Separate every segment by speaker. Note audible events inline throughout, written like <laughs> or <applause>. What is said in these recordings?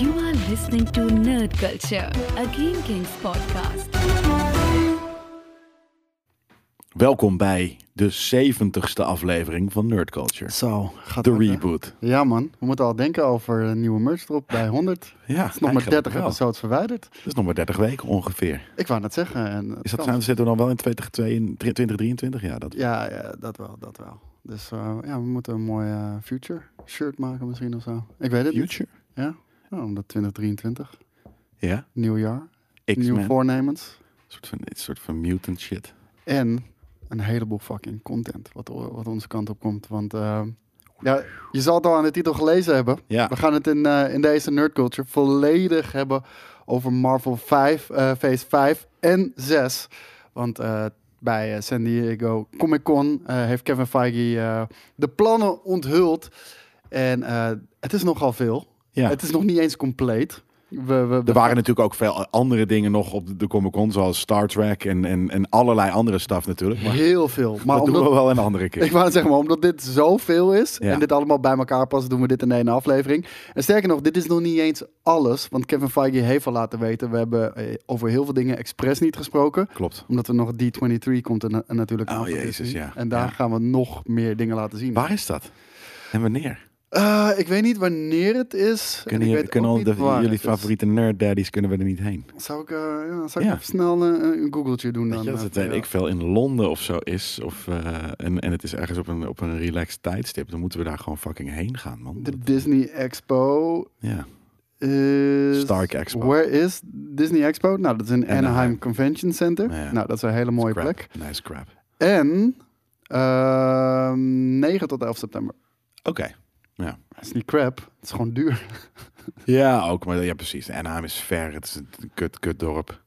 Speaker 1: You are listening to Nerd Culture, a Game Kings podcast.
Speaker 2: Welkom bij de 70ste aflevering van Nerd Culture.
Speaker 3: Zo, gaat
Speaker 2: De
Speaker 3: dat, eh, hè?
Speaker 2: reboot.
Speaker 3: Ja man, we moeten al denken over een nieuwe merch erop
Speaker 2: Ah,
Speaker 3: bij 100. Het
Speaker 2: Ja,
Speaker 3: is nog maar 30 episodes verwijderd.
Speaker 2: Dat is nog maar 30 weken ongeveer.
Speaker 3: Ik wou net zeggen. En het
Speaker 2: Is dat,
Speaker 3: kan.
Speaker 2: zijn, zitten we dan wel in 2022, 2023? Ja, dat,
Speaker 3: Ja, ja, dat wel, dat wel. Dus eh, ja, we moeten een mooi eh, future shirt maken misschien of zo. Ik weet het niet.
Speaker 2: Future?
Speaker 3: Ja, nou, omdat 2023,
Speaker 2: Ja.
Speaker 3: nieuw jaar, nieuwe
Speaker 2: X-Men. Een
Speaker 3: voornemens.
Speaker 2: soort van, een soort van mutant shit.
Speaker 3: En een heleboel fucking content wat, o- wat onze kant op komt. Want eh, ja, je zal het al aan de titel gelezen hebben.
Speaker 2: Ja.
Speaker 3: We gaan het in, eh, in deze Nerd Culture volledig hebben over Marvel 5, eh, Phase 5 en 6. Want eh, bij eh, San Diego Comic Con eh, heeft Kevin Feige eh, de plannen onthuld. En eh, het is nogal veel.
Speaker 2: Ja.
Speaker 3: Het is nog niet eens compleet. We, we,
Speaker 2: Er waren natuurlijk ook veel andere dingen nog op de Comic Con, zoals Star Trek en, en, en allerlei andere stuff natuurlijk. Maar
Speaker 3: heel veel.
Speaker 2: <laughs>
Speaker 3: Maar
Speaker 2: dat doen we
Speaker 3: omdat-
Speaker 2: wel een andere keer.
Speaker 3: <laughs> Ik wou zeggen, maar omdat dit zoveel is
Speaker 2: Ja.
Speaker 3: en dit allemaal bij elkaar past, doen we dit in één aflevering. En sterker nog, dit is nog niet eens alles, want Kevin Feige heeft al laten weten, we hebben eh, over heel veel dingen expres niet gesproken,
Speaker 2: Klopt.
Speaker 3: omdat er nog D23 komt en, en natuurlijk
Speaker 2: Oh,
Speaker 3: aan van
Speaker 2: jezus,
Speaker 3: Disney.
Speaker 2: ja.
Speaker 3: En daar
Speaker 2: Ja.
Speaker 3: gaan we nog meer dingen laten zien.
Speaker 2: Waar is dat? En wanneer?
Speaker 3: Eh, ik weet niet wanneer het is. en
Speaker 2: Kunnen,
Speaker 3: ik
Speaker 2: je-
Speaker 3: weet
Speaker 2: kunnen
Speaker 3: ook
Speaker 2: al
Speaker 3: niet
Speaker 2: de,
Speaker 3: waar
Speaker 2: jullie
Speaker 3: het is.
Speaker 2: favoriete nerd daddies kunnen we er niet heen?
Speaker 3: Zou ik, eh, ja, zou ik
Speaker 2: Ja.
Speaker 3: even snel eh, een googeltje doen
Speaker 2: Weet
Speaker 3: dan?
Speaker 2: je, als
Speaker 3: eh,
Speaker 2: het
Speaker 3: voor
Speaker 2: weet
Speaker 3: jou?
Speaker 2: ik veel in Londen of zo is, of, eh, en, en het is ergens op een, op een relaxed tijdstip, dan moeten we daar gewoon fucking heen gaan, man.
Speaker 3: De Disney Expo
Speaker 2: ja.
Speaker 3: is...
Speaker 2: Stark Expo.
Speaker 3: Where is Disney Expo? Nou, dat is in Anaheim,
Speaker 2: Anaheim.
Speaker 3: Convention Center.
Speaker 2: Ja.
Speaker 3: Nou, dat is een hele mooie
Speaker 2: Crap.
Speaker 3: plek.
Speaker 2: Nice crap. Oké.
Speaker 3: En ehm 9 tot 11 september.
Speaker 2: Ja.
Speaker 3: Dat is niet crap, het is gewoon duur. <laughs>
Speaker 2: ja, ook, maar ja, precies. Anaheim is ver, het is een kut, kut dorp.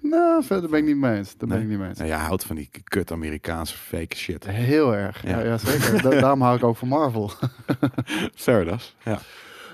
Speaker 3: nou, verder ben ik niet mee eens. Daar ben ik niet mee eens.
Speaker 2: Nou, je houdt van die kut Amerikaanse fake shit.
Speaker 3: Heel erg.
Speaker 2: Ja.
Speaker 3: Ja, ja zeker. Da- daarom hou ik ook van Marvel.
Speaker 2: <laughs>
Speaker 3: <laughs>
Speaker 2: Fair enough. Ja.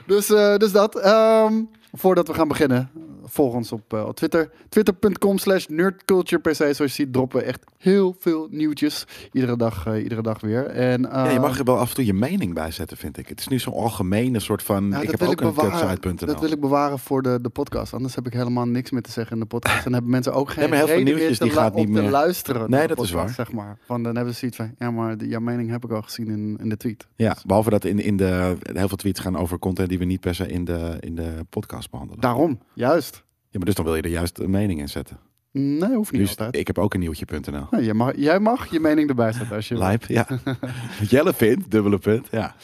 Speaker 3: Dus, eh, dus dat. Ehm, voordat we gaan beginnen, volg ons op eh, op Twitter. Twitter.com slash nerdculture per se. Zoals je ziet droppen echt heel veel nieuwtjes. Iedere dag, eh, iedere dag weer. En,
Speaker 2: Ja, je
Speaker 3: ehm,
Speaker 2: mag er wel af en toe je mening bij zetten, vind ik. Het is nu zo'n algemene soort van,
Speaker 3: Ja,
Speaker 2: ik
Speaker 3: dat
Speaker 2: heb
Speaker 3: wil
Speaker 2: ook
Speaker 3: ik
Speaker 2: een
Speaker 3: bewaren.
Speaker 2: kutsite.nl.
Speaker 3: Dat wil ik bewaren voor de, de podcast. Anders heb ik helemaal niks meer te zeggen in de podcast. En dan hebben mensen ook geen
Speaker 2: Nee, maar heel veel
Speaker 3: reden meer
Speaker 2: nieuwtjes
Speaker 3: te,
Speaker 2: die
Speaker 3: lu-
Speaker 2: gaat niet
Speaker 3: om te
Speaker 2: meer-
Speaker 3: luisteren. naar
Speaker 2: Nee,
Speaker 3: de
Speaker 2: dat is
Speaker 3: podcast, Zeg maar. Want dan hebben ze zoiets van, ja, maar de, jouw mening heb ik al gezien in, in de tweet.
Speaker 2: Ja, behalve dat in, in de, heel veel tweets gaan over content die we niet per se in de, in de podcast behandelen.
Speaker 3: Daarom, juist.
Speaker 2: Ja, maar dus dan wil je er juist een mening in zetten.
Speaker 3: Nee, hoeft niet
Speaker 2: Nu is het-
Speaker 3: altijd.
Speaker 2: ik heb ook een nieuwtje.nl.
Speaker 3: Nou, jij, mag, jij mag je mening erbij zetten als je wil.
Speaker 2: Lijp,
Speaker 3: <laughs>
Speaker 2: ja. Jelle vindt, dubbele punt, ja.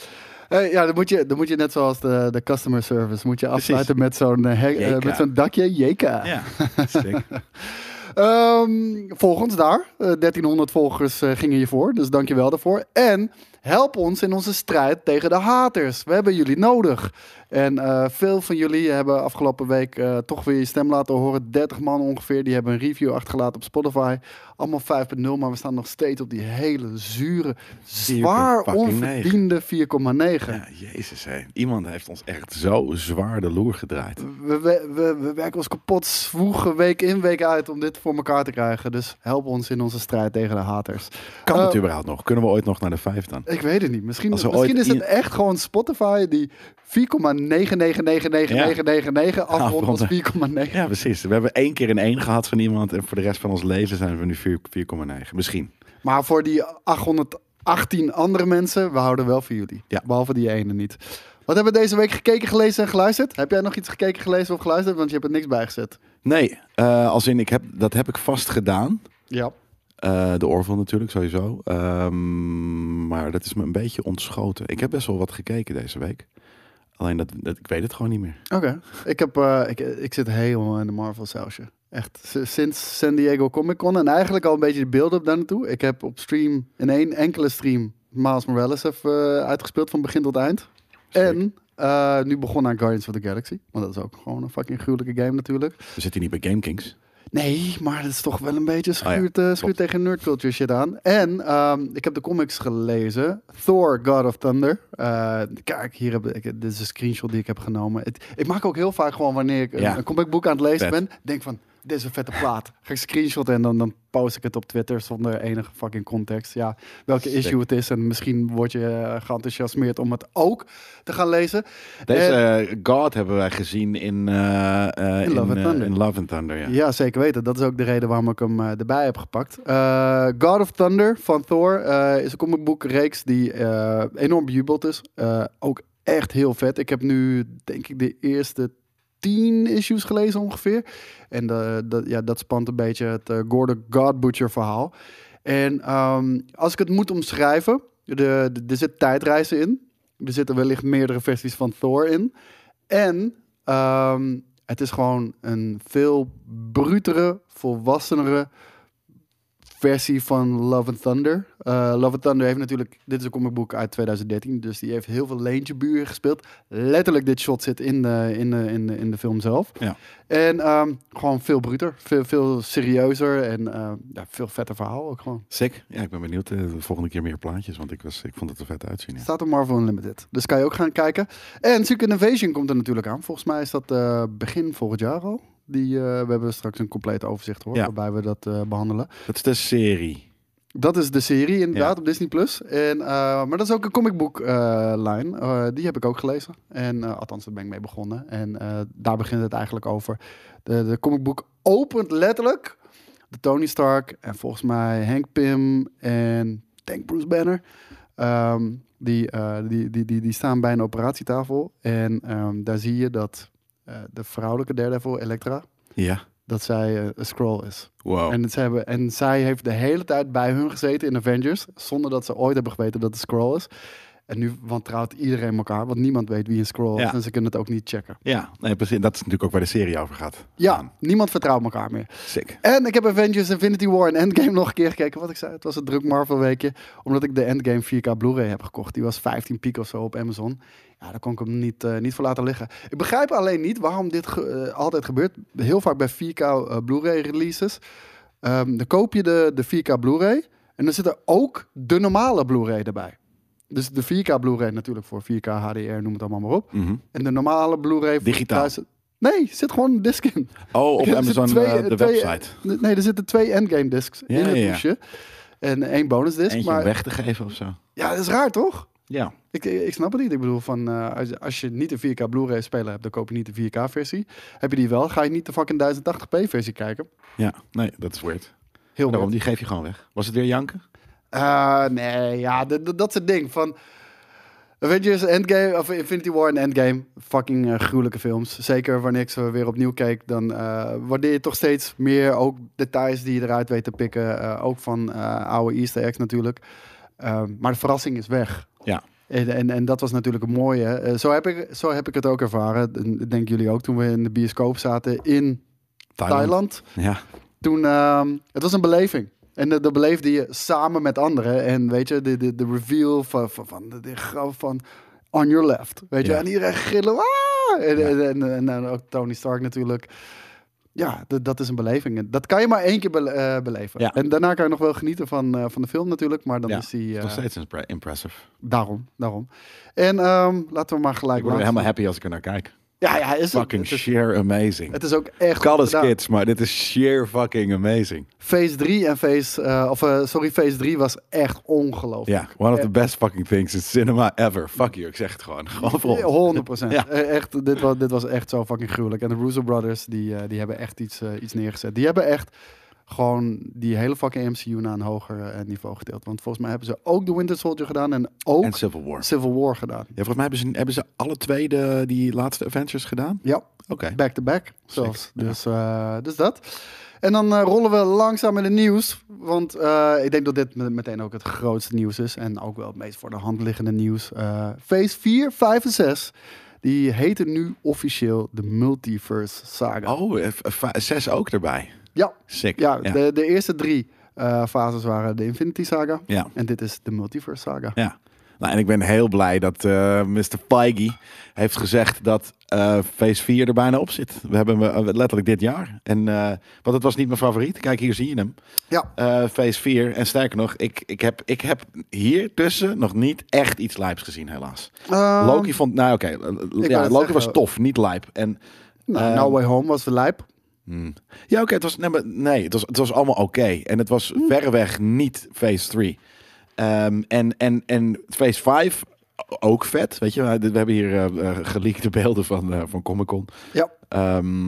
Speaker 3: Eh, ja, dan moet, je, dan moet je net zoals de, de customer service, moet je afsluiten met zo'n, eh, hek- eh,
Speaker 2: Jeka.
Speaker 3: met zo'n dakje Jeka.
Speaker 2: Ja,
Speaker 3: Ehm, volg ons daar. Eh, 1300 volgers eh, gingen je voor, dus dankjewel daarvoor. En help ons in onze strijd tegen de haters. We hebben jullie nodig. En eh, veel van jullie hebben afgelopen week eh, toch weer je stem laten horen. 30 man ongeveer, die hebben een review achtergelaten op Spotify. Allemaal 5.0, maar we staan nog steeds op die hele zure, zwaar
Speaker 2: 4,9.
Speaker 3: onverdiende 4,9.
Speaker 2: ja, jezus hé. Iemand heeft ons echt zo zwaar de loer gedraaid.
Speaker 3: We, we, we, we werken ons kapot, zwoegen week in, week uit om dit voor elkaar te krijgen. Dus help ons in onze strijd tegen de haters.
Speaker 2: Kan
Speaker 3: Eh,
Speaker 2: het überhaupt nog? Kunnen we ooit nog naar de vijf dan?
Speaker 3: Ik weet het niet. Misschien,
Speaker 2: Als er
Speaker 3: misschien
Speaker 2: ooit
Speaker 3: is het
Speaker 2: i-
Speaker 3: echt gewoon Spotify die 4,999999 afrondt
Speaker 2: <laughs>
Speaker 3: als
Speaker 2: Afronden.
Speaker 3: 4,9.
Speaker 2: Ja, precies. We hebben één keer een één gehad van iemand en voor de rest van ons leven zijn we nu 4,9. Misschien.
Speaker 3: Maar voor die 818 andere mensen, we houden wel van jullie.
Speaker 2: Ja.
Speaker 3: Behalve die ene niet. Wat hebben we deze week gekeken, gelezen en geluisterd? Heb jij nog iets gekeken, gelezen of geluisterd? Want je hebt er niks bij gezet.
Speaker 2: Nee, eh, als in, ik heb, dat heb ik vast gedaan.
Speaker 3: Ja.
Speaker 2: Eh, de Orville natuurlijk, sowieso. Ehm, maar dat is me een beetje ontschoten. Ik heb best wel wat gekeken deze week. Alleen dat, dat ik weet het gewoon niet meer.
Speaker 3: Oké. Ik, heb, eh, ik, ik zit helemaal in de Marvel sausje. Echt, s- sinds San Diego Comic Con en eigenlijk al een beetje de build-up daar naartoe. Ik heb op stream, in één enkele stream, Miles Morales even eh, uitgespeeld van begin tot eind.
Speaker 2: Sick.
Speaker 3: En eh, nu begon aan Guardians of the Galaxy. Want dat is ook gewoon een fucking gruwelijke game natuurlijk.
Speaker 2: We zitten niet bij GameKings.
Speaker 3: Nee, maar dat is toch wel een beetje
Speaker 2: Oh ja,
Speaker 3: schuurt, eh, schuurt tegen nerdculture shit aan. En ehm, ik heb de comics gelezen. Thor, God of Thunder. Eh, kijk, hier heb ik, dit is een screenshot die ik heb genomen. Het, ik maak ook heel vaak gewoon wanneer ik een,
Speaker 2: Ja.
Speaker 3: een comicboek aan het lezen
Speaker 2: Vet.
Speaker 3: ben, denk van, dit is een vette plaat. Ga ik screenshotten en dan, dan post ik het op Twitter zonder enige fucking context. Ja, welke
Speaker 2: Sick.
Speaker 3: issue het is. En misschien word je eh, geenthousiasmeerd om het ook te gaan lezen.
Speaker 2: Deze eh, God hebben wij gezien in, eh, eh,
Speaker 3: In Love and
Speaker 2: eh,
Speaker 3: Thunder.
Speaker 2: in Love and Thunder, ja.
Speaker 3: Ja, zeker weten. Dat is ook de reden waarom ik hem eh, erbij heb gepakt. Eh, God of Thunder van Thor eh, is een comicboekreeks die eh, enorm bejubeld is. Eh, ook echt heel vet. Ik heb nu, denk ik, de eerste tien issues gelezen ongeveer. En eh, dat, ja, dat spant een beetje het eh, Gore the God Butcher verhaal. En ehm, als ik het moet omschrijven, de, de- er zit tijdreizen in. Er zitten wellicht meerdere versies van Thor in. En ehm, het is gewoon een veel brutere, volwassenere versie van Love and Thunder. Eh, Love and Thunder heeft natuurlijk... Dit is een comicboek uit 2013, dus die heeft heel veel leentje buren gespeeld. Letterlijk, dit shot zit in de, in de, in de, in de film zelf.
Speaker 2: Ja.
Speaker 3: En ehm, gewoon veel bruter, veel, veel serieuzer en ehm, ja, veel vetter verhaal ook gewoon.
Speaker 2: Sick. Ja, ik ben benieuwd. eh, de volgende keer meer plaatjes, want ik, was, ik vond het er vet uitzien. Ja.
Speaker 3: Staat op Marvel Unlimited. Dus kan je ook gaan kijken. En Secret Invasion komt er natuurlijk aan. Volgens mij is dat eh, begin volgend jaar al. Die, eh, we hebben straks een compleet overzicht hoor,
Speaker 2: Ja.
Speaker 3: waarbij we dat eh, behandelen.
Speaker 2: Dat is de serie.
Speaker 3: Dat is de serie inderdaad op Disney+. Plus. En, eh, maar dat is ook een comicbook eh line. Eh, die heb ik ook gelezen. En eh, althans, daar ben ik mee begonnen. En eh, daar begint het eigenlijk over. De, de comicbook opent letterlijk de Tony Stark en volgens mij Hank Pym en ik denk Bruce Banner. Ehm, die, eh, die, die, die, die staan bij een operatietafel. En ehm, daar zie je dat eh, de vrouwelijke Daredevil, Elektra,
Speaker 2: Ja.
Speaker 3: dat zij eh, een scroll is.
Speaker 2: Wow.
Speaker 3: En, ze hebben, en zij heeft de hele tijd bij hun gezeten in Avengers. Zonder dat ze ooit hebben geweten dat het Skrull is. En nu wantrouwt iedereen elkaar, want niemand weet wie een Skrull is.
Speaker 2: Ja.
Speaker 3: En ze kunnen het ook niet checken.
Speaker 2: Ja, nee, precies. Dat is natuurlijk ook waar de serie over gaat.
Speaker 3: Ja, niemand vertrouwt elkaar meer.
Speaker 2: Sick.
Speaker 3: En ik heb Avengers Infinity War en Endgame <laughs> nog een keer gekeken. Wat ik zei, het was een druk Marvel weekje. Omdat ik de Endgame 4K Blu-ray heb gekocht. Die was 15 piek of zo op Amazon. Ja, daar kon ik hem niet, eh, niet voor laten liggen. Ik begrijp alleen niet waarom dit ge- eh, altijd gebeurt. Heel vaak bij 4K eh, Blu-ray releases. Ehm, dan koop je de, de 4K Blu-ray. En dan zit er ook de normale Blu-ray erbij. Dus de 4K Blu-ray natuurlijk voor 4K HDR, noem het allemaal maar op.
Speaker 2: Mhm.
Speaker 3: En de normale Blu-ray... voor
Speaker 2: Digitaal.
Speaker 3: 1000 Nee, zit gewoon een disc in.
Speaker 2: Oh, op
Speaker 3: Er zitten
Speaker 2: Amazon
Speaker 3: twee-
Speaker 2: eh, de
Speaker 3: twee-
Speaker 2: website.
Speaker 3: Nee, er zitten twee endgame discs
Speaker 2: Ja,
Speaker 3: in het
Speaker 2: ja, ja.
Speaker 3: hoesje. En één bonus disc.
Speaker 2: Eentje
Speaker 3: maar
Speaker 2: om weg te geven of zo.
Speaker 3: ja, dat is raar toch?
Speaker 2: Ja.
Speaker 3: Ik, ik snap het niet. Ik bedoel, van, eh, als, als je niet een 4K Blu-ray speler hebt, dan koop je niet de 4K versie. Heb je die wel, ga je niet de fucking 1080p versie kijken.
Speaker 2: Ja, nee, dat is weird.
Speaker 3: Heel
Speaker 2: Daarom,
Speaker 3: weird.
Speaker 2: die geef je gewoon weg. Was het weer janken?
Speaker 3: Eh, nee, ja, d- d- dat is het ding. Van Avengers Endgame, of Infinity War en Endgame, fucking eh, gruwelijke films. Zeker wanneer ik ze weer opnieuw keek, dan eh, waardeer je toch steeds meer ook details die je eruit weet te pikken. eh, ook van eh, oude easter eggs natuurlijk. Ehm, maar de verrassing is weg.
Speaker 2: Ja.
Speaker 3: En, en, en dat was natuurlijk een mooie. Eh, zo, heb ik, zo heb ik het ook ervaren. Ik Denk jullie ook toen we in de bioscoop zaten in Thailand
Speaker 2: Ja.
Speaker 3: toen, ehm, het was een beleving. En dat, dat beleefde je samen met anderen. En weet je, de, de, de reveal van, van, van de, de grap van on your left. Weet je,
Speaker 2: Ja.
Speaker 3: en iedereen gillen. "Ah!" En,
Speaker 2: Ja.
Speaker 3: en, en, en, en ook Tony Stark natuurlijk. Ja, d- dat is een beleving. En Dat kan je maar één keer bele- eh, beleven.
Speaker 2: Ja.
Speaker 3: En daarna kan je nog wel genieten van, eh, van de film natuurlijk. Maar dan
Speaker 2: Ja,
Speaker 3: is die... eh,
Speaker 2: Nog steeds impre- impressive.
Speaker 3: daarom, daarom. En ehm, laten we maar
Speaker 2: Ik
Speaker 3: gelijk...
Speaker 2: word
Speaker 3: langs-
Speaker 2: helemaal happy als ik er naar kijk.
Speaker 3: Ja, ja, is het.
Speaker 2: Fucking
Speaker 3: Het is,
Speaker 2: sheer amazing.
Speaker 3: het is ook echt... goed
Speaker 2: Call us
Speaker 3: gedaan.
Speaker 2: kids, maar dit is sheer fucking amazing.
Speaker 3: Phase 3 en Phase... eh, of eh, sorry, Phase 3 was echt ongelooflijk.
Speaker 2: Ja, one of the best fucking things in cinema ever. Fuck you, ik zeg het gewoon. <laughs> Gewoon voor ons.
Speaker 3: 100
Speaker 2: <laughs>
Speaker 3: procent. E,
Speaker 2: Ja.
Speaker 3: Echt, dit was, dit was echt zo fucking gruwelijk. En de Russo Brothers, die, eh, die hebben echt iets, eh, iets neergezet. Die hebben echt gewoon die hele fucking MCU naar een hoger eh, niveau gedeeld. Want volgens mij hebben ze ook The Winter Soldier gedaan en ook
Speaker 2: En Civil War.
Speaker 3: Civil War gedaan.
Speaker 2: Ja, volgens mij hebben ze, hebben ze alle twee de, die laatste Avengers gedaan.
Speaker 3: Ja,
Speaker 2: Oké.
Speaker 3: back-to-back zelfs.
Speaker 2: Zeker, ja.
Speaker 3: Dus, eh, dus dat. En dan eh, rollen we langzaam in het nieuws. Want eh, ik denk dat dit met- meteen ook het grootste nieuws is. En ook wel het meest voor de hand liggende nieuws. Eh phase 4, 5 en 6. Die heten nu officieel de Multiverse Saga.
Speaker 2: Oh, eh, v- v- zes ook erbij.
Speaker 3: Ja,
Speaker 2: Sick.
Speaker 3: ja, De, de eerste drie eh, fases waren de Infinity Saga.
Speaker 2: ja.
Speaker 3: En dit is de Multiverse Saga.
Speaker 2: Ja. Nou, en ik ben heel blij dat eh, Mr. Feige heeft gezegd dat eh Phase 4 er bijna op zit. We hebben hem eh, letterlijk dit jaar. En, eh, want het was niet mijn favoriet. Kijk, hier zie je hem.
Speaker 3: Ja.
Speaker 2: Eh, phase 4. En sterker nog, ik, ik, heb, ik heb hier tussen nog niet echt iets lijps gezien, helaas.
Speaker 3: Ehm,
Speaker 2: Loki vond... Nou, oké. eh,
Speaker 3: wou
Speaker 2: ja,
Speaker 3: het
Speaker 2: Loki was
Speaker 3: zeggen.
Speaker 2: tof, niet lijp. En
Speaker 3: nou,
Speaker 2: ehm,
Speaker 3: no Way Home was de lijp.
Speaker 2: Hmm. Ja, oké. het was, nee, maar, nee het, was, het was allemaal oké. En het was verreweg niet Phase 3. Ehm, en, en, en Phase 5 ook vet. Weet je, we hebben hier eh eh, geleakte beelden van, eh, van Comic-Con.
Speaker 3: Ja.
Speaker 2: Ehm,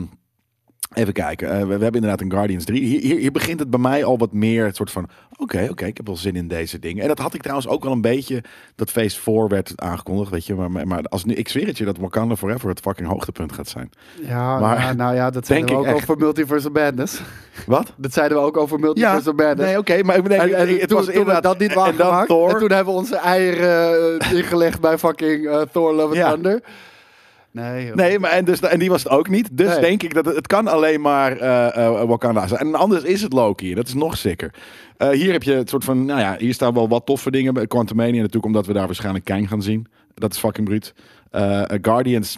Speaker 2: even kijken. Eh, we, we hebben inderdaad een Guardians 3. Hier, hier, hier begint het bij mij al wat meer het soort van... Oké, oké, ik heb wel zin in deze dingen. En dat had ik trouwens ook wel een beetje... Dat Phase 4 werd aangekondigd, weet je. Maar, maar, maar als nu, ik zweer het je dat Wakanda Forever het fucking hoogtepunt gaat zijn.
Speaker 3: Ja,
Speaker 2: Maar-
Speaker 3: nou, nou ja, dat zeiden we
Speaker 2: Denk
Speaker 3: ook
Speaker 2: ik echt.
Speaker 3: over Multiverse of Madness.
Speaker 2: Wat?
Speaker 3: Dat zeiden we ook over Multiverse of Madness.
Speaker 2: nee, oké, maar ik- nee,
Speaker 3: En, en
Speaker 2: ik- het
Speaker 3: toen,
Speaker 2: was
Speaker 3: toen we
Speaker 2: inderdaad
Speaker 3: dat niet
Speaker 2: en dan
Speaker 3: waargemaakt.
Speaker 2: Thor.
Speaker 3: En toen hebben we onze eieren eh, ingelegd bij fucking eh, Thor Love and
Speaker 2: Ja.
Speaker 3: Thunder. Nee, joh.
Speaker 2: Nee, maar en, dus, en die was het ook niet. Dus
Speaker 3: Nee.
Speaker 2: denk ik dat het, het kan alleen maar eh, eh, Wakanda zijn. En anders is het Loki. Dat is nog sicker. Eh, hier heb je het soort van, nou ja, hier staan wel wat toffe dingen. bij Quantumania natuurlijk, omdat we daar waarschijnlijk Kang gaan zien. Dat is fucking bruut. Eh, Guardians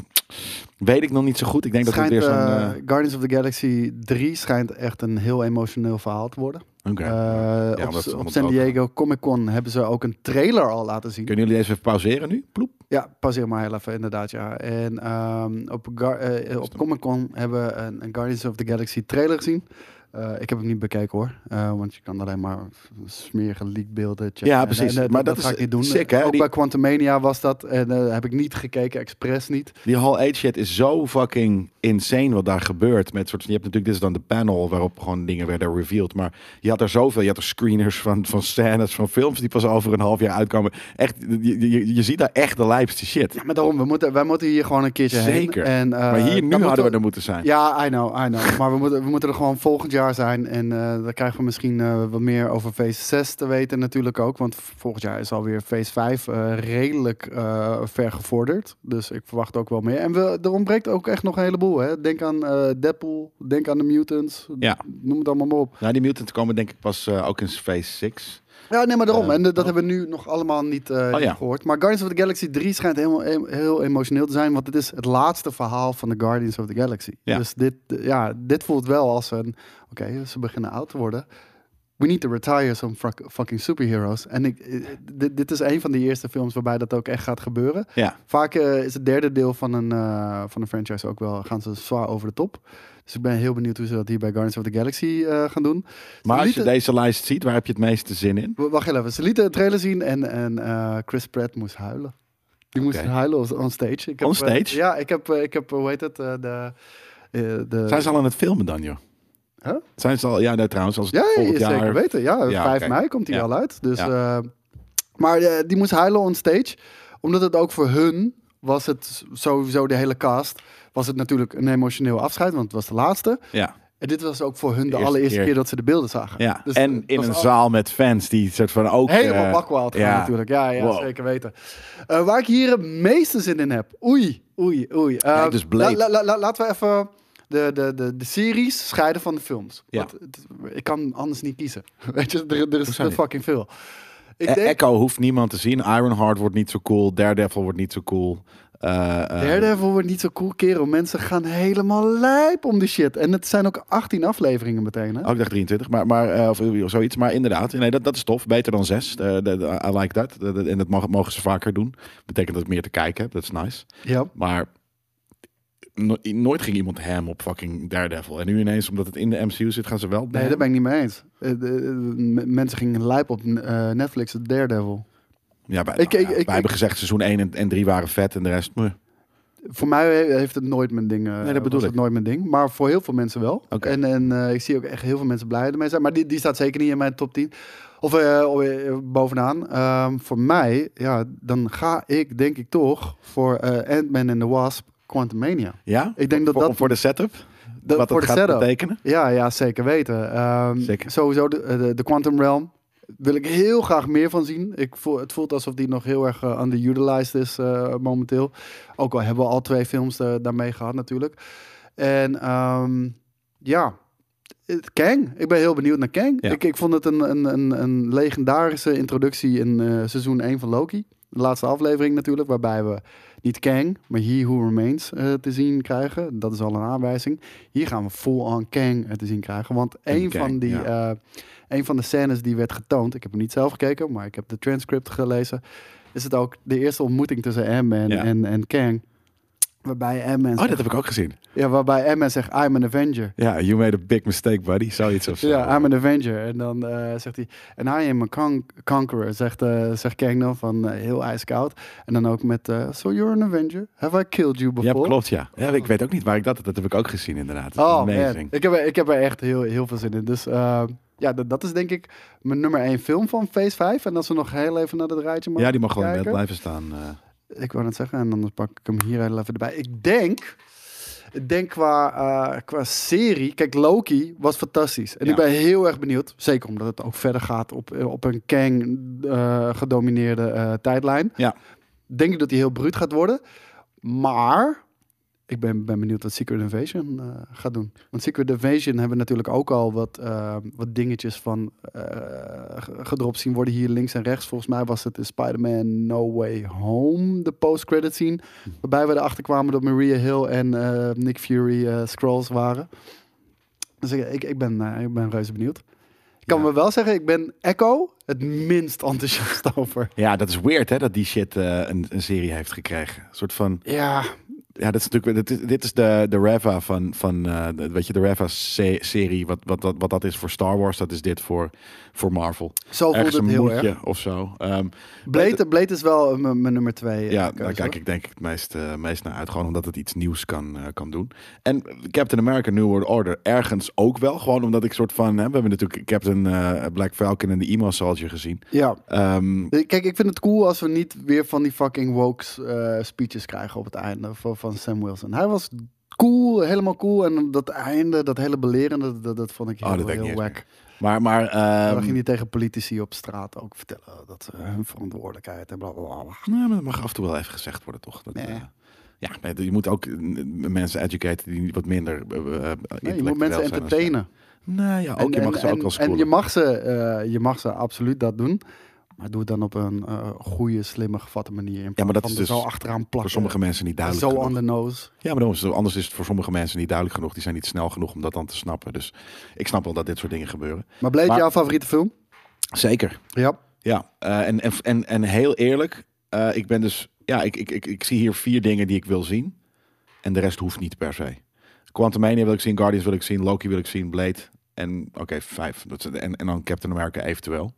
Speaker 2: weet ik nog niet zo goed. Ik denk
Speaker 3: Het schijnt,
Speaker 2: dat het weer zo'n...
Speaker 3: eh,
Speaker 2: eh,
Speaker 3: Guardians of the Galaxy 3 schijnt echt een heel emotioneel verhaal te worden.
Speaker 2: oké.
Speaker 3: Eh, op,
Speaker 2: omdat-
Speaker 3: op
Speaker 2: omdat
Speaker 3: San
Speaker 2: ook-
Speaker 3: Diego Comic Con hebben ze ook een trailer al laten zien.
Speaker 2: Kunnen jullie deze even pauzeren nu? Ploep.
Speaker 3: Ja, passeer maar heel even, inderdaad, ja. En ehm, op, Gar- eh, eh, op Comic-Con hebben we een, een Guardians of the Galaxy trailer gezien. Eh, ik heb hem niet bekeken hoor, Eh, want je kan alleen maar smerige leakbeelden checken.
Speaker 2: Ja,
Speaker 3: En,
Speaker 2: precies.
Speaker 3: eh,
Speaker 2: Maar dat
Speaker 3: ga
Speaker 2: is
Speaker 3: ik niet doen.
Speaker 2: sick, hè?
Speaker 3: Ook
Speaker 2: Die-
Speaker 3: bij Quantumania was dat, en eh, heb ik niet gekeken, expres niet.
Speaker 2: Die Hall 8 shit is zo fucking insane wat daar gebeurt. Met soort, je hebt natuurlijk, dit is dan de panel waarop gewoon dingen werden revealed. Maar je had er zoveel. Je had er screeners van, van scènes, van films die pas over een half jaar uitkomen. Echt, je, je, je ziet daar echt de lijpste shit.
Speaker 3: Ja, maar daarom, we moeten, wij moeten hier gewoon een keertje heen.
Speaker 2: Zeker.
Speaker 3: En, eh,
Speaker 2: maar hier
Speaker 3: dan
Speaker 2: nu hadden
Speaker 3: moeten-
Speaker 2: we er moeten zijn.
Speaker 3: Ja, I know, I know. <laughs> Maar we moeten, we moeten er gewoon volgend jaar zijn. En eh, dan krijgen we misschien eh, wat meer over phase 6 te weten natuurlijk ook. Want volgend jaar is alweer phase 5 eh, redelijk eh, ver gevorderd. Dus ik verwacht ook wel meer. En we, er ontbreekt ook echt nog een heleboel. Hè? Denk aan eh, Deadpool, denk aan de Mutants.
Speaker 2: Ja.
Speaker 3: Noem het allemaal maar op.
Speaker 2: Nou, die mutants komen denk ik pas eh, ook in Phase 6.
Speaker 3: Ja, nee, maar daarom.
Speaker 2: Eh,
Speaker 3: en dat hebben we nu nog allemaal niet, eh,
Speaker 2: Oh, ja.
Speaker 3: niet gehoord. Maar Guardians of the Galaxy 3 schijnt helemaal em- heel emotioneel te zijn. Want het is het laatste verhaal van de Guardians of the Galaxy.
Speaker 2: Ja.
Speaker 3: Dus dit, eh, ja, dit voelt wel als een... Oké, ze beginnen oud te worden. We need to retire some fuck- fucking superheroes. En ik, eh, dit, dit is een van de eerste films waarbij dat ook echt gaat gebeuren.
Speaker 2: Ja.
Speaker 3: Vaak eh, is het derde deel van een, eh, van een franchise ook wel... gaan ze zwaar over de top. Dus ik ben heel benieuwd hoe ze dat hier bij Guardians of the Galaxy eh, gaan doen. Ze
Speaker 2: Maar als je
Speaker 3: lieten-
Speaker 2: deze lijst ziet, waar heb je het meeste zin in?
Speaker 3: W- Wacht heel even. Ze lieten een trailer zien en, en eh, Chris Pratt moest huilen. Die moest
Speaker 2: Oké.
Speaker 3: huilen on- on stage. Ik heb, eh,
Speaker 2: On stage?
Speaker 3: ja, ik heb, eh, ik heb, eh, hoe heet het, eh, de... eh, de
Speaker 2: Zijn ze al aan het filmen dan, joh?
Speaker 3: Huh?
Speaker 2: Zijn ze al... Ja, nou, trouwens, als het
Speaker 3: ja, ja,
Speaker 2: volgend
Speaker 3: zeker
Speaker 2: jaar...
Speaker 3: weten. Ja,
Speaker 2: Ja,
Speaker 3: 5
Speaker 2: oké.
Speaker 3: mei komt die
Speaker 2: Ja.
Speaker 3: al uit. Dus,
Speaker 2: Ja.
Speaker 3: eh, maar eh, die moest huilen on stage. Omdat het ook voor hun was het sowieso de hele cast... was het natuurlijk een emotioneel afscheid, want het was de laatste.
Speaker 2: Ja,
Speaker 3: En dit was ook voor hun de,
Speaker 2: eerste
Speaker 3: allereerste
Speaker 2: keer.
Speaker 3: keer. dat ze de beelden zagen.
Speaker 2: ja.
Speaker 3: Dus het
Speaker 2: en in
Speaker 3: was
Speaker 2: een
Speaker 3: al-
Speaker 2: zaal met fans die soort van ook...
Speaker 3: Helemaal
Speaker 2: eh,
Speaker 3: bakwaald gaan
Speaker 2: ja.
Speaker 3: natuurlijk. Ja, ja
Speaker 2: Wow. E-
Speaker 3: zeker weten. Eh, waar ik hier het meeste zin in heb. Oei, oei, oei. Eh,
Speaker 2: Kijk, dus Blade.
Speaker 3: la- la- la- laten we even de, de, de, de series scheiden van de films.
Speaker 2: Ja.
Speaker 3: Want het- ik kan anders niet kiezen. <laughs> Weet je, er, er is
Speaker 2: Hoezo
Speaker 3: te
Speaker 2: niet?
Speaker 3: fucking veel. Ik
Speaker 2: E-
Speaker 3: denk,
Speaker 2: Echo hoeft niemand te zien. Ironheart wordt niet zo cool. Daredevil wordt niet zo cool. Eh, eh,
Speaker 3: Daredevil wordt niet zo cool, kerel. Mensen gaan helemaal lijp om die shit. En het zijn ook 18 afleveringen meteen, hè?
Speaker 2: Oh, ik dacht 23, maar, maar, eh, of zoiets. Maar inderdaad, nee, dat, dat is tof. Beter dan 6. I like that. Eh, dat- en dat mag- mogen ze vaker doen. Betekent dat ik meer te kijken heb. Dat is nice.
Speaker 3: Ja.
Speaker 2: Maar no- nooit ging iemand hem op fucking Daredevil. En nu ineens, omdat het in de MCU zit, gaan ze wel.
Speaker 3: Nee, daar ben ik niet mee eens. Eh, de- eh, m- mensen gingen lijp op eh, Netflix, Daredevil.
Speaker 2: Ja, wij, nou
Speaker 3: Ik- ik-
Speaker 2: ja,
Speaker 3: ik-
Speaker 2: wij
Speaker 3: ik-
Speaker 2: hebben gezegd seizoen 1 en 3 waren vet en de rest... meh.
Speaker 3: Voor mij heeft het nooit mijn ding. eh,
Speaker 2: dat
Speaker 3: was
Speaker 2: bedoel
Speaker 3: het
Speaker 2: ik.
Speaker 3: nooit mijn ding. Maar voor heel veel mensen wel.
Speaker 2: Oké.
Speaker 3: En, en eh, ik zie ook echt heel veel mensen blij ermee zijn. Maar die, die staat zeker niet in mijn top 10. Of eh, oh, eh, bovenaan. Ehm, voor mij, ja, dan ga ik denk ik toch voor eh, Ant-Man and the Wasp Quantumania.
Speaker 2: Ja?
Speaker 3: Ik denk dat
Speaker 2: voor,
Speaker 3: dat-
Speaker 2: voor de setup?
Speaker 3: De-
Speaker 2: wat
Speaker 3: voor
Speaker 2: het
Speaker 3: de
Speaker 2: gaat
Speaker 3: setup.
Speaker 2: betekenen?
Speaker 3: Ja, ja, zeker weten. Ehm,
Speaker 2: Zeker.
Speaker 3: Sowieso de, de, de Quantum Realm. Wil ik heel graag meer van zien. Ik voel, het voelt alsof die nog heel erg eh, underutilized is eh, momenteel. Ook al hebben we al twee films eh, daarmee gehad natuurlijk. En ehm, ja, het- Kang. Ik ben heel benieuwd naar Kang.
Speaker 2: Ja.
Speaker 3: Ik, ik vond het een, een, een, een legendarische introductie in eh, seizoen 1 van Loki. De laatste aflevering natuurlijk, waarbij we niet Kang, maar He Who Remains eh, te zien krijgen. Dat is al een aanwijzing. Hier gaan we full-on Kang eh, te zien krijgen. Want
Speaker 2: En
Speaker 3: een
Speaker 2: Kang,
Speaker 3: van, die,
Speaker 2: ja.
Speaker 3: eh, een van de scènes die werd getoond, ik heb hem niet zelf gekeken, maar ik heb de transcript gelezen, is het ook de eerste ontmoeting tussen Ant-Man
Speaker 2: Ja.
Speaker 3: en, en Kang. Waarbij Ant-Man
Speaker 2: Oh,
Speaker 3: zegt,
Speaker 2: dat heb ik ook gezien.
Speaker 3: ja, waarbij Ant-Man zegt, I'm an Avenger.
Speaker 2: Ja, you made a big mistake, buddy. Zoiets of zo.
Speaker 3: Ja, I'm an Avenger. En dan eh, zegt hij, and I am a con- conqueror, zegt, eh zegt Kang dan van eh, heel ijskoud. En dan ook met, eh, so you're an Avenger? Have I killed you
Speaker 2: ja,
Speaker 3: before?
Speaker 2: klopt, ja. ja. Ik weet ook niet waar ik dat had. Dat heb ik ook gezien, inderdaad. Dat is
Speaker 3: Oh man,
Speaker 2: amazing.
Speaker 3: ik heb, er- ik heb er echt heel, heel veel zin in. Dus eh, ja, dat, dat is denk ik mijn nummer één film van Phase 5. En als we nog heel even naar dat rijtje mogen
Speaker 2: Ja, die mag gewoon in bed
Speaker 3: kijken.
Speaker 2: blijven staan. eh.
Speaker 3: Ik wou net zeggen, en anders pak ik hem hier heel even erbij. Ik denk, ik denk qua, eh, qua serie. Kijk, Loki was fantastisch. En
Speaker 2: Ja.
Speaker 3: ik ben heel erg benieuwd. Zeker omdat het ook verder gaat op, op een Kang-gedomineerde eh, tijdlijn.
Speaker 2: Ja.
Speaker 3: Denk ik dat hij heel bruut gaat worden. Maar ik ben, ben benieuwd wat Secret Invasion eh, gaat doen. Want Secret Invasion hebben natuurlijk ook al wat, eh, wat dingetjes van eh, ge- gedropt zien worden hier links en rechts. Volgens mij was het in Spider-Man No Way Home, de post-credit scene. Waarbij we erachter kwamen dat Maria Hill en eh, Nick Fury eh, Skrulls waren. Dus ik, ik, ik, ben, eh, ik ben reuze benieuwd. Ik kan
Speaker 2: Ja.
Speaker 3: me wel zeggen, ik ben Echo het minst enthousiast <laughs> over.
Speaker 2: Ja, dat is weird, hè? Dat die shit eh, een, een serie heeft gekregen. Een soort van...
Speaker 3: Ja,
Speaker 2: Ja, dat is natuurlijk. Dit is, dit is de, de Reva van. van eh, de- weet je, de Reva-serie. Wat, wat, wat, wat dat is voor Star Wars, dat is dit voor, voor Marvel.
Speaker 3: zo voelt
Speaker 2: Ergens
Speaker 3: het
Speaker 2: een
Speaker 3: heel
Speaker 2: moedje
Speaker 3: erg.
Speaker 2: of zo. Ehm,
Speaker 3: Blade, Blade is wel eh, mijn mijn nummer twee. eh,
Speaker 2: ja, daar
Speaker 3: keuze,
Speaker 2: kijk ik denk ik het meest, eh, meest naar uit. Gewoon omdat het iets nieuws kan, eh, kan doen. En Captain America New World Order ergens ook wel. Gewoon omdat ik soort van... Hè, we hebben natuurlijk Captain eh, Black Falcon en de Emo Soldier gezien.
Speaker 3: hoor. Ja.
Speaker 2: Ehm,
Speaker 3: Eh, Kijk, ik vind het cool als we niet weer van die fucking woke eh, speeches krijgen op het einde van, van Sam Wilson. Hij was cool, helemaal cool. En dat einde, dat hele belerende, dat, dat vond ik
Speaker 2: Oh,
Speaker 3: heel,
Speaker 2: dat weet ik
Speaker 3: heel
Speaker 2: niet eens
Speaker 3: wack.
Speaker 2: maar maar
Speaker 3: En
Speaker 2: ehm,
Speaker 3: dan ging hij tegen politici op straat ook vertellen dat ze hun verantwoordelijkheid en blablabla.
Speaker 2: Nou, maar dat mag af en toe wel even gezegd worden, toch? Dat,
Speaker 3: Nee.
Speaker 2: eh, ja, maar je moet ook eh, mensen educaten die wat minder. eh, eh,
Speaker 3: Nee, je
Speaker 2: intellectueel
Speaker 3: moet mensen
Speaker 2: zijn dan-
Speaker 3: entertainen.
Speaker 2: Nou ja, ook.
Speaker 3: En-
Speaker 2: je mag
Speaker 3: en-
Speaker 2: ze ook
Speaker 3: en-
Speaker 2: wel
Speaker 3: En je
Speaker 2: schoolen.
Speaker 3: mag, ze, eh, je mag ze absoluut dat doen. Maar doe het dan op een eh, goede, slimme, gevatte manier. In plaats
Speaker 2: Ja, maar dat
Speaker 3: van
Speaker 2: is
Speaker 3: er
Speaker 2: dus
Speaker 3: zo achteraan plakken.
Speaker 2: Voor sommige mensen niet duidelijk.
Speaker 3: Zo
Speaker 2: genoeg.
Speaker 3: on the nose.
Speaker 2: Ja, maar daarom is het- anders is het voor sommige mensen niet duidelijk genoeg. Die zijn niet snel genoeg om dat dan te snappen. Dus ik snap wel dat dit soort dingen gebeuren.
Speaker 3: Maar Blade,
Speaker 2: Maar-
Speaker 3: jouw favoriete film?
Speaker 2: Zeker.
Speaker 3: Ja.
Speaker 2: Ja, eh, en, en, en, en heel eerlijk, eh, ik ben dus. Ja, ik, ik, ik, ik zie hier vier dingen die ik wil zien. En de rest hoeft niet per se. Quantumania wil ik zien, Guardians wil ik zien, Loki wil ik zien, Blade. En oké, vijf. Dat, zijn- en, en dan Captain America eventueel.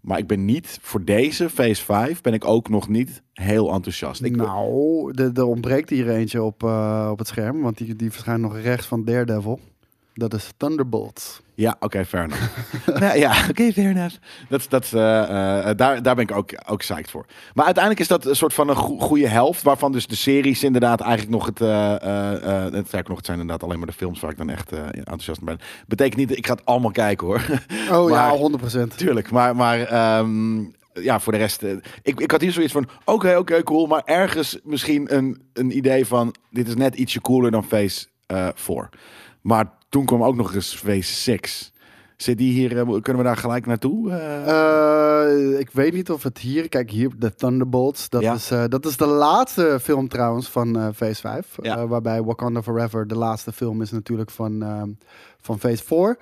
Speaker 2: Maar ik ben niet, voor deze Phase 5 ben ik ook nog niet heel enthousiast. Ik,
Speaker 3: nou, er er ontbreekt hier eentje op, eh, op het scherm. Want die, die verschijnt nog rechts van Daredevil. Dat is Thunderbolt.
Speaker 2: Ja, oké, fair
Speaker 3: <laughs>
Speaker 2: enough. nou, ja, oké, fair enough. Dat, dat, eh, eh, daar, daar ben ik ook, ook psyched voor. Maar uiteindelijk is dat een soort van een goe- goede helft... waarvan dus de series inderdaad eigenlijk nog het... eh, eh, eh, het, sterker nog, het zijn inderdaad alleen maar de films... waar ik dan echt eh, enthousiast mee ben. Betekent niet, dat ik ga het allemaal kijken hoor. <laughs>
Speaker 3: Oh
Speaker 2: Maar-
Speaker 3: ja, 100%.
Speaker 2: Tuurlijk, maar, maar ehm, ja, voor de rest... eh, ik, ik had hier zoiets van, oké, oké, cool... maar ergens misschien een, een idee van... dit is net ietsje cooler dan Phase eh 4. Maar toen kwam ook nog eens Phase 6... Zit die hier, eh, kunnen we daar gelijk naartoe? Eh,
Speaker 3: Eh, ik weet niet of het hier... Kijk, hier, de Thunderbolts. Dat,
Speaker 2: Ja.
Speaker 3: is, eh, dat is de laatste film trouwens van eh Phase 5.
Speaker 2: Ja.
Speaker 3: Eh, waarbij Wakanda Forever de laatste film is natuurlijk van, ehm, van Phase 4.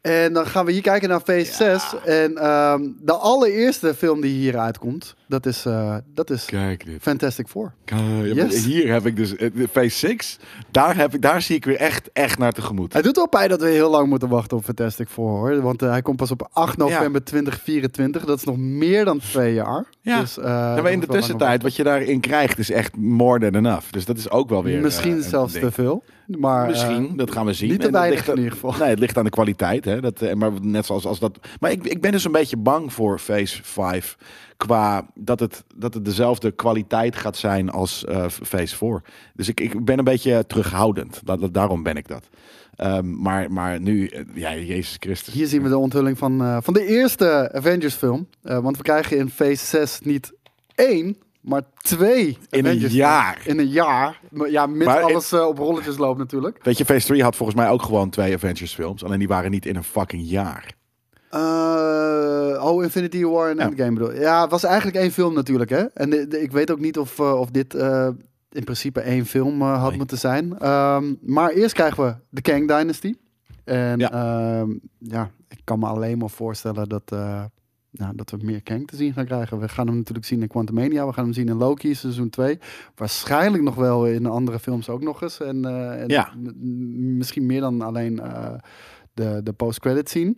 Speaker 3: En dan gaan we hier kijken naar Phase 6. En ehm, de allereerste film die hier uitkomt, dat is, eh, dat is
Speaker 2: Kijk dit.
Speaker 3: Fantastic Four.
Speaker 2: Kijk,
Speaker 3: Yes.
Speaker 2: Hier heb ik dus eh, de Phase 6. Daar, heb ik, daar zie ik weer echt, echt naar
Speaker 3: Het
Speaker 2: tegemoet.
Speaker 3: doet wel pijn dat we heel lang moeten wachten op Fantastic Four, hoor. Want eh, hij komt pas op 8 november 2024. Dat is nog meer dan twee jaar.
Speaker 2: Ja.
Speaker 3: Dus, eh,
Speaker 2: Ja,
Speaker 3: dat
Speaker 2: maar in de
Speaker 3: is wel lang
Speaker 2: tussentijd, wat je daarin krijgt, is echt more than enough. Dus dat is ook wel weer.
Speaker 3: wachten.
Speaker 2: eh,
Speaker 3: Misschien
Speaker 2: een
Speaker 3: zelfs
Speaker 2: ding.
Speaker 3: te veel. Maar, eh,
Speaker 2: Misschien, dat gaan we zien.
Speaker 3: niet te
Speaker 2: En dat
Speaker 3: weinig
Speaker 2: ligt
Speaker 3: in
Speaker 2: aan-
Speaker 3: ieder geval.
Speaker 2: Nee, het ligt aan de kwaliteit. Hè? Dat, eh, maar net zoals als dat. Maar ik, ik ben dus een beetje bang voor Phase 5. Qua dat het, dat het dezelfde kwaliteit gaat zijn als eh Phase 4. Dus ik, ik ben een beetje terughoudend. Dat, dat- daarom ben ik dat. Ehm, maar, maar nu, eh, ja, Jezus Christus.
Speaker 3: Hier zien we de onthulling van, eh, van de eerste Avengers film. Eh, want we krijgen in Phase 6 niet één, maar twee
Speaker 2: In een
Speaker 3: Avengers
Speaker 2: jaar.
Speaker 3: films. In een jaar. Maar Ja, mits
Speaker 2: Maar in-
Speaker 3: alles eh, op rolletjes loopt natuurlijk.
Speaker 2: Weet je, Phase 3 had volgens mij ook gewoon twee Avengers films. Alleen die waren niet in een fucking jaar.
Speaker 3: Eh, oh, Infinity War en
Speaker 2: Ja.
Speaker 3: Endgame bedoel je. Ja, het was eigenlijk één film natuurlijk, hè. En de- de- ik weet ook niet of, eh, of dit eh, in principe één film eh, had
Speaker 2: Nee.
Speaker 3: moeten zijn. Ehm, maar eerst krijgen we de Kang Dynasty. En ehm,
Speaker 2: Ja.
Speaker 3: ja, ja ik kan me alleen maar voorstellen dat, eh, nou, dat we meer Kang te zien gaan krijgen. We gaan hem natuurlijk zien in Quantumania. We gaan hem zien in Loki, seizoen 2. Waarschijnlijk nog wel in andere films ook nog eens. En, eh, en
Speaker 2: Ja.
Speaker 3: m- m- misschien meer dan alleen eh, de, de post-credit scene.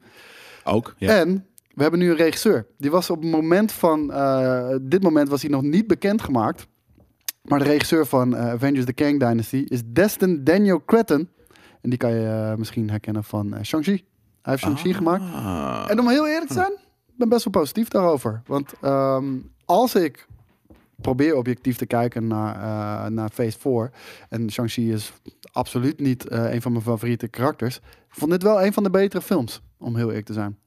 Speaker 2: Ook, ja.
Speaker 3: En we hebben nu een regisseur. Die was op het moment van... eh, dit moment was hij nog niet bekendgemaakt. Maar de regisseur van eh, Avengers The Kang Dynasty is Destin Daniel Cretton. En die kan je eh, misschien herkennen van eh, Shang-Chi. Hij heeft Shang-Chi gemaakt.
Speaker 2: Ah.
Speaker 3: En om heel eerlijk te zijn, ik ben best wel positief daarover. Want ehm, als ik probeer objectief te kijken naar, eh, naar Phase 4... en Shang-Chi is absoluut niet eh, een van mijn favoriete karakters... ik vond dit wel een van de betere films, om heel eerlijk te zijn.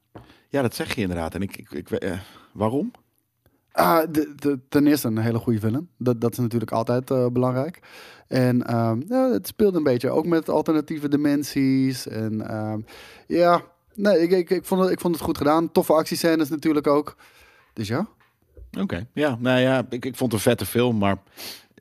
Speaker 2: Ja, dat zeg je inderdaad. En ik, ik, ik eh, waarom?
Speaker 3: Ah, de, de, ten eerste een hele goede film. Dat, dat is natuurlijk altijd eh, belangrijk. En ehm, ja, het speelt een beetje ook met alternatieve dimensies. En ehm, ja, nee, ik, ik, ik, vond het, ik vond het goed gedaan. Toffe actiescènes natuurlijk ook. Dus ja...
Speaker 2: Oké. Ja, nou ja, ik, ik vond het een vette film, maar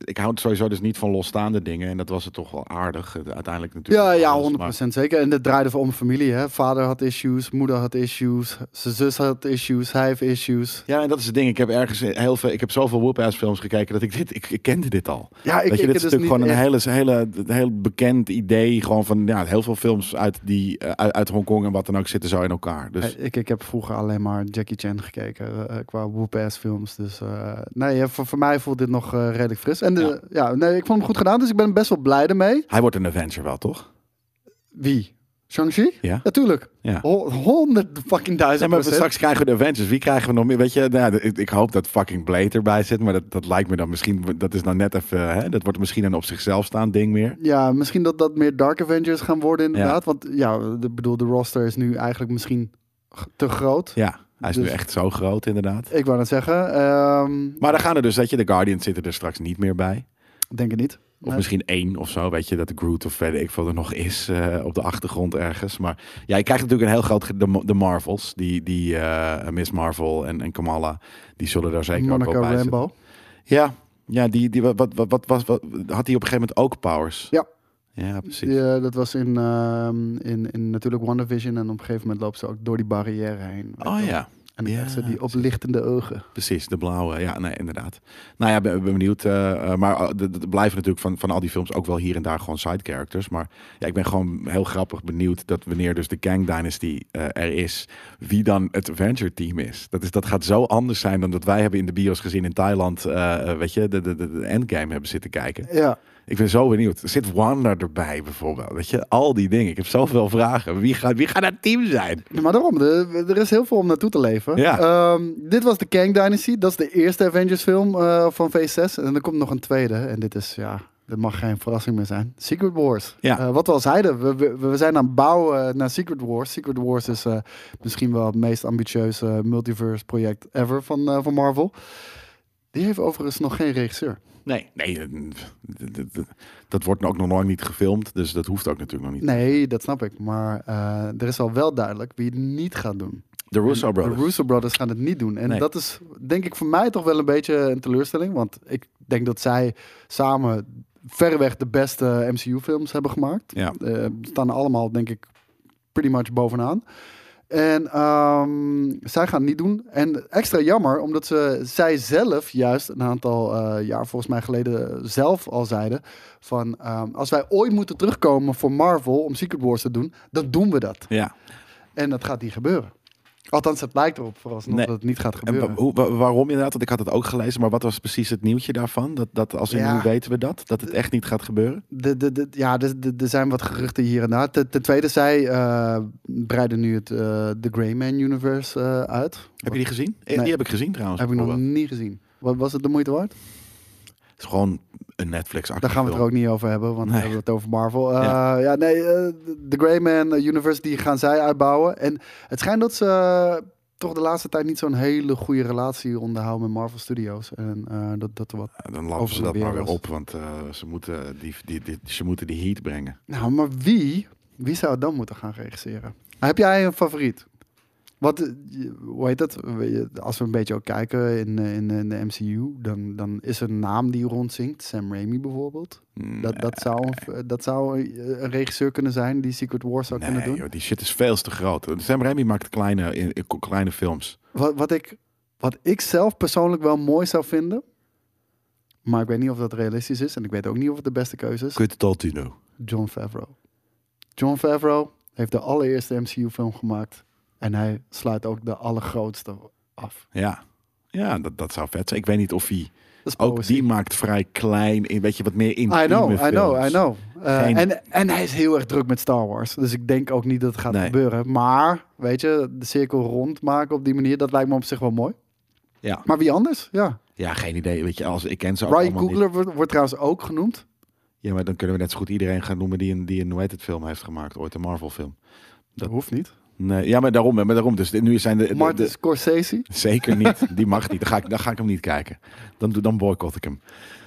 Speaker 2: ik houd sowieso dus niet van losstaande dingen. En dat was het toch wel aardig, eh, uiteindelijk natuurlijk.
Speaker 3: Ja, ja,
Speaker 2: alles,
Speaker 3: 100%
Speaker 2: maar-
Speaker 3: zeker. En dit draaide voor om familie. Hè? Vader had issues, moeder had issues, zijn zus had issues, hij heeft issues.
Speaker 2: Ja, en dat is het ding. Ik heb ergens heel veel, ik heb zoveel whoop-ass films gekeken dat ik dit, ik, ik kende dit al.
Speaker 3: Ja, ik-
Speaker 2: Weet
Speaker 3: ik
Speaker 2: je, dit is
Speaker 3: dus
Speaker 2: natuurlijk
Speaker 3: niet
Speaker 2: gewoon een
Speaker 3: echt-
Speaker 2: hele, hele, een heel bekend idee, gewoon van ja, heel veel films uit die eh, uit, uit Hongkong en wat dan ook zitten zo in elkaar. Dus
Speaker 3: Ik, ik heb vroeger alleen maar Jackie Chan gekeken eh, qua whoop-ass films. Dus eh, nee, eh, voor, voor mij voelt dit nog eh, redelijk fris. En de, ja. nee, ik vond hem goed gedaan, dus ik ben best wel blij ermee.
Speaker 2: hij wordt een adventure wel, toch?
Speaker 3: Wie? Shang-Chi?
Speaker 2: Ja.
Speaker 3: Natuurlijk.
Speaker 2: Ja.
Speaker 3: Honderd fucking
Speaker 2: Nee,
Speaker 3: duizend
Speaker 2: maar
Speaker 3: procent.
Speaker 2: straks krijgen we de Avengers. Wie krijgen we nog meer? Weet je, nou, ik, ik hoop dat fucking Blade erbij zit, maar dat, dat lijkt me dan misschien, dat is dan net even, hè, dat wordt misschien een op zichzelf staand ding meer.
Speaker 3: Ja, misschien dat dat meer Dark Avengers gaan worden inderdaad. Want ja, de, bedoel, de roster is nu eigenlijk misschien g- te groot.
Speaker 2: Ja, hij is nu
Speaker 3: Dus-
Speaker 2: echt zo groot inderdaad.
Speaker 3: Ik wou net zeggen, ehm,
Speaker 2: Maar dan gaan er dus, weet je, de Guardians zitten er straks niet meer bij.
Speaker 3: denk het niet.
Speaker 2: Of
Speaker 3: Nee.
Speaker 2: misschien één of zo, weet je, dat de Groot of verder ik veel er nog is eh, op de achtergrond ergens. Maar ja, je krijgt natuurlijk een heel groot, ge- de, de Marvels, die, die eh, Miss Marvel en, en Kamala, die zullen daar zeker ook
Speaker 3: Monica
Speaker 2: wel bij zitten.
Speaker 3: Rambo.
Speaker 2: Ja, ja die, die, wat, wat, wat, wat, wat- had hij op een gegeven moment ook powers?
Speaker 3: Ja.
Speaker 2: Ja, precies.
Speaker 3: Die, eh, dat was in, ehm, in, in natuurlijk WandaVision. En op een gegeven moment loopt ze ook door die barrière heen. weet
Speaker 2: Oh
Speaker 3: je wel.
Speaker 2: ja,
Speaker 3: En dan
Speaker 2: Ja,
Speaker 3: krijgt ze die oplichtende ogen.
Speaker 2: precies, de blauwe. Ja, nee, inderdaad. Nou ja, ben, ben benieuwd. eh, eh, maar eh, er er blijven natuurlijk van, van al die films ook wel hier en daar gewoon side characters. Maar ja, ik ben gewoon heel grappig benieuwd dat wanneer dus de Kang Dynasty eh, er is, wie dan het Adventure Team is. Dat, is. dat gaat zo anders zijn dan dat wij hebben in de bios gezien in Thailand, eh, eh, weet je, de, de, de, de Endgame hebben zitten kijken.
Speaker 3: Ja,
Speaker 2: Ik ben zo benieuwd. Er zit Wanda erbij bijvoorbeeld. Weet je, al die dingen. Ik heb zoveel vragen. Wie gaat, wie gaat dat team zijn?
Speaker 3: maar daarom, de- er is heel veel om naartoe te leven.
Speaker 2: Ja.
Speaker 3: Ehm, dit was de Kang Dynasty. Dat is de eerste Avengers film eh, van Phase 6. En er komt nog een tweede. En dit is, ja, dit mag geen verrassing meer zijn. Secret Wars.
Speaker 2: Ja.
Speaker 3: Eh, wat we al zeiden, we, we, we zijn aan het bouwen eh, naar Secret Wars. Secret Wars is eh, misschien wel het meest ambitieuze eh, multiverse project ever van, eh, van Marvel. Die heeft overigens nog geen regisseur.
Speaker 2: Nee. Nee, eh, dat- dat- dat- dat wordt ook nog lang niet gefilmd. Dus dat hoeft ook natuurlijk nog niet.
Speaker 3: Nee, dat snap ik. Maar eh, er is al wel duidelijk wie het niet gaat doen.
Speaker 2: De Russo
Speaker 3: En
Speaker 2: Brothers.
Speaker 3: De Russo Brothers gaan het niet doen. En
Speaker 2: Nee.
Speaker 3: dat is denk ik voor mij toch wel een beetje een teleurstelling. Want ik denk dat zij samen verreweg de beste MCU-films hebben gemaakt.
Speaker 2: Ja.
Speaker 3: Eh, staan er allemaal, denk ik, pretty much bovenaan. En ehm, zij gaan het niet doen. En extra jammer, omdat ze, zij zelf juist een aantal eh, jaar volgens mij geleden zelf al zeiden... van ehm, als wij ooit moeten terugkomen voor Marvel om Secret Wars te doen... dan doen we dat.
Speaker 2: Ja.
Speaker 3: En dat gaat niet gebeuren. Althans, het lijkt erop vooralsnog
Speaker 2: Nee.
Speaker 3: dat het niet gaat
Speaker 2: En wa-
Speaker 3: gebeuren.
Speaker 2: hoe, wa- waarom inderdaad? Want ik had het ook gelezen. Maar wat was precies het nieuwtje daarvan? Dat, dat als in
Speaker 3: Ja.
Speaker 2: hoe weten we dat? Dat het echt niet gaat gebeuren?
Speaker 3: De, de, de, ja, er de, er zijn wat geruchten hier en daar. Ten, ten tweede, zij eh, breiden nu het eh, The Grey Man Universe eh, uit.
Speaker 2: Heb je die gezien? Eh,
Speaker 3: Nee.
Speaker 2: Die heb ik gezien trouwens.
Speaker 3: Heb ik nog
Speaker 2: bijvoorbeeld.
Speaker 3: niet gezien. Wat, was het de moeite waard?
Speaker 2: Het is gewoon een netflix
Speaker 3: Daar gaan we het er ook niet over hebben, want we
Speaker 2: Nee.
Speaker 3: hebben het over Marvel. Eh, ja.
Speaker 2: Ja.
Speaker 3: nee, eh, The Grey Man eh, Universe, die gaan zij uitbouwen. En het schijnt dat ze eh, toch de laatste tijd niet zo'n hele goede relatie onderhouden met Marvel Studios. En eh, dat, dat er wat
Speaker 2: Dan lappen
Speaker 3: over
Speaker 2: ze
Speaker 3: de
Speaker 2: dat maar weer
Speaker 3: wereld.
Speaker 2: op. Want eh, ze, moeten die, die, die- ze moeten die heat brengen.
Speaker 3: Nou, maar wie, wie zou het dan moeten gaan regisseren? Heb jij een favoriet? Wat, eh, je- hoe heet dat? We- je- Als we een beetje ook kijken in, eh, in, in de MCU, dan, dan is er een naam die rondzinkt. Sam Raimi bijvoorbeeld. Dat, dat, zou, een v- dat zou eh, een regisseur kunnen zijn die Secret Wars zou kunnen
Speaker 2: Nee,
Speaker 3: doen.
Speaker 2: joh, die shit is veel te groot. Sam Raimi maakt kleine, in, in- kleine films.
Speaker 3: Wat, wat, ik, wat ik zelf persoonlijk wel mooi zou vinden. Maar ik weet niet of dat realistisch is. En ik weet ook niet of het de beste keuze is.
Speaker 2: Quentin Tarantino.
Speaker 3: John Favreau. John Favreau heeft de allereerste MCU-film gemaakt. En hij sluit ook de allergrootste af.
Speaker 2: Ja, ja dat, dat zou vet zijn. Ik weet niet of hij...
Speaker 3: Dat Oh, is
Speaker 2: Ook
Speaker 3: poëzie.
Speaker 2: die maakt vrij klein, in- weet je, wat meer intieme
Speaker 3: I know, I know,
Speaker 2: films.
Speaker 3: I know. Eh,
Speaker 2: Geen-
Speaker 3: en, en hij is heel erg druk met Star Wars. Dus ik denk ook niet dat het gaat
Speaker 2: Nee.
Speaker 3: gebeuren. Maar, weet je, de cirkel rondmaken op die manier, dat lijkt me op zich wel mooi.
Speaker 2: Ja,
Speaker 3: Maar wie anders? Ja.
Speaker 2: ja geen idee. Weet je, als, ik ken ze ook
Speaker 3: Ryan
Speaker 2: allemaal niet.
Speaker 3: Coogler wordt, wordt trouwens ook genoemd.
Speaker 2: Ja, maar dan kunnen we net zo goed iedereen gaan noemen die een, die een hoe heet het, film heeft gemaakt. Ooit een Marvel film.
Speaker 3: Dat hoeft niet.
Speaker 2: Nee, ja, maar daarom. hè, Maar daarom. Dus nu zijn de... de-
Speaker 3: Martin
Speaker 2: de-
Speaker 3: Scorsese.
Speaker 2: zeker niet. Die mag niet. Dan ga ik, dan ga ik hem niet kijken. Dan, doe- dan boycott ik hem.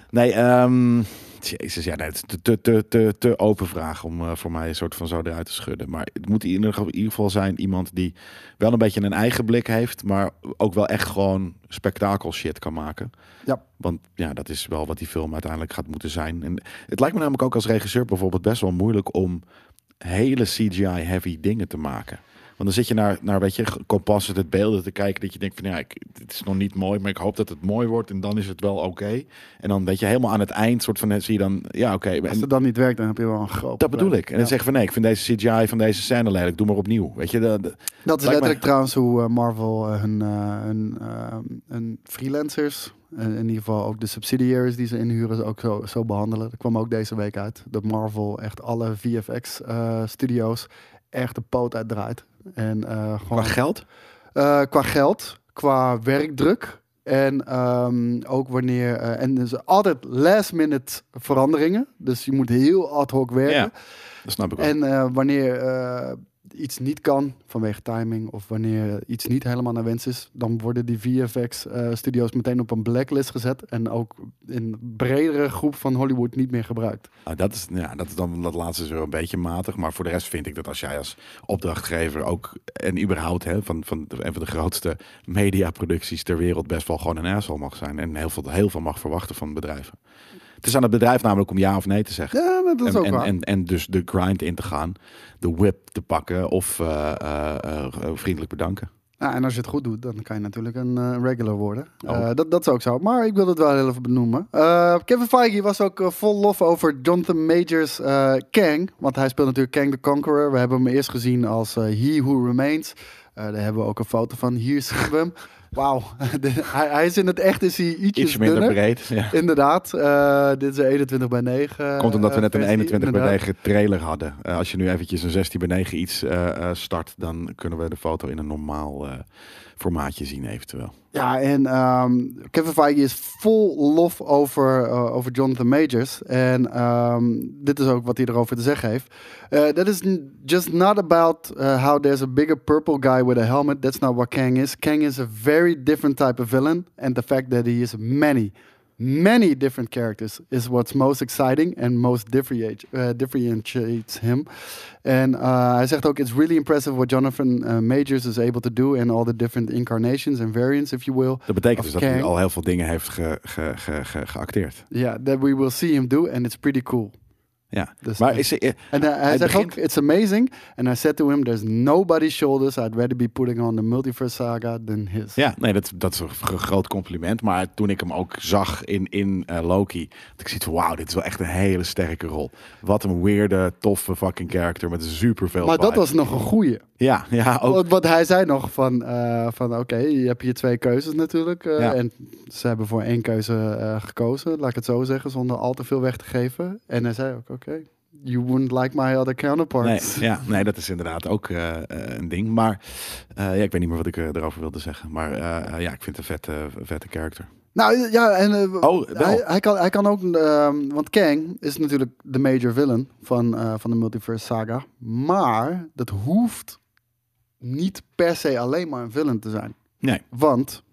Speaker 2: Nee, ehm, jezus. Ja, nee, het is te, te, te, te, te open vraag om eh, voor mij een soort van zo eruit te schudden. Maar het moet in ieder geval- in ieder geval zijn iemand die wel een beetje een eigen blik heeft. Maar ook wel echt gewoon spektakel shit kan maken.
Speaker 3: Ja.
Speaker 2: Want ja, dat is wel wat die film uiteindelijk gaat moeten zijn. En het lijkt me namelijk ook als regisseur bijvoorbeeld best wel moeilijk om hele CGI-heavy dingen te maken. Want dan zit je naar, naar weet je, composited beelden te kijken. Dat je denkt van ja, ik, het is nog niet mooi, maar ik hoop dat het mooi wordt. En dan is het wel oké. En dan weet je helemaal aan het eind soort van zie je dan, ja oké.
Speaker 3: Als
Speaker 2: En
Speaker 3: het dan niet werkt, dan heb je wel een groot
Speaker 2: dat
Speaker 3: probleem.
Speaker 2: bedoel ik. En
Speaker 3: Ja.
Speaker 2: dan zeg je van nee, ik vind deze CGI van deze scène lelijk. Doe maar opnieuw. Weet je, dat, dat-
Speaker 3: Dat is
Speaker 2: Lijkt
Speaker 3: letterlijk trouwens hoe eh, Marvel eh, hun, eh, hun, eh, hun freelancers, eh, in ieder geval ook de subsidiaries die ze inhuren, ook zo, zo behandelen. Dat kwam ook deze week uit. Dat Marvel echt alle VFX-studio's eh, echt de poot uitdraait. En, eh,
Speaker 2: qua
Speaker 3: gewoon,
Speaker 2: geld.
Speaker 3: eh, qua geld, qua werkdruk. En ehm, ook wanneer. eh, en dus altijd last minute veranderingen. Dus je moet heel ad hoc werken.
Speaker 2: Ja, dat snap ik wel.
Speaker 3: En eh, wanneer eh, iets niet kan vanwege timing of wanneer iets niet helemaal naar wens is, dan worden die VFX-studio's eh, meteen op een blacklist gezet en ook in een bredere groep van Hollywood niet meer gebruikt.
Speaker 2: Nou, dat is, ja, dat is dan dat laatste is wel een beetje matig. Maar voor de rest vind ik dat als jij als opdrachtgever ook en überhaupt hè, van, van de- een van de grootste mediaproducties ter wereld best wel gewoon een asshole mag zijn. En heel veel, heel veel mag verwachten van bedrijven. Het is aan het bedrijf namelijk om ja of nee te zeggen.
Speaker 3: Ja, nou, dat is
Speaker 2: en,
Speaker 3: ook
Speaker 2: en,
Speaker 3: waar.
Speaker 2: en, en dus de grind in te gaan, de whip te pakken of eh, eh, eh, vriendelijk bedanken.
Speaker 3: Nou, en als je het goed doet, dan kan je natuurlijk een eh, regular worden.
Speaker 2: Oh.
Speaker 3: Eh, dat, dat is ook zo. Maar ik wil het wel heel even benoemen. Eh, Kevin Feige was ook eh, vol lof over Jonathan Majors eh, Kang. Want hij speelt natuurlijk Kang the Conqueror. We hebben hem eerst gezien als eh, He Who Remains. Eh, daar hebben we ook een foto van. Hier zien
Speaker 2: <laughs>
Speaker 3: we hem. Wauw. <laughs> De- hij, hij is in het echt is hij ietsjes
Speaker 2: Iets minder
Speaker 3: dunner.
Speaker 2: breed. <laughs> Ja.
Speaker 3: Inderdaad. Eh, dit is een 21 bij 9.
Speaker 2: Komt omdat we
Speaker 3: eh,
Speaker 2: net een
Speaker 3: versie,
Speaker 2: 21 bij
Speaker 3: inderdaad.
Speaker 2: 9 trailer hadden. Eh, als je nu eventjes een 16 bij 9 iets eh, eh, start, dan kunnen we de foto in een normaal eh, formaatje zien eventueel.
Speaker 3: Ja, en ehm, Kevin Feige is vol lof over, eh, over Jonathan Majors. En ehm, dit is ook wat hij erover te zeggen heeft. Eh, that is n- just not about eh, how there's a bigger purple guy with a helmet. That's not what Kang is. Kang is a very different type of villain. And the fact that he is many, many different characters is what's most exciting and most differentiate- eh, differentiates him. En eh, hij zegt ook: It's really impressive what Jonathan eh, Majors is able to do and all the different incarnations and variants, if you will.
Speaker 2: Dat betekent
Speaker 3: Of
Speaker 2: dus dat hij
Speaker 3: Kang.
Speaker 2: al heel veel dingen heeft ge, ge, ge, ge- geacteerd.
Speaker 3: Yeah, that we will see him do, and it's pretty cool. uh,
Speaker 2: Ja.
Speaker 3: Dus-
Speaker 2: maar is, eh,
Speaker 3: En hij, hij
Speaker 2: Hij
Speaker 3: zegt
Speaker 2: begint-
Speaker 3: ook, it's amazing. And I said to him, there's nobody's shoulders I'd rather be putting on the multiverse saga than his.
Speaker 2: ja, nee, dat, dat is een gro- groot compliment. Maar toen ik hem ook zag in, in eh, Loki, had ik zoiets van wauw, dit is wel echt een hele sterke rol. Wat een weirde, toffe fucking character met superveel
Speaker 3: maar dat
Speaker 2: vibe.
Speaker 3: was nog een goeie.
Speaker 2: Ja, ja, ook
Speaker 3: Want, want hij zei nog van, eh, van oké, je hebt hier twee keuzes natuurlijk. eh,
Speaker 2: Ja.
Speaker 3: En ze hebben voor één keuze eh, gekozen, laat ik het zo zeggen, zonder al te veel weg te geven. En hij zei ook, oké, you wouldn't like my other
Speaker 2: Nee,
Speaker 3: counterparts.
Speaker 2: ja, nee, dat is inderdaad ook eh, eh, een ding. Maar eh, ja, ik weet niet meer wat ik eh, erover wilde zeggen. Maar eh, eh, ja, ik vind het een vette, vette character.
Speaker 3: Nou ja, en eh,
Speaker 2: Oh, wel.
Speaker 3: hij, hij kan, hij kan ook, ehm, want Kang is natuurlijk de major villain van, eh, van de multiverse saga. Maar dat hoeft niet per se alleen maar een villain te zijn.
Speaker 2: Nee.
Speaker 3: Want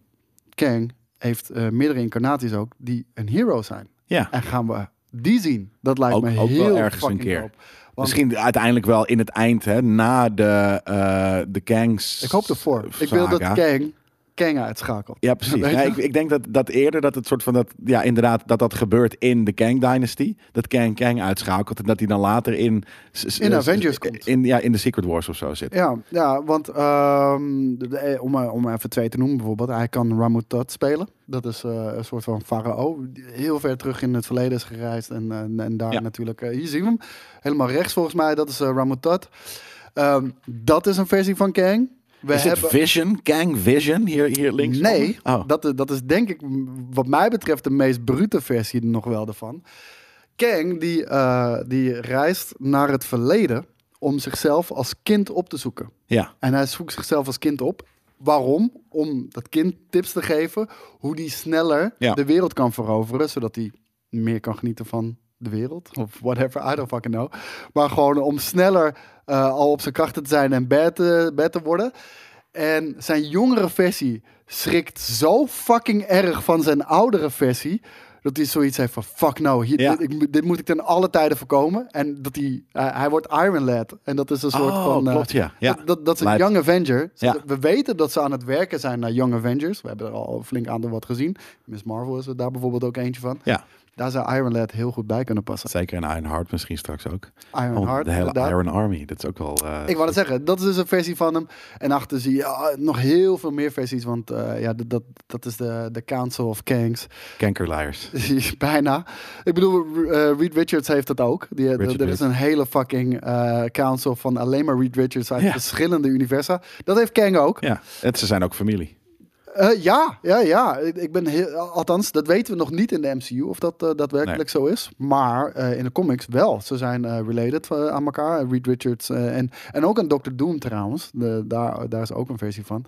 Speaker 3: Kang heeft eh, meerdere incarnaties ook die een hero zijn.
Speaker 2: Ja,
Speaker 3: En gaan we Die zien. Dat lijkt
Speaker 2: Ook-
Speaker 3: me
Speaker 2: ook wel
Speaker 3: heel
Speaker 2: ergens een
Speaker 3: fucking
Speaker 2: keer.
Speaker 3: dope. Want
Speaker 2: Misschien uiteindelijk wel in het eind, hè, na de, eh de gangs.
Speaker 3: Ik hoop ervoor. Ik wil dat
Speaker 2: saga.
Speaker 3: Kang, Kang uitschakelt.
Speaker 2: Ja, precies.
Speaker 3: Weet
Speaker 2: Ja,
Speaker 3: je?
Speaker 2: ik, ik denk dat, dat eerder dat het soort van dat, ja, inderdaad, dat dat gebeurt in de Kang Dynasty. Dat Kang Kang uitschakelt en dat hij dan later in. s- s-
Speaker 3: In
Speaker 2: s-
Speaker 3: Avengers
Speaker 2: s-
Speaker 3: komt.
Speaker 2: In, ja, in de Secret Wars of zo zit.
Speaker 3: Ja, ja want ehm, de- de- eh, om, maar- om maar even twee te noemen bijvoorbeeld. Hij kan Ramutat spelen. Dat is eh, een soort van farao. die Heel ver terug in het verleden is gereisd. En, eh, en, en daar
Speaker 2: Ja.
Speaker 3: natuurlijk, eh, hier zien we hem. Helemaal rechts volgens mij, dat is eh, Ramutat. Ehm, dat is een versie van Kang. We
Speaker 2: is het Vision? Kang Vision? Hier, hier links?
Speaker 3: Nee,
Speaker 2: Oh.
Speaker 3: dat, is- dat is denk ik m, wat mij betreft de meest brute versie nog wel ervan. Kang die, eh, die reist naar het verleden om zichzelf als kind op te zoeken.
Speaker 2: Ja.
Speaker 3: En hij zoekt zichzelf als kind op. Waarom? Om dat kind tips te geven hoe die sneller
Speaker 2: Ja.
Speaker 3: de wereld kan veroveren, zodat hij meer kan genieten van de wereld. Of whatever, I don't fucking know. Maar gewoon om sneller eh, al op zijn krachten te zijn en bad te, bad te worden. En zijn jongere versie schrikt zo fucking erg van zijn oudere versie. Dat hij zoiets heeft van, fuck nou, hier,
Speaker 2: Ja.
Speaker 3: dit, ik moet- dit moet ik ten alle tijden voorkomen. En dat hij, eh, hij wordt Iron Lad. En dat is een soort
Speaker 2: Oh,
Speaker 3: van... eh,
Speaker 2: klopt, ja. Ja.
Speaker 3: Dat, dat, dat is een
Speaker 2: Lijp.
Speaker 3: Young Avenger. Ze-
Speaker 2: Ja.
Speaker 3: We weten dat ze aan het werken zijn naar Young Avengers. We hebben er al een flink aantal wat gezien. Miss Marvel is er daar bijvoorbeeld ook eentje van.
Speaker 2: Ja.
Speaker 3: Daar zou Iron Lad heel goed bij kunnen passen.
Speaker 2: Zeker in Iron Heart misschien straks ook.
Speaker 3: Iron
Speaker 2: Oh,
Speaker 3: Heart,
Speaker 2: de hele
Speaker 3: inderdaad.
Speaker 2: Iron Army. Dat is ook wel. eh,
Speaker 3: Ik wou het zeggen, dat is dus een versie van hem. En achter zie je ah, nog heel veel meer versies. Want eh, ja, dat, dat, dat is de, de Council of <laughs> Kings.
Speaker 2: Kankerliars.
Speaker 3: Bijna. Ik bedoel, eh, Reed Richards heeft dat ook. Die, eh,
Speaker 2: Richard
Speaker 3: er is
Speaker 2: Reed.
Speaker 3: een hele fucking eh, council van alleen maar Reed Richards uit
Speaker 2: Ja.
Speaker 3: verschillende universa. Dat heeft Kang ook.
Speaker 2: Ja, en ze zijn ook familie.
Speaker 3: Eh, ja, ja, ja. Ik, ik ben heel, althans, dat weten we nog niet in de MCU of dat eh, daadwerkelijk
Speaker 2: Nee.
Speaker 3: zo is. Maar eh, in de comics wel. Ze zijn eh, related eh, aan elkaar. Reed Richards eh, en, en ook aan Doctor Doom trouwens. De, daar, daar is ook een versie van.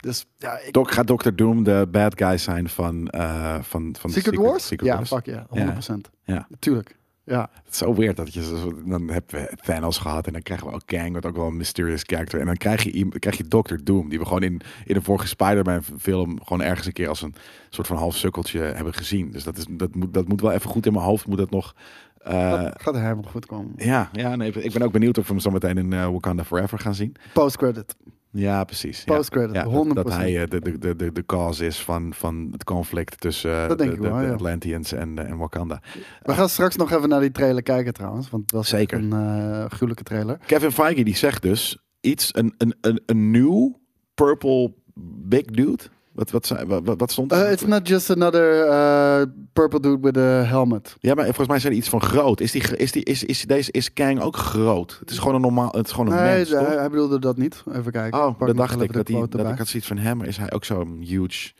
Speaker 3: Dus ja, ik,
Speaker 2: Doc, gaat Dr. Doom de bad guy zijn van. eh, van, van de
Speaker 3: Secret, Wars?
Speaker 2: Secret
Speaker 3: ja,
Speaker 2: Wars.
Speaker 3: fuck ja, 100%.
Speaker 2: Ja.
Speaker 3: Tuurlijk. Ja.
Speaker 2: Het is zo weird dat je zo- dan hebben we Thanos gehad en dan krijgen we ook Kang, wat ook wel een mysterious character. En dan krijg je iem- krijg je Doctor Doom, die we gewoon in in de vorige Spider-Man film gewoon ergens een keer als een soort van half sukkeltje hebben gezien. Dus dat is dat moet dat moet wel even goed in mijn hoofd moet dat nog. eh,
Speaker 3: dat gaat helemaal goed komen.
Speaker 2: ja, ja, nee, ik ben ook benieuwd of we hem zo meteen in eh, Wakanda Forever gaan zien.
Speaker 3: Post-credit.
Speaker 2: Ja, precies. ja.
Speaker 3: Post-credit,
Speaker 2: ja, dat- Dat,
Speaker 3: 100%.
Speaker 2: hij eh, de, de, de- de, de cause is van, van het conflict tussen eh,
Speaker 3: Dat denk
Speaker 2: de,
Speaker 3: ik
Speaker 2: de-
Speaker 3: wel,
Speaker 2: de
Speaker 3: ja.
Speaker 2: Atlanteans en, eh, en Wakanda.
Speaker 3: We gaan straks nog even naar die trailer kijken trouwens. Want het was echt
Speaker 2: Zeker.
Speaker 3: een eh gruwelijke trailer.
Speaker 2: Kevin Feige die zegt dus iets, een, een, een, een nieuw purple big dude. Wat, wat, zei- wat, wat- wat stond er?
Speaker 3: Eh, it's not just another eh, purple dude with a helmet.
Speaker 2: ja, maar volgens mij zei hij iets van groot. Is, die, gr- is, die, is, is, deze, is Kang ook groot? Het is gewoon een normaal, het is gewoon een
Speaker 3: nee,
Speaker 2: mens,
Speaker 3: hij,
Speaker 2: toch?
Speaker 3: hij bedoelde dat niet. Even kijken.
Speaker 2: Oh,
Speaker 3: Pak
Speaker 2: dat
Speaker 3: nog
Speaker 2: dacht
Speaker 3: even
Speaker 2: ik.
Speaker 3: de
Speaker 2: Dat, hij,
Speaker 3: quote
Speaker 2: dat
Speaker 3: erbij.
Speaker 2: ik had zoiets van hem. Is hij ook zo'n huge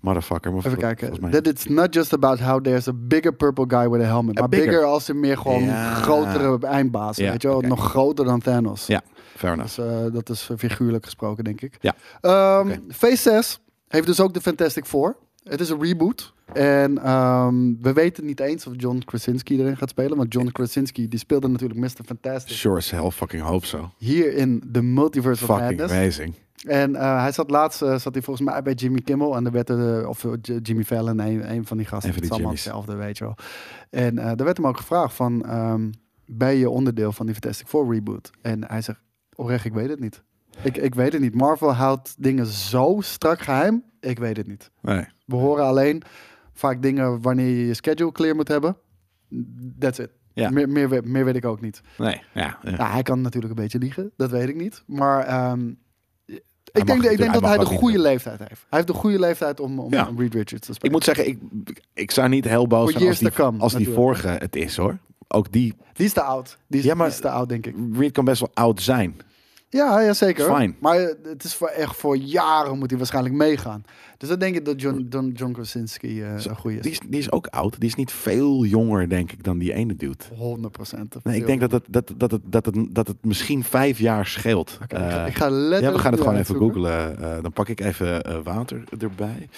Speaker 2: motherfucker? Maar
Speaker 3: Even
Speaker 2: vol-
Speaker 3: kijken.
Speaker 2: volgens mij-
Speaker 3: That it's not just about how there's a bigger purple guy with a helmet.
Speaker 2: A
Speaker 3: maar bigger.
Speaker 2: bigger.
Speaker 3: als in meer gewoon
Speaker 2: Ja.
Speaker 3: grotere eindbaas.
Speaker 2: Ja,
Speaker 3: weet je wel?
Speaker 2: oké.
Speaker 3: Nog groter dan Thanos.
Speaker 2: Ja, fair enough.
Speaker 3: Dus, eh, dat is eh, figuurlijk gesproken, denk ik.
Speaker 2: Ja.
Speaker 3: Ehm,
Speaker 2: Oké.
Speaker 3: Phase 6 heeft dus ook de Fantastic Four. Het is een reboot. En ehm, we weten niet eens of John Krasinski erin gaat spelen. Want John Krasinski die speelde natuurlijk Mr. Fantastic.
Speaker 2: Sure as hell fucking hope so.
Speaker 3: Hier in The Multiverse of
Speaker 2: Fucking
Speaker 3: Madness.
Speaker 2: amazing.
Speaker 3: En eh, hij zat laatst, eh, zat hij volgens mij bij Jimmy Kimmel en er werd, eh, of eh, J- Jimmy Fallon, een, een van die gasten.
Speaker 2: Een van die
Speaker 3: het is allemaal
Speaker 2: Jimmys.
Speaker 3: hetzelfde, weet je wel. En eh daar werd hem ook gevraagd van, ehm, ben je onderdeel van die Fantastic Four reboot? En hij zegt, oprecht, ik weet het niet. Ik, ik weet het niet. Marvel houdt dingen zo strak geheim, ik weet het niet.
Speaker 2: Nee.
Speaker 3: We horen alleen vaak dingen wanneer je je schedule clear moet hebben. That's it.
Speaker 2: Ja.
Speaker 3: Meer, meer, we- meer weet ik ook niet.
Speaker 2: Nee. Ja. ja.
Speaker 3: Nou, hij kan natuurlijk een beetje liegen, dat weet ik niet. Maar ehm, ik,
Speaker 2: mag
Speaker 3: denk, ik
Speaker 2: natuurlijk-
Speaker 3: denk
Speaker 2: hij
Speaker 3: dat
Speaker 2: mag
Speaker 3: hij de
Speaker 2: ook niet
Speaker 3: goede
Speaker 2: doen.
Speaker 3: leeftijd heeft. Hij heeft de goede leeftijd om, om
Speaker 2: Ja.
Speaker 3: om Reed Richards te
Speaker 2: Ik
Speaker 3: spelen.
Speaker 2: moet zeggen, ik, ik zou niet heel boos
Speaker 3: For
Speaker 2: zijn als
Speaker 3: years
Speaker 2: die,
Speaker 3: to come,
Speaker 2: als die
Speaker 3: natuurlijk.
Speaker 2: vorige het is hoor. Ook die,
Speaker 3: Die is te oud. Die is,
Speaker 2: Ja, maar-
Speaker 3: die is te oud, denk ik.
Speaker 2: Reed kan best wel oud zijn.
Speaker 3: Ja, ja zeker.
Speaker 2: Fine.
Speaker 3: Maar eh, het is voor, echt voor jaren moet hij waarschijnlijk meegaan. Dus dan denk ik dat John, John, John Krasinski eh een goede
Speaker 2: Die
Speaker 3: is.
Speaker 2: is, die is ook oud. Die is niet veel jonger, denk ik, dan die ene dude.
Speaker 3: 100 procent.
Speaker 2: Nee, ik denk dat het, dat, dat, het, dat, het, dat het misschien vijf jaar scheelt.
Speaker 3: ik, ga,
Speaker 2: Eh,
Speaker 3: ik ga letterlijk
Speaker 2: ja, we gaan het
Speaker 3: nu
Speaker 2: gewoon even
Speaker 3: uitzoeken.
Speaker 2: googlen. Eh, dan pak ik even eh, water erbij.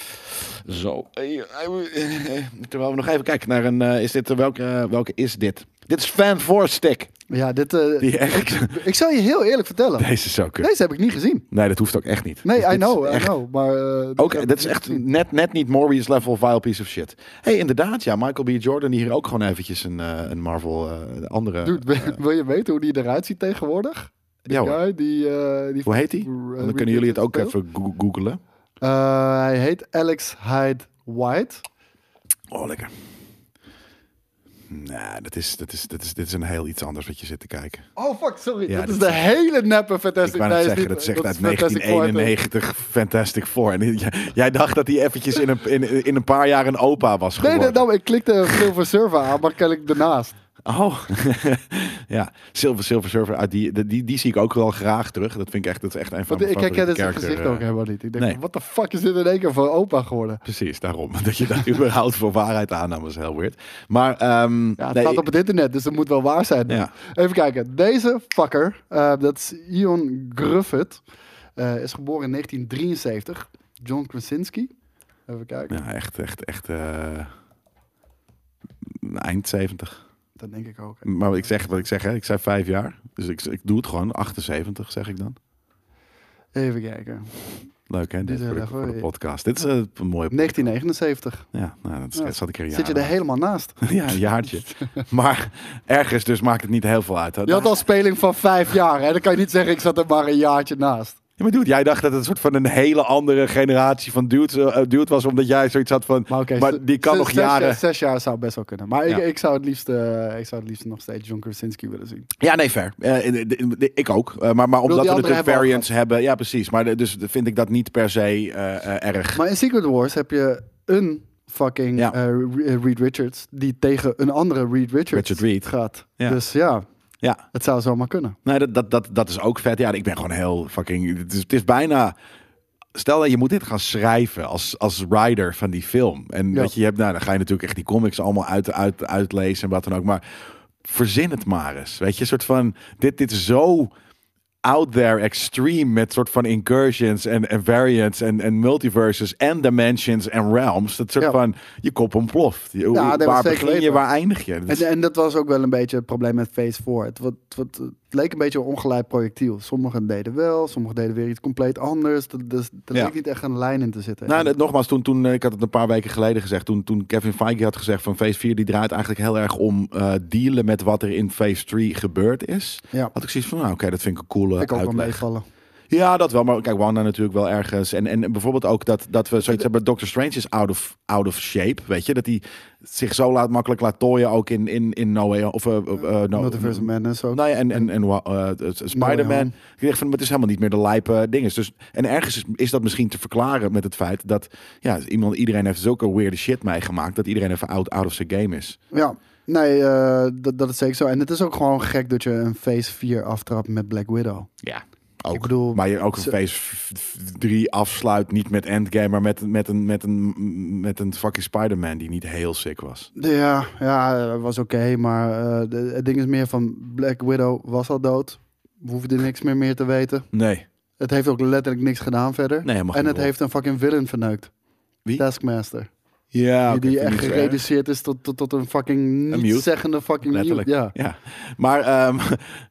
Speaker 2: Zo. Eh, eh, eh, Terwijl we nog even kijken naar een... eh, is dit, eh, welke, eh, welke is dit? Dit is Fan Force Stick.
Speaker 3: Ja, dit, eh,
Speaker 2: Die echt...
Speaker 3: ik zal je heel eerlijk
Speaker 2: <laughs>
Speaker 3: vertellen.
Speaker 2: Deze is zo kut.
Speaker 3: Deze heb ik niet gezien.
Speaker 2: Nee, dat hoeft ook echt niet.
Speaker 3: Nee,
Speaker 2: Dus
Speaker 3: I
Speaker 2: dit is
Speaker 3: know, I
Speaker 2: echt-
Speaker 3: know. Maar, eh, dit heb
Speaker 2: Ook,
Speaker 3: ik
Speaker 2: dat is
Speaker 3: niet
Speaker 2: echt
Speaker 3: gezien.
Speaker 2: net, net niet Morbius level vile piece of shit. hey, inderdaad, ja. Michael B. Jordan die hier ook gewoon eventjes een, eh, een Marvel eh, een andere...
Speaker 3: Dude, wil- <laughs> wil je weten hoe die eruit ziet tegenwoordig? Die
Speaker 2: ja, hoor.
Speaker 3: guy die... eh, die
Speaker 2: Hoe heet die?
Speaker 3: Eh,
Speaker 2: Want Dan
Speaker 3: Ridiculous
Speaker 2: kunnen jullie het ook
Speaker 3: speelt.
Speaker 2: even go- googlen.
Speaker 3: Eh, hij heet Alex Hyde White.
Speaker 2: Oh, lekker. Nee, dat is, dat is, dat is, dit is een heel iets anders wat je zit te kijken.
Speaker 3: Oh fuck, sorry.
Speaker 2: Ja,
Speaker 3: dit
Speaker 2: dit
Speaker 3: is de
Speaker 2: is-
Speaker 3: hele neppe Fantastic
Speaker 2: ik wou
Speaker 3: Nee,
Speaker 2: net
Speaker 3: is
Speaker 2: zeggen,
Speaker 3: niet-
Speaker 2: dat zegt
Speaker 3: is
Speaker 2: uit
Speaker 3: Fantastic Four.
Speaker 2: 1991 Fantastic Four. En jij, jij dacht dat hij eventjes in een, in, in een paar jaar een opa was
Speaker 3: Nee,
Speaker 2: geworden.
Speaker 3: nee, nou,
Speaker 2: <laughs>
Speaker 3: ik klikte Silver Server aan, maar kennelijk daarnaast.
Speaker 2: Oh, <laughs> ja. Silver, Silver Surfer. Ah, die, die- die, die zie ik ook wel graag terug. Dat vind ik echt, dat is echt een van
Speaker 3: Want
Speaker 2: mijn
Speaker 3: ik herkende
Speaker 2: favoriete
Speaker 3: zijn
Speaker 2: Nou, character,
Speaker 3: gezicht
Speaker 2: eh,
Speaker 3: ook helemaal niet. Ik denk,
Speaker 2: nee.
Speaker 3: wat de fuck is dit in één keer voor opa geworden?
Speaker 2: eh, Precies, daarom. <laughs> Dat je dat überhaupt voor waarheid aannam is heel weird. Maar, ehm,
Speaker 3: Ja, het
Speaker 2: nee,
Speaker 3: staat op het internet, dus het moet wel waar zijn.
Speaker 2: Ja.
Speaker 3: Even kijken. Deze fucker, eh, dat is Ion Gruffett, eh, is geboren in 1973. John Krasinski. Even kijken.
Speaker 2: ja, echt, echt, echt... eh, eind 70.
Speaker 3: Dat denk ik ook.
Speaker 2: Maar wat ik zeg, wat ik zeg, hè, ik zei vijf jaar. Dus ik, ik doe het gewoon, 78 zeg ik dan.
Speaker 3: Even kijken.
Speaker 2: Leuk hè,
Speaker 3: Dit
Speaker 2: dit
Speaker 3: is
Speaker 2: voor de,
Speaker 3: echt
Speaker 2: voor de
Speaker 3: wel-
Speaker 2: podcast. Dit is eh, een mooie...
Speaker 3: 1979.
Speaker 2: Ja, nou, dat is-
Speaker 3: Ja.
Speaker 2: dat zat ik er een
Speaker 3: Zit je
Speaker 2: jaar
Speaker 3: er helemaal naast?
Speaker 2: <laughs> Ja, een
Speaker 3: <laughs>
Speaker 2: jaartje. Maar ergens dus maakt het niet heel veel uit. hè.
Speaker 3: Je had al speling van vijf jaar, hè? Dan kan je niet zeggen, ik zat er maar een jaartje naast.
Speaker 2: Ja, maar dude, jij dacht dat het een soort van een hele andere generatie van dudes, eh, dude was, omdat jij zoiets had van,
Speaker 3: Maar,
Speaker 2: maar,
Speaker 3: oké, ze-
Speaker 2: die kan
Speaker 3: ze-
Speaker 2: nog
Speaker 3: zes-
Speaker 2: jaren...
Speaker 3: Zes, jaar zou best wel kunnen. Maar ik,
Speaker 2: Ja.
Speaker 3: ik, zou het liefst, eh, ik zou het liefst nog steeds John Krasinski willen zien.
Speaker 2: Ja, nee, fair. Eh, eh, de- de- de- ik ook. Eh, maar, maar
Speaker 3: bedoel,
Speaker 2: omdat
Speaker 3: die
Speaker 2: we
Speaker 3: anderen
Speaker 2: natuurlijk
Speaker 3: hebben al
Speaker 2: variants hebben, ja precies. Maar de- dus vind ik dat niet per se eh, eh, erg.
Speaker 3: Maar in Secret Wars heb je een fucking
Speaker 2: Ja.
Speaker 3: eh, Re- Reed Richards die tegen een andere Reed Richards
Speaker 2: Richard Reed.
Speaker 3: gaat.
Speaker 2: Ja.
Speaker 3: Dus ja,
Speaker 2: Ja,
Speaker 3: het zou zomaar kunnen.
Speaker 2: nee, dat, dat, dat, dat is ook vet. Ja, ik ben gewoon heel fucking... Het is, het is bijna... Stel dat je moet dit gaan schrijven als, als writer van die film. En
Speaker 3: Ja.
Speaker 2: dat je, je hebt, nou, dan ga je natuurlijk echt die comics allemaal uit, uit, uitlezen en wat dan ook. Maar verzin het maar eens. Weet je, een soort van, dit, dit is zo out there extreme met soort van incursions en, en variants en, en multiverses en dimensions en realms. Dat soort
Speaker 3: Ja.
Speaker 2: van, je kop ontploft. Je,
Speaker 3: dat
Speaker 2: waar
Speaker 3: was
Speaker 2: begin
Speaker 3: zeker
Speaker 2: je,
Speaker 3: weten.
Speaker 2: waar eindig je? Dat is-
Speaker 3: En, en dat was ook wel een beetje het probleem met Phase 4. Het, wat, wat, het leek een beetje een ongeleid projectiel. Sommigen deden wel, sommigen deden weer iets compleet anders. Dat- Dus er
Speaker 2: Ja.
Speaker 3: leek niet echt een lijn in te zitten.
Speaker 2: Nou, dat- nogmaals, toen, toen, eh, ik had het een paar weken geleden gezegd. Toen, toen Kevin Feige had gezegd van Phase 4 die draait eigenlijk heel erg om eh, dealen met wat er in Phase 3 gebeurd is.
Speaker 3: ja,
Speaker 2: Had ik zoiets van, nou, oké, dat vind ik een coole
Speaker 3: ik ook wel
Speaker 2: uitleg.
Speaker 3: meevallen.
Speaker 2: ja, dat wel. Maar kijk, Wanda natuurlijk wel ergens. En, en bijvoorbeeld ook dat, dat we zoiets hebben. Doctor Strange is out of, out of shape, weet je. Dat hij zich zo laat, makkelijk laat tooien ook in, in, in No Way Of, eh, eh, eh, no,
Speaker 3: Multiverse Madness ook.
Speaker 2: nou ja, en, en, en wa- eh, eh,
Speaker 3: Mooi,
Speaker 2: Spider-Man. Ik dacht van, het is helemaal niet meer de lijpe dinges. Dus, en ergens is, is dat misschien te verklaren met het feit dat ja, iemand, iedereen heeft zulke weirde shit meegemaakt. Dat iedereen even out, out of zijn game is.
Speaker 3: Ja, nee, eh, dat, dat is zeker zo. En het is ook gewoon gek dat je een Phase 4 aftrapt met Black Widow.
Speaker 2: Ja. Ook.
Speaker 3: Ik bedoel,
Speaker 2: maar je ook een
Speaker 3: ze-
Speaker 2: phase 3 afsluit niet met Endgame, maar met, met, een, met, een, met een fucking Spider-Man die niet heel sick was.
Speaker 3: Ja, ja dat was oké, maar eh, de- het ding is meer van Black Widow was al dood. We hoefden niks meer, meer te weten.
Speaker 2: Nee.
Speaker 3: Het heeft ook letterlijk niks gedaan verder.
Speaker 2: Nee, helemaal
Speaker 3: en
Speaker 2: geen
Speaker 3: het
Speaker 2: rol.
Speaker 3: heeft een fucking villain verneukt.
Speaker 2: Wie?
Speaker 3: Taskmaster.
Speaker 2: Ja,
Speaker 3: die die
Speaker 2: oké,
Speaker 3: echt
Speaker 2: vind ik niet zo erg.
Speaker 3: gereduceerd is tot, tot, tot een fucking
Speaker 2: Een mute.
Speaker 3: niet-zeggende fucking mute,
Speaker 2: Letterlijk.
Speaker 3: Ja.
Speaker 2: Ja, maar ehm, <laughs>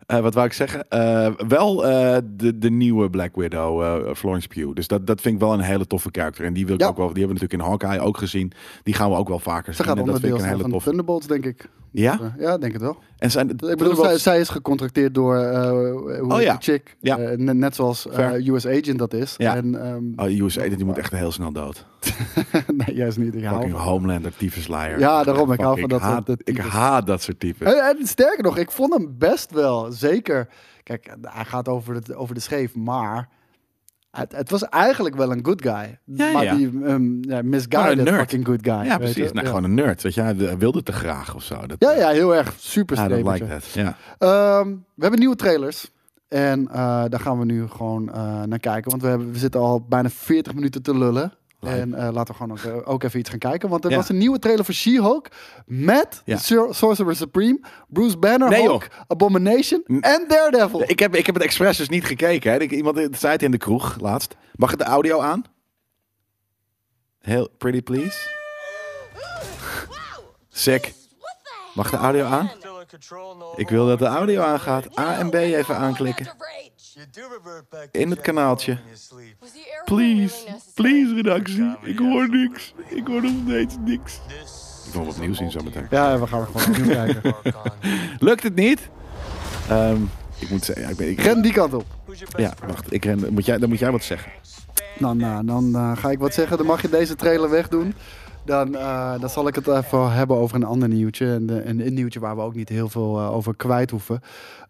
Speaker 2: eh, wat wou ik zeggen? Eh, wel eh, de, de nieuwe Black Widow, eh, Florence Pugh. Dus dat, dat vind ik wel een hele toffe karakter. En die, wil ik
Speaker 3: Ja.
Speaker 2: ook wel, die hebben we natuurlijk in Hawkeye ook gezien. Die gaan we ook wel vaker
Speaker 3: Ze
Speaker 2: zien.
Speaker 3: gaat
Speaker 2: En dat vind
Speaker 3: onderdeel
Speaker 2: ik een
Speaker 3: zijn
Speaker 2: hele
Speaker 3: van
Speaker 2: toffe.
Speaker 3: Thunderbolts, denk ik.
Speaker 2: Ja?
Speaker 3: Eh, Ja, denk het wel.
Speaker 2: En zijn
Speaker 3: Ik bedoel, zij, zij is gecontracteerd door eh hoe
Speaker 2: Oh
Speaker 3: heet
Speaker 2: ja.
Speaker 3: die chick.
Speaker 2: Ja.
Speaker 3: Eh, net, net zoals eh,
Speaker 2: Fair.
Speaker 3: US Agent dat is.
Speaker 2: Ja.
Speaker 3: En, ehm,
Speaker 2: Oh, USA, die moet echt heel snel dood.
Speaker 3: <laughs> nee, juist niet. Ik hou
Speaker 2: Oh. Fucking
Speaker 3: van-
Speaker 2: Homelander, tyfuslijer.
Speaker 3: Ja, daarom, ik hou
Speaker 2: Fuck,
Speaker 3: van dat
Speaker 2: haat-
Speaker 3: soort, eh,
Speaker 2: Ik
Speaker 3: types.
Speaker 2: haat dat soort typen.
Speaker 3: Eh, En, en sterker nog, ik vond hem best wel, zeker. Kijk, eh, hij gaat over, het, over de scheef, maar het, het was eigenlijk wel een good guy.
Speaker 2: Ja,
Speaker 3: maar
Speaker 2: ja.
Speaker 3: die ehm ja,
Speaker 2: Maar een
Speaker 3: misguided
Speaker 2: nerd.
Speaker 3: fucking good guy.
Speaker 2: Ja,
Speaker 3: weet je?
Speaker 2: precies. Nou,
Speaker 3: ja.
Speaker 2: Gewoon een nerd. Weet je, hij eh, wilde het te graag of zo. Dat,
Speaker 3: ja, ja, heel erg. Super
Speaker 2: I don't like
Speaker 3: strepertje.
Speaker 2: that. Ja.
Speaker 3: Ehm, we hebben nieuwe trailers. En eh, daar gaan we nu gewoon eh, naar kijken. Want we, hebben, we zitten al bijna 40 minuten te lullen.
Speaker 2: Lijp.
Speaker 3: En eh, laten we gewoon ook, eh, ook even iets gaan kijken. Want er
Speaker 2: Ja.
Speaker 3: was een nieuwe trailer voor She-Hulk. Met
Speaker 2: Ja.
Speaker 3: Sor- Sorcerer Supreme, Bruce Banner,
Speaker 2: Nee,
Speaker 3: Hulk, Abomination en Daredevil.
Speaker 2: Ik heb, ik heb het expres dus niet gekeken. Hè. Ik, iemand zei het in de kroeg laatst. Mag het de audio aan? Heel pretty please. Sick. Mag de audio aan?
Speaker 4: Still
Speaker 2: Ik wil dat de audio aangaat. A en B even aanklikken. In het kanaaltje. Please, please redactie. Ik hoor niks. Ik hoor nog steeds niks. Ik wil wat nieuws zien zometeen.
Speaker 3: Ja, we gaan er gewoon opnieuw kijken.
Speaker 2: <laughs> Lukt het niet? Ehm, ik moet zeggen, ja, ik ben... Ik,
Speaker 3: Ren die kant op.
Speaker 2: ja, wacht. Ik ren, moet jij, dan moet jij wat zeggen.
Speaker 3: Nou, nou, dan eh, ga ik wat zeggen. Dan mag je deze trailer wegdoen. Dan, eh, dan zal ik het even hebben over een ander nieuwtje. En, eh, een, een nieuwtje waar we ook niet heel veel eh, over kwijt hoeven.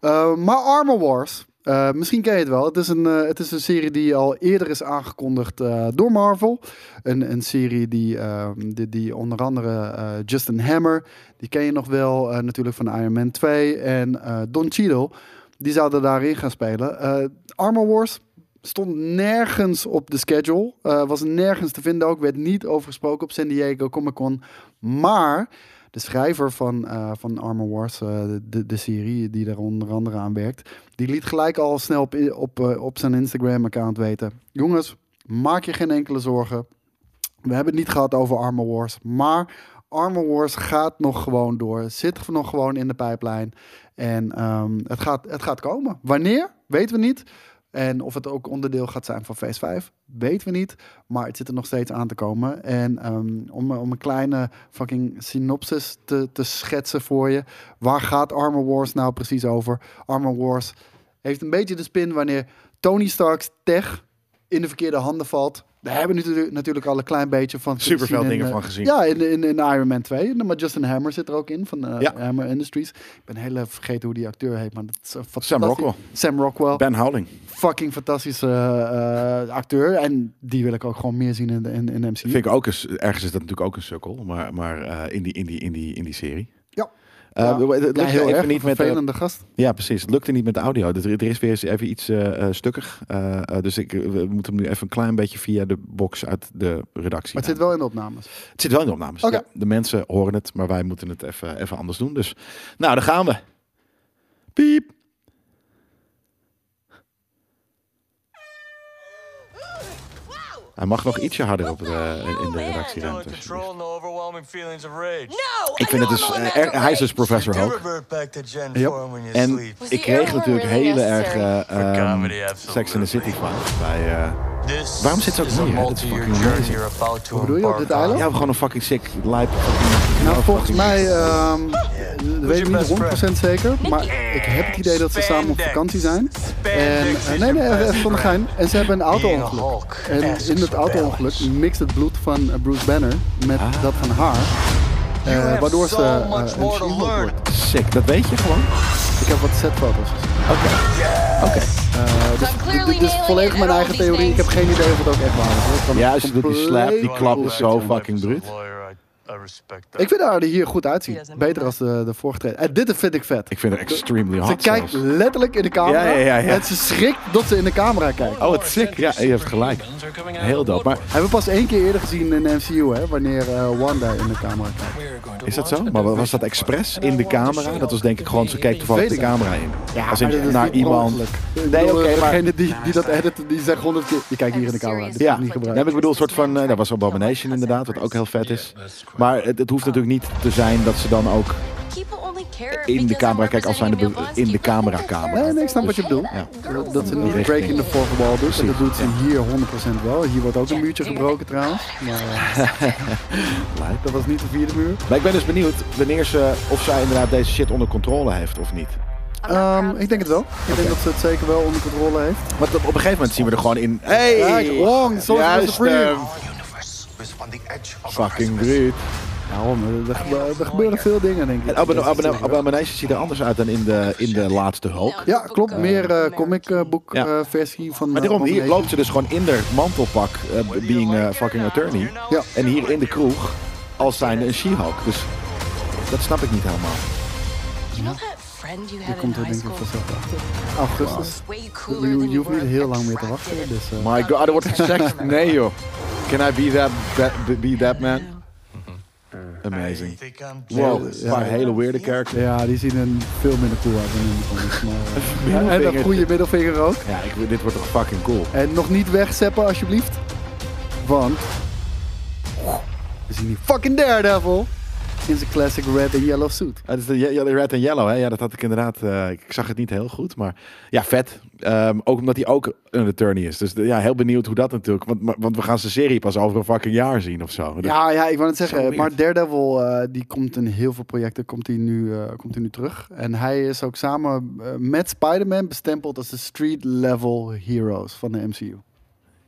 Speaker 3: Eh, maar Armor Wars. eh, misschien ken je het wel. Het is, een, eh, het is een serie die al eerder is aangekondigd eh, door Marvel. Een, een serie die, eh, die, die onder andere eh, Justin Hammer, die ken je nog wel eh, natuurlijk van Iron Man 2. En eh, Don Cheadle, die zouden daarin gaan spelen. Eh, Armor Wars, stond nergens op de schedule. eh, was nergens te vinden ook. Werd niet over gesproken op San Diego Comic Con. Maar de schrijver van, eh, van Armor Wars, eh, de, de serie die daar onder andere aan werkt... die liet gelijk al snel op, op, eh, op zijn Instagram-account weten... jongens, maak je geen enkele zorgen. We hebben het niet gehad over Armor Wars, maar Armor Wars gaat nog gewoon door. Zit nog gewoon in de pijplijn. En ehm, het, gaat, het gaat komen. Wanneer? Weten we niet. En of het ook onderdeel gaat zijn van Phase 5, weten we niet. Maar het zit er nog steeds aan te komen. En ehm, om, om een kleine fucking synopsis te, te schetsen voor je. Waar gaat Armor Wars nou precies over? Armor Wars heeft een beetje de spin wanneer Tony Stark's tech in de verkeerde handen valt. Daar hebben we natuurlijk- natuurlijk al een klein beetje van kunnen
Speaker 2: Superveel
Speaker 3: zien in,
Speaker 2: dingen
Speaker 3: eh,
Speaker 2: van gezien.
Speaker 3: Ja, in, in, in Iron Man 2. Maar Justin Hammer zit er ook in van eh,
Speaker 2: Ja.
Speaker 3: Hammer Industries. Ik ben heel even vergeten hoe die acteur heet, maar dat is een fantastisch.
Speaker 2: Rockwell.
Speaker 3: Sam Rockwell.
Speaker 2: Ben Howling.
Speaker 3: Fucking fantastische eh, eh, acteur. En die wil ik ook gewoon meer zien in, de- in, in MCU.
Speaker 2: Vind ik ook eens, ergens is dat natuurlijk ook een sukkel, maar, maar eh, in, die, in, die, in, die, in die serie.
Speaker 3: Ja.
Speaker 2: Eh, het
Speaker 3: Ja.
Speaker 2: lukte
Speaker 3: ja, heel
Speaker 2: even
Speaker 3: erg.
Speaker 2: niet met de-
Speaker 3: vervelende gast.
Speaker 2: ja, precies. Het lukte niet met de audio. Er, er is weer eens even iets eh, eh, stukkig. Eh, eh, dus ik, we moeten hem nu even een klein beetje via de box uit de redactie.
Speaker 3: Maar het zit wel in de opnames.
Speaker 2: Het zit wel in de opnames.
Speaker 3: Oké.
Speaker 2: Ja, de mensen horen het, maar wij moeten het even, even anders doen. Dus, nou, daar gaan we. Piep. Hij mag nog ietsje harder op de, in de redactieruimte. alsjeblieft. Ik vind het dus... eh, er- hij is dus professor Hook. En ik kreeg natuurlijk hele erg eh, ehm, Sex in the City van. Bij, eh, Waarom zit ze ook hier, hè? Dat is fucking amazing.
Speaker 4: Hoe
Speaker 3: bedoel je, op dit eiland?
Speaker 2: ja, gewoon een fucking sick live. Oh, fucking-
Speaker 3: Nou, volgens mij, ehm weet ik
Speaker 4: your best
Speaker 3: niet 100% zeker, maar ik heb het idee dat ze samen op vakantie zijn. En, eh, nee, nee, even van de gein. En ze hebben een auto-ongeluk. En in dat auto-ongeluk mixt het bloed van eh, Bruce Banner met
Speaker 2: Ah.
Speaker 3: dat van haar. eh, waardoor ze eh, een She-Hulk wordt.
Speaker 2: Sick, dat weet je gewoon.
Speaker 3: Ik heb wat setfoto's gezien. Oké. Oké. Nou, Dit dit is volledig mijn eigen theorie. Ik heb geen idee of het ook echt waar is. hoor. Het kan
Speaker 2: Ja, als je doet die slap, die
Speaker 3: compleet
Speaker 2: klap is zo
Speaker 3: goed zijn.
Speaker 2: fucking bruut.
Speaker 3: Ik vind haar er hier goed uitziet. Beter als eh, de, de vorige trailer. En dit vind ik vet.
Speaker 2: Ik vind het extremely hot.
Speaker 3: Ze kijkt
Speaker 2: zelfs.
Speaker 3: letterlijk in de camera.
Speaker 2: Ja, ja, ja, ja.
Speaker 3: En ze schrikt dat ze in de camera kijkt.
Speaker 2: Oh, het is sick. Ja, je hebt gelijk. Heel dope. Maar
Speaker 3: Hebben we pas één keer eerder gezien in de MCU, hè? Wanneer eh, Wanda in de camera kijkt.
Speaker 2: is dat zo? Maar was dat expres in de camera? Dat was denk ik gewoon, ze keek toevallig de
Speaker 3: Weet ik
Speaker 2: camera in. Als in
Speaker 3: Maar dit is
Speaker 2: naar
Speaker 3: niet
Speaker 2: iemand.
Speaker 3: mogelijk. Ik
Speaker 2: Nee,
Speaker 3: bedoel,
Speaker 2: oké,
Speaker 3: eh,
Speaker 2: maar-
Speaker 3: Degene die, die dat edit, die zegt honderd keer... Je kijkt hier in de camera. Dit
Speaker 2: Ja,
Speaker 3: is niet
Speaker 2: nee,
Speaker 3: gebruikt.
Speaker 2: maar ik bedoel, een soort van, eh, dat was Abomination inderdaad, wat ook heel vet is. Maar het, het hoeft natuurlijk niet te zijn dat ze dan ook...
Speaker 5: in de camera. Kijk, als zijn de in de camera kamer.
Speaker 3: Nee, nee, ik snap wat je bedoelt.
Speaker 2: Ja.
Speaker 3: Dat, dat ze niet
Speaker 2: Richting.
Speaker 3: breaking the fourth wall dus. En
Speaker 2: Precies,
Speaker 3: dat doet ze hier 100% wel. Hier wordt ook een muurtje gebroken trouwens. Maar
Speaker 2: <laughs>
Speaker 3: eh,
Speaker 2: Lijp.
Speaker 3: dat was niet de vierde muur.
Speaker 2: Maar ik ben dus benieuwd wanneer ze, of zij inderdaad deze shit onder controle heeft of niet.
Speaker 3: Ehm, ik denk het wel. Ik denk dat ze het zeker wel onder controle heeft.
Speaker 2: Want op een gegeven moment zien we er gewoon in... Hey!
Speaker 3: Kijk, Wong, Source
Speaker 2: Juist,
Speaker 3: was free.
Speaker 2: ehm, Fucking great.
Speaker 3: Daarom, eh, er, gebe- er gebeuren veel dingen denk ik.
Speaker 2: En Abon- Abon- Abomination ziet er anders uit dan in de, in de laatste Hulk.
Speaker 3: Ja, klopt. Meer eh comic eh, boek
Speaker 2: Ja.
Speaker 3: eh, versie van...
Speaker 2: Maar
Speaker 3: eh,
Speaker 2: daarom, hier
Speaker 3: Abomination.
Speaker 2: loopt ze dus gewoon in haar mantelpak, eh, being eh, fucking attorney.
Speaker 3: Ja.
Speaker 2: En hier in de kroeg, als zijnde een She-Hulk. Dus dat snap ik niet helemaal.
Speaker 5: Hier
Speaker 3: Komt er denk ik vanzelf achter. Augustus. Je, je hoeft niet heel lang meer te wachten. Dus, eh,
Speaker 2: My god, er wordt gesext. Nee joh. Can I be that, that- be that man? Amazing. Wow, een paar hele weirde characters.
Speaker 3: ja, die zien een veel minder cool uit dan in de comics. Maar,
Speaker 2: <laughs>
Speaker 3: eh, ja, en een goede middelvinger ook.
Speaker 2: Ja, ik, dit wordt toch fucking cool.
Speaker 3: En nog niet wegzeppen alsjeblieft. Want... We zien die fucking Daredevil. in zijn classic red en yellow suit.
Speaker 2: Het is de ye- ye- red en yellow, hè? dus, eh, Ja, dat had ik inderdaad. eh, ik zag het niet heel goed, maar ja, vet. Ehm, ook omdat hij ook een attorney is. Dus de- ja, heel benieuwd hoe dat natuurlijk. Want, maar- want we gaan zijn serie pas over een fucking jaar zien of zo. Dus-
Speaker 3: Ja, ja, ik wou het
Speaker 2: Zo
Speaker 3: zeggen.
Speaker 2: weird.
Speaker 3: Maar Daredevil, eh, die komt in heel veel projecten komt hij nu, eh, komt hij nu terug. En hij is ook samen eh, met Spider-Man bestempeld als de street-level heroes van de MCU.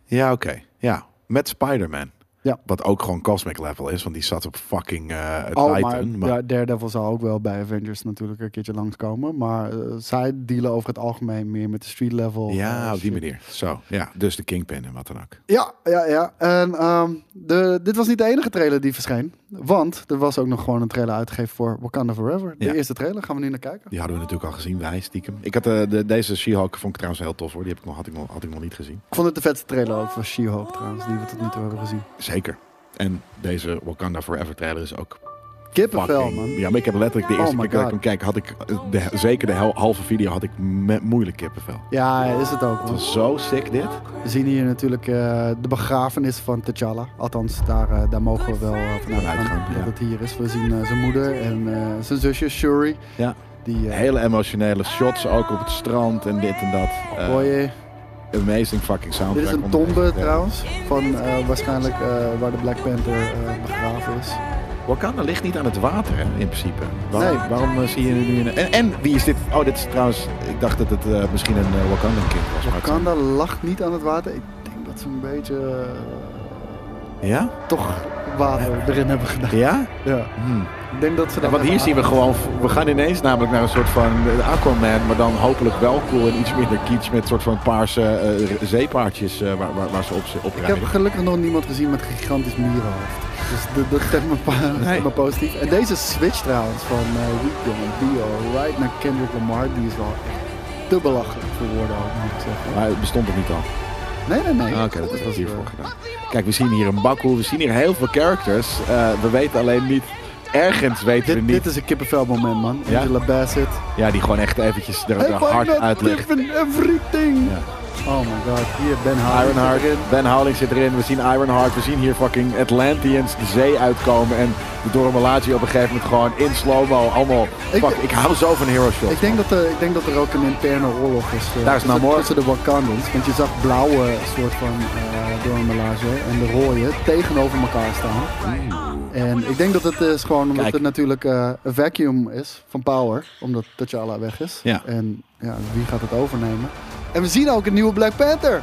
Speaker 2: Ja, oké. Ja, met Spider-Man.
Speaker 3: Ja.
Speaker 2: Wat ook gewoon cosmic level is, want die zat op fucking eh
Speaker 3: Oh,
Speaker 2: Titan.
Speaker 3: maar,
Speaker 2: maar-
Speaker 3: ja, Daredevil zal ook wel bij Avengers natuurlijk een keertje langskomen. Maar eh, zij dealen over het algemeen meer met de street-level. eh,
Speaker 2: ja, op die
Speaker 3: shit.
Speaker 2: manier. Zo, ja. Dus de Kingpin en wat dan ook.
Speaker 3: Ja, ja, ja. En ehm, de, dit was niet de enige trailer die verscheen. Want er was ook nog gewoon een trailer uitgegeven voor Wakanda Forever. De
Speaker 2: Ja.
Speaker 3: eerste trailer, gaan we nu naar kijken.
Speaker 2: Die hadden we natuurlijk al gezien, wij stiekem. Ik had eh, de, deze She-Hulk, vond ik trouwens heel tof hoor. Die heb ik nog, had, ik nog, had ik nog niet gezien.
Speaker 3: Ik vond het de vetste trailer ook van She-Hulk trouwens, die we tot nu toe hebben gezien.
Speaker 2: Zeker. En deze Wakanda Forever trailer is ook
Speaker 3: Kippenvel,
Speaker 2: fucking...
Speaker 3: man.
Speaker 2: Ja, maar ik heb letterlijk de
Speaker 3: Oh
Speaker 2: eerste
Speaker 3: my
Speaker 2: keer dat ik
Speaker 3: God.
Speaker 2: hem kijk, had ik... De, zeker de hel- halve video had ik me- moeilijk kippenvel.
Speaker 3: Ja, is het ook.
Speaker 2: Het
Speaker 3: man.
Speaker 2: was zo sick dit.
Speaker 3: We zien hier natuurlijk eh, de begrafenis van T'Challa. Althans, daar, eh, daar mogen we wel eh, van
Speaker 2: Vanuit
Speaker 3: uitgaan
Speaker 2: gaan, ja.
Speaker 3: dat het hier is. We zien eh, zijn moeder en eh, zijn zusje Shuri.
Speaker 2: Ja.
Speaker 3: Die eh,
Speaker 2: Hele emotionele shots ook op het strand en dit en dat. Eh,
Speaker 3: hoor je.
Speaker 2: Amazing fucking soundtrack.
Speaker 3: Oh, Dit is een
Speaker 2: onderweg.
Speaker 3: tombe
Speaker 2: Ja.
Speaker 3: trouwens, van eh, waarschijnlijk eh, waar de Black Panther eh, begraven is.
Speaker 2: Wakanda ligt niet aan het water, hè, in principe. Waarom,
Speaker 3: Nee.
Speaker 2: waarom eh, zie je nu... Een, en, en wie is dit? Oh, dit is trouwens... Ik dacht dat het eh, misschien een eh, Wakandan-kind was. maar het-
Speaker 3: Wakanda lacht niet aan het water. Ik denk dat ze een beetje eh,
Speaker 2: Ja?
Speaker 3: toch water erin hebben gedaan.
Speaker 2: Ja?
Speaker 3: Ja.
Speaker 2: Hmm.
Speaker 3: Ik denk dat ze
Speaker 2: Ja,
Speaker 3: dat
Speaker 2: want hier zien we gewoon, we gaan ineens namelijk naar een soort van eh, Aquaman, maar dan hopelijk wel cool en iets minder kitsch met soort van paarse eh, zeepaardjes eh, waar, waar, waar ze op, op
Speaker 3: Ik heb
Speaker 2: rijden.
Speaker 3: gelukkig nog niemand gezien met een gigantisch mierenhoofd. Dus dat, dat stemt me, pa- stemt me positief. En deze switch trouwens van eh Weekend en Dio right naar Kendrick Lamar, die is wel echt te belachelijk voor woorden ook, moet ik zeggen.
Speaker 2: Maar het bestond er niet al.
Speaker 3: Nee, nee, nee.
Speaker 2: Ah, Oké, dat is
Speaker 3: was, eh,
Speaker 2: hiervoor gedaan. Kijk, we zien hier een bakkoe, we zien hier heel veel characters. Eh, we weten alleen niet, ergens weten we
Speaker 3: Dit,
Speaker 2: niet.
Speaker 3: dit is een kippenvelmoment, man.
Speaker 2: Ja?
Speaker 3: Angela Bassett.
Speaker 2: Ja, die gewoon echt eventjes er, er
Speaker 3: Have I
Speaker 2: hard
Speaker 3: not
Speaker 2: uitlegt.
Speaker 3: given everything.
Speaker 2: Ja.
Speaker 3: Oh my god, hier Ben Howard.
Speaker 2: Ironheart, Ben Howling zit erin, we zien Ironheart, we zien hier fucking Atlanteans de zee uitkomen en de Dormelage op een gegeven moment gewoon in slow-mo allemaal.
Speaker 3: Ik-
Speaker 2: Fuck, ik hou zo van hero shots.
Speaker 3: Ik denk, dat er, ik denk dat er ook een interne oorlog is. eh,
Speaker 2: Daar is nou
Speaker 3: tussen-
Speaker 2: Namor.
Speaker 3: Tussen de Wakandans. Want je zag blauwe soort van eh doormelage en de rode tegenover elkaar staan. En ik denk dat het is gewoon omdat
Speaker 2: Kijk.
Speaker 3: er natuurlijk eh, een vacuum is van power. Omdat T'Challa weg is.
Speaker 2: Ja.
Speaker 3: En ja, wie gaat het overnemen? En we zien ook een nieuwe Black Panther.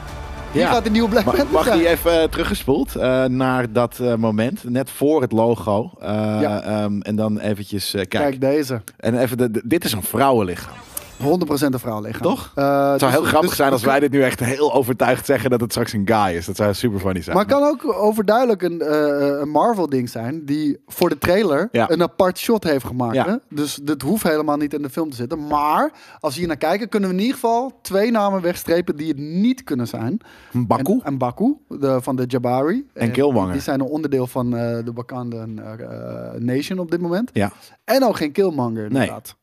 Speaker 3: Wie gaat de nieuwe Black
Speaker 2: Ma-
Speaker 3: Panther
Speaker 2: Mag
Speaker 3: zijn?
Speaker 2: die even eh, teruggespoeld eh, naar dat eh, moment, net voor het logo. Eh,
Speaker 3: Ja.
Speaker 2: ehm, en dan eventjes, eh, kijk.
Speaker 3: Kijk deze.
Speaker 2: En even, de, de- dit is een vrouwenlichaam.
Speaker 3: 100% een vrouw liggen.
Speaker 2: Toch?
Speaker 3: Eh,
Speaker 2: Het
Speaker 3: dus-
Speaker 2: zou heel grappig zijn als wij dit nu echt heel overtuigd zeggen dat het straks een guy is. Dat zou super funny zijn.
Speaker 3: Maar het kan ook overduidelijk een, eh, een Marvel-ding zijn die voor de trailer
Speaker 2: Ja.
Speaker 3: een apart shot heeft gemaakt.
Speaker 2: Ja.
Speaker 3: Hè? Dus dit hoeft helemaal niet in de film te zitten. Maar als we hier naar kijken, kunnen we in ieder geval twee namen wegstrepen die het niet kunnen zijn.
Speaker 2: Een Baku?
Speaker 3: En, en Baku, de, van de Jabari. Eh,
Speaker 2: En Killmonger.
Speaker 3: Die zijn een onderdeel van eh, de Wakandan eh, eh, Nation op dit moment.
Speaker 2: Ja.
Speaker 3: En ook geen Killmonger, inderdaad.